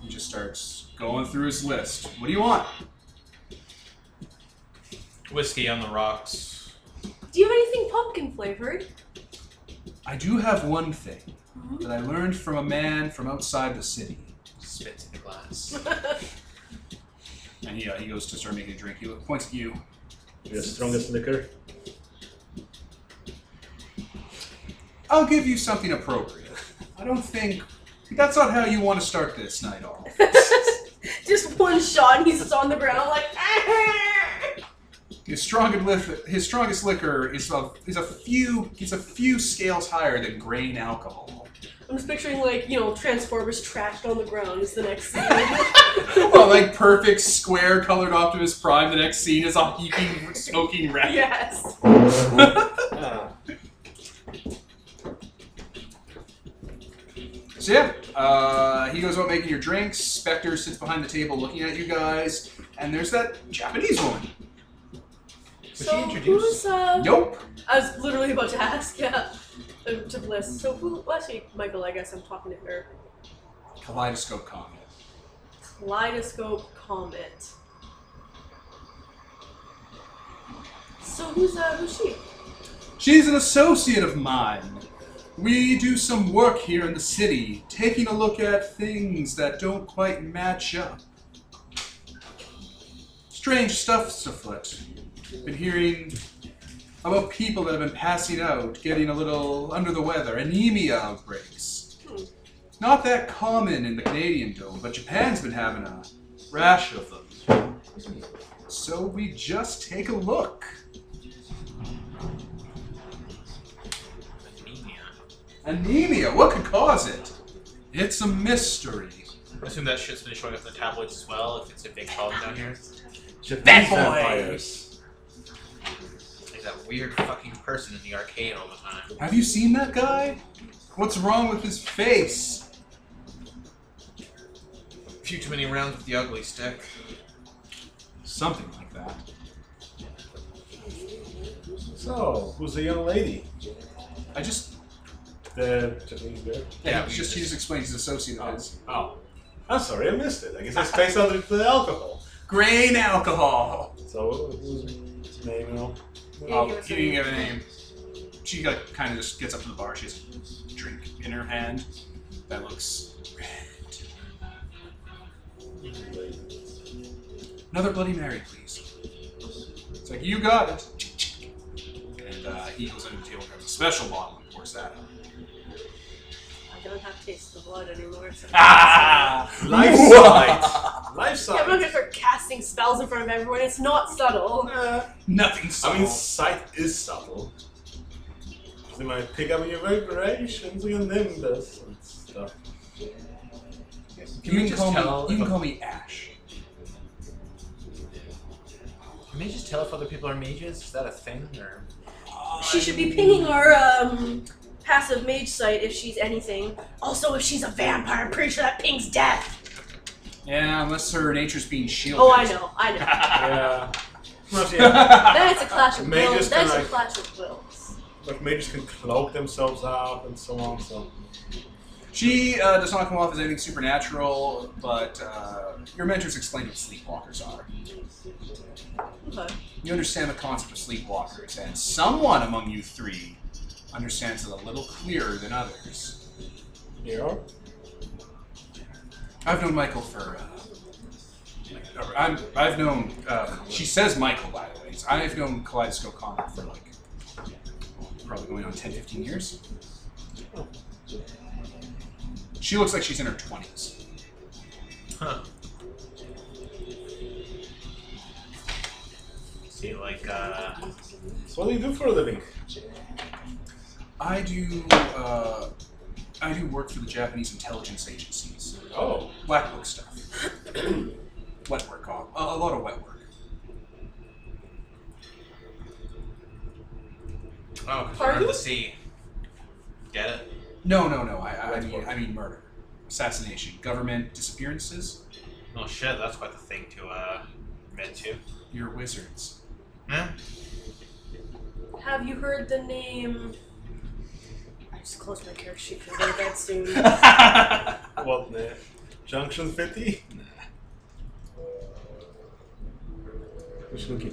A: He just starts going through his list. What do you want?
C: Whiskey on the rocks.
B: do you have anything pumpkin flavored?
A: I do have one thing
B: Mhm.
A: that I learned from a man from outside the city.
C: Spits in glass.
A: And he, uh, he goes to start making a drink. He points at you.
D: The strongest liquor.
A: I'll give you something appropriate. I don't think that's not how you want to start this night, all.
B: just one shot, and he's just on the ground like. "Ah!"
A: His strongest, lif- his strongest liquor is a, is a few is a few scales higher than grain alcohol.
B: I'm just picturing like you know Transformers trashed on the ground is the next scene.
A: well, like perfect square colored Optimus Prime. The next scene is a heaping soaking wreck.
B: yes.
D: Ah.
A: So yeah, Uh, he goes about making your drinks. Spectre sits behind the table looking at you guys. And there's that Japanese woman.
E: she
B: so
E: introduced?
B: who's uh?
A: Nope.
B: I was literally about to ask. Yeah, uh, to Bliss. So who? Well, actually, Michael. I guess I'm talking to her.
A: Kaleidoscope comment.
B: Kaleidoscope Comet. So who's uh? Who's she?
A: She's an associate of mine. We do some work here in the city, taking a look at things that don't quite match up. Strange stuff's afoot. Been hearing about people that have been passing out, getting a little under the weather, anemia outbreaks.
B: Hmm.
A: Not that common in the Canadian dome, but Japan's been having a rash of them. So we just take a look.
C: Anemia.
A: Anemia? What could cause it? It's a mystery.
C: I assume that shit's been showing up in the tabloids as well, if it's a big problem down here.
D: Japanese
C: boy.
D: vampires.
C: Like that weird fucking person in the arcade all the time.
A: Have you seen that guy? What's wrong with his face?
C: A few too many rounds with the ugly stick.
A: Something like that.
D: So, who's the young lady?
A: I just
D: The Japanese girl.
A: yeah,
C: we
A: just she just explains his associate of his.
D: Oh. I'm sorry, I missed it. I guess I spaced out with the alcohol.
A: Grain alcohol.
D: So, who's name? You know?
B: Yeah,
A: Oh,
B: give us
A: you
B: a-
A: didn't give a name. She like kind of just gets up to the bar. She has a drink in her hand that looks red. Another Bloody Mary, please. It's like you got it. And uh, he goes under the table, grabs a special bottle, and pours that uh, out.
B: I don't have taste the blood anymore. So
A: Ah,
D: Life sight. Life
B: Yeah, I'm not gonna
D: sight.
B: start casting spells in front of everyone. It's not subtle.
D: Nah,
A: Nothing
D: Uh, I mean,
A: subtle.
D: sight is subtle. They might pick up on your vibrations, your nimbus, and stuff.
C: Can we
A: you can
C: just
A: call
C: tell
A: me. You can
C: if a-
A: call me Ash.
C: Can they just tell if other people are mages? Is that a thing? Or
B: She should be pinging our um, passive mage site if she's anything. Also, if she's a vampire, I'm pretty sure that pings death.
A: Yeah, unless her nature's being shielded.
B: Oh, I know, I know.
D: Yeah. Not yet.
A: know.
B: That's a clash of
D: Mages
B: wills.
D: can,
B: That's a
D: like-
B: clash of wills.
D: But mages can cloak themselves up and so on, so.
A: She uh, does not come off as anything supernatural, but uh, your mentors explain what sleepwalkers are.
B: Okay.
A: You understand the concept of sleepwalkers, and someone among you three understands it a little clearer than others.
D: Here are.
A: I've known Michael for. Uh, or I'm, I've known. Uh, she says Michael, by the way. So I've known Kaleidoscope Comet for like probably going on 10, 15 years. She looks like she's in her 20s.
C: huh. See like uh
D: So, what do you do for a living?
A: I do. Uh, I do work for the Japanese intelligence agencies.
D: Oh.
A: Black book stuff. wet work, a, a lot of wet work.
C: oh 'cause we're
B: Are
C: under
B: you?
C: the sea. Get it?
A: No, no, no. I, I, I
D: Wet
A: mean,
D: work.
A: I mean murder, assassination, government disappearances.
C: Oh shit, that's quite the thing to uh admit to.
A: You're wizards.
C: Huh?
B: Have you heard the name? I just closed my character sheet because I'm going to bed soon.
D: What, the Junction 50? Nah. Which looking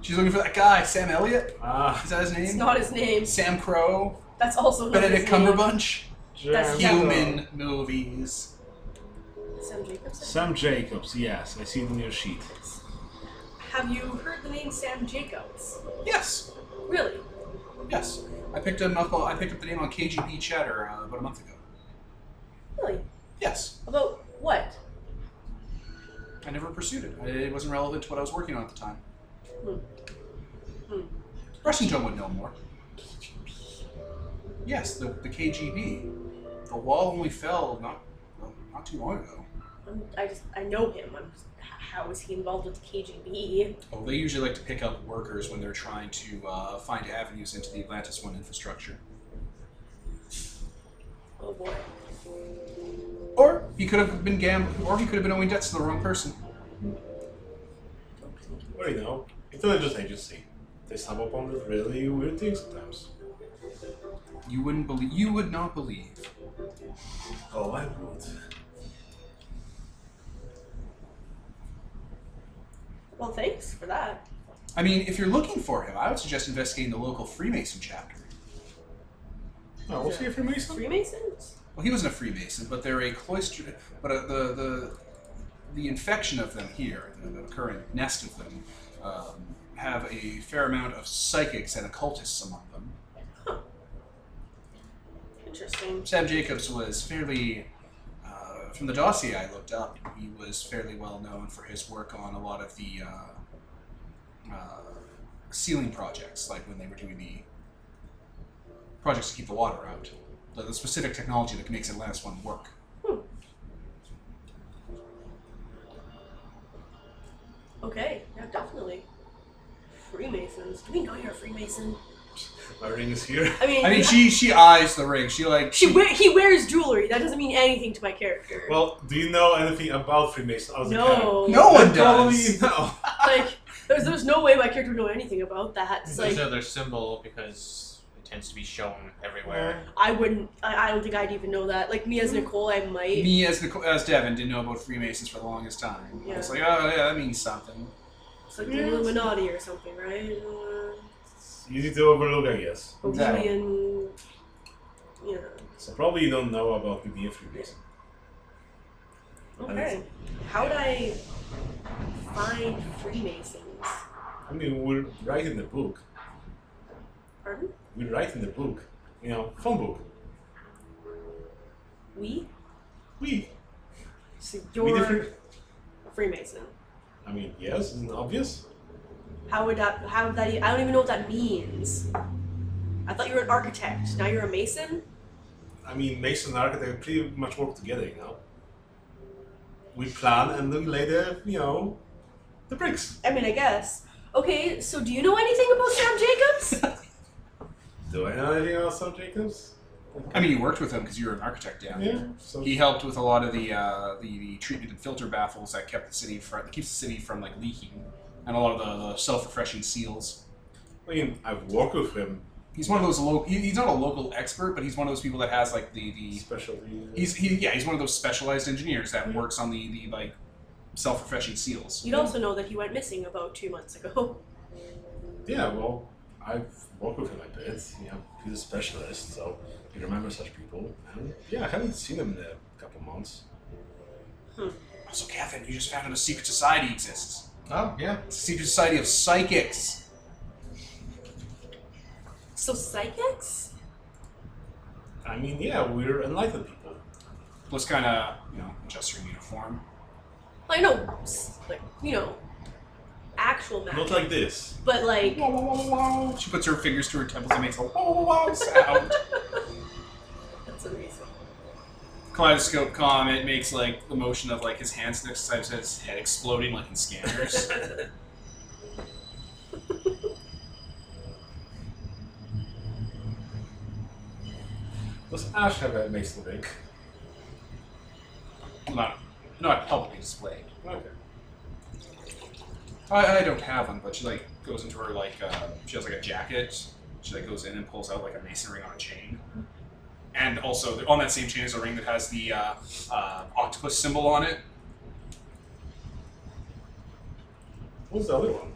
A: She's looking for that guy, Sam Elliott.
D: Ah,
A: Is that his name?
B: It's not his name.
A: Sam Crow,
B: That's also not
A: Benedict
B: his name.
A: Cumberbatch.
B: That's
D: Junction.
A: Human movies.
B: Sam Jacobson.
D: Sam Jacobs, yes, I see it on your sheet.
B: Have you heard the name Sam Jacobs?
A: Yes,
B: Really?
A: yes. I picked him up. I picked up the name on KGB Chatter uh, about a month ago.
B: Really?
A: Yes.
B: About what?
A: I never pursued it. I- It wasn't relevant to what I was working on at the time.
B: Hmm. Hmm.
A: Russian John would know more. Yes, the, the KGB. The wall only fell not well, not too long ago.
B: I'm, I just I know him. I'm just, h- how is he involved with the KGB?
A: Oh, they usually like to pick up workers when they're trying to uh, find avenues into the Atlantis One infrastructure.
B: Oh boy.
A: Or he could have been gambling, or he could have been owing debts to the wrong person.
D: Well, you know, intelligence agency. They stumble upon really weird things sometimes.
A: You wouldn't believe. You would not believe.
D: Oh, I would.
B: Well, thanks for that.
A: I mean, if you're looking for him, I would suggest investigating the local Freemason chapter.
D: No, Oh, we'll see if you're Mason.
B: Freemasons?
A: Well, he wasn't a Freemason, but they're a cloister. But uh, the the the infection of them here, the, the current nest of them, um, have a fair amount of psychics and occultists among them.
B: Interesting.
A: Sam Jacobs was fairly, uh, from the dossier I looked up, he was fairly well known for his work on a lot of the uh, uh, ceiling projects, like when they were doing the projects to keep the water out, the, the specific technology that makes Atlantis One work.
B: Okay, yeah, definitely. Freemasons. Do we know you're a Freemason?
D: My ring is here.
B: I mean,
A: I mean,
B: he-
A: she she eyes the ring. She like
B: she wear, he wears jewelry. That doesn't mean anything to my character.
D: Well, do you know anything about Freemason? Other
B: no,
A: no one
D: Probably
A: does.
D: no.
B: Like, there's, there's no way my character would know anything about that. It's
C: There's
B: like,
C: no other symbol because it tends to be shown everywhere.
B: I wouldn't. I, I don't think I'd even know that. Like me as Nicole, I might.
A: Me as Nicole, as Devin didn't know about Freemasons for the longest time. I was like, oh yeah, that means something.
B: It's like the Illuminati or something, right? Uh,
D: It's easy to overlook, I guess.
A: Exactly.
B: Bohemian. Yeah.
D: So probably you don't know about the being Freemason.
B: Okay. How'd I find Freemasons?
D: I mean, we're writing the book.
B: Pardon?
D: We're writing the book. You know, phone book.
B: We?
D: We.
B: So
D: we
B: you're
D: different.
B: a Freemason.
D: I mean, yes, isn't it obvious?
B: How would that? How would that? e- I don't even know what that means. I thought you were an architect. Now you're a mason.
D: I mean, Mason and architect pretty much work together, you know. We plan and then we lay the, you know, the bricks.
B: I mean, I guess. Okay. So do you know anything about Sam Jacobs?
D: Do I know anything about Sam Jacobs?
A: I mean, you worked with him because you were an architect down there.
D: Yeah. So
A: He helped with a lot of the, uh, the the treatment and filter baffles that kept the city from keeps the city from like leaking, and a lot of the, the self refreshing seals.
D: I mean, I've worked with him
A: He's one of those local. He, he's not a local expert, but he's one of those people that has like the the.
D: especially.
A: He's he, yeah. He's one of those specialized engineers that
D: Yeah.
A: works on the the like self refreshing seals.
B: You'd also know that he went missing about two months ago.
D: yeah. Well, I've worked with him a bit. You know, he's a specialist, so he remembers such people. And yeah, I haven't seen him in a couple months.
A: Also, Catherine, you just found out a secret society exists.
C: Oh, yeah.
A: It's a secret society of psychics.
B: So psychics?
D: I mean, yeah, we're enlightened people.
A: Let's kind of you know adjust your uniform.
B: Like no, s- like you know, actual magic.
D: Not like this.
B: but like,
A: Wow, wow, wow, wow, wow. She puts her fingers to her temples and makes a wow, wow, wow sound.
B: that's amazing.
A: Kaleidoscope com, it makes like the motion of like his hands next time his head exploding like in scanners.
D: Does Ash have a Mason ring?
A: not not publicly displayed.
D: Okay.
A: I, I don't have one, but she like goes into her like uh, she has like a jacket. She like goes in and pulls out like a mason ring on a chain. And also on that same chain is a ring that has the uh, uh, octopus symbol on it.
D: What's the other one?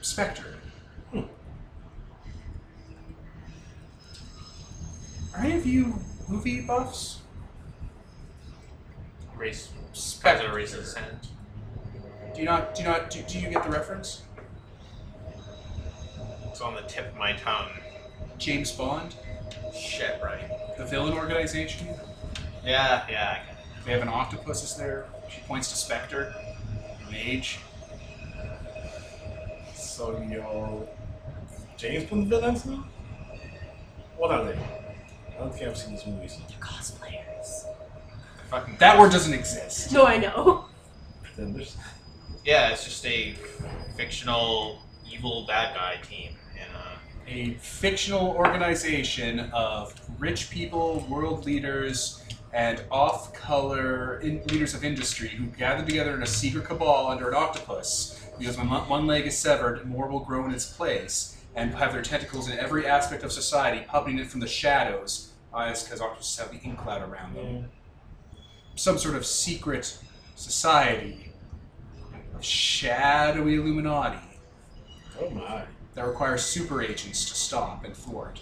A: Spectre. Hmm. Are any of you movie buffs?
C: Race.
A: Spectre.
C: Kaiser races hand.
A: Do you not? Do you not? Do, do you get the reference?
C: It's on the tip of my tongue.
A: James Bond,
C: Shit, right.
A: the villain organization.
C: Yeah, yeah, I got
A: They have an octopus. Is there? She points to Spectre, mage.
D: So you're James Bond villains now? What are they? I don't think I've seen these movies.
B: Cosplayers.
C: it. Fucking
A: That word doesn't exist.
B: No, I know.
D: Pretenders.
C: Yeah, it's just a fictional evil bad guy team in uh, a
A: a fictional organization of rich people, world leaders, and off color in- leaders of industry who gather together in a secret cabal under an octopus because when one- one leg is severed, more will grow in its place and have their tentacles in every aspect of society, puppeting it from the shadows. Eyes, because octopuses have the ink cloud around them some sort of secret society of shadowy Illuminati
D: Oh my.
A: that requires super agents to stop and thwart.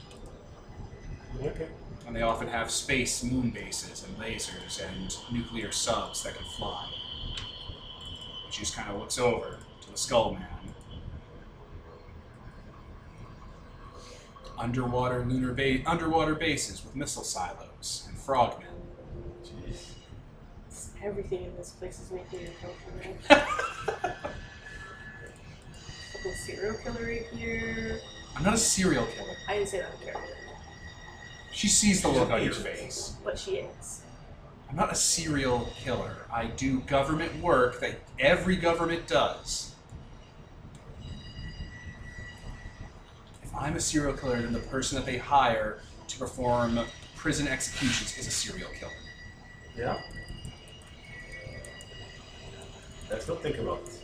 D: Okay.
A: And they often have space moon bases and lasers and nuclear subs that can fly. She just kind of looks over to the Skull Man. Underwater lunar ba- underwater bases with missile silos and frogmen.
B: Everything in this place is making me feel for me. Fucking serial killer right here.
A: I'm not a serial killer.
B: I didn't say that on character,
A: She sees the
E: She's
A: look
E: an
A: on your
E: agent.
A: face.
B: but she is.
A: I'm not a serial killer. I do government work that every government does. If I'm a serial killer, then the person that they hire to perform prison executions is a serial killer.
D: Yeah. Let's not think about it.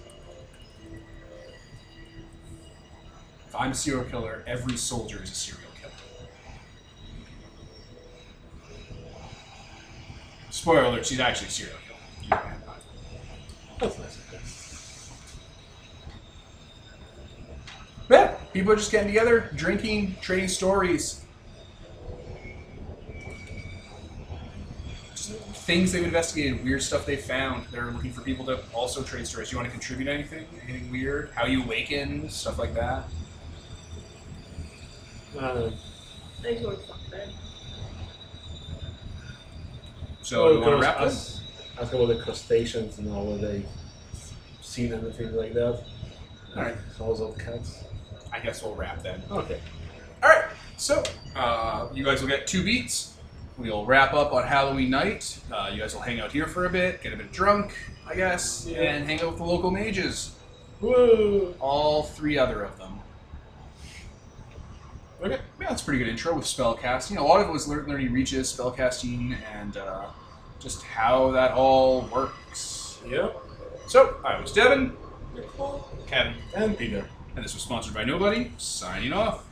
A: If I'm a serial killer, every soldier is a serial killer. Spoiler alert, she's actually a serial killer. You know, I'm not-
D: That's nice. Okay.
A: Yeah, people are just getting together, drinking, trading stories. Just things they've investigated, weird stuff they found. They're looking for people to also trade stories. You want to contribute anything? Anything weird? How you awaken? Stuff like that.
D: Uh,
B: I just want to fuck bed.
A: So,
D: well,
A: you want to
D: girls
A: wrap this?
D: ask, ask about the crustaceans and all whether they've seen anything like that.
A: Alright.
D: How's up cats?
A: I guess we'll wrap then.
D: Okay.
A: All right, so uh, you guys will get two beats. We'll wrap up on Halloween night. Uh, you guys will hang out here for a bit, get a bit drunk, I guess,
D: Yeah.
A: and hang out with the local mages.
D: Woo!
A: All three other of them.
D: Okay.
A: Yeah, that's a pretty good intro with spellcasting. A lot of it was lear- learning reaches, spellcasting, and uh, just how that all works.
D: Yeah.
A: So, I was Devin,
B: Nicole?
C: Kevin.
D: And Peter.
A: and this was sponsored by Nobody, signing off.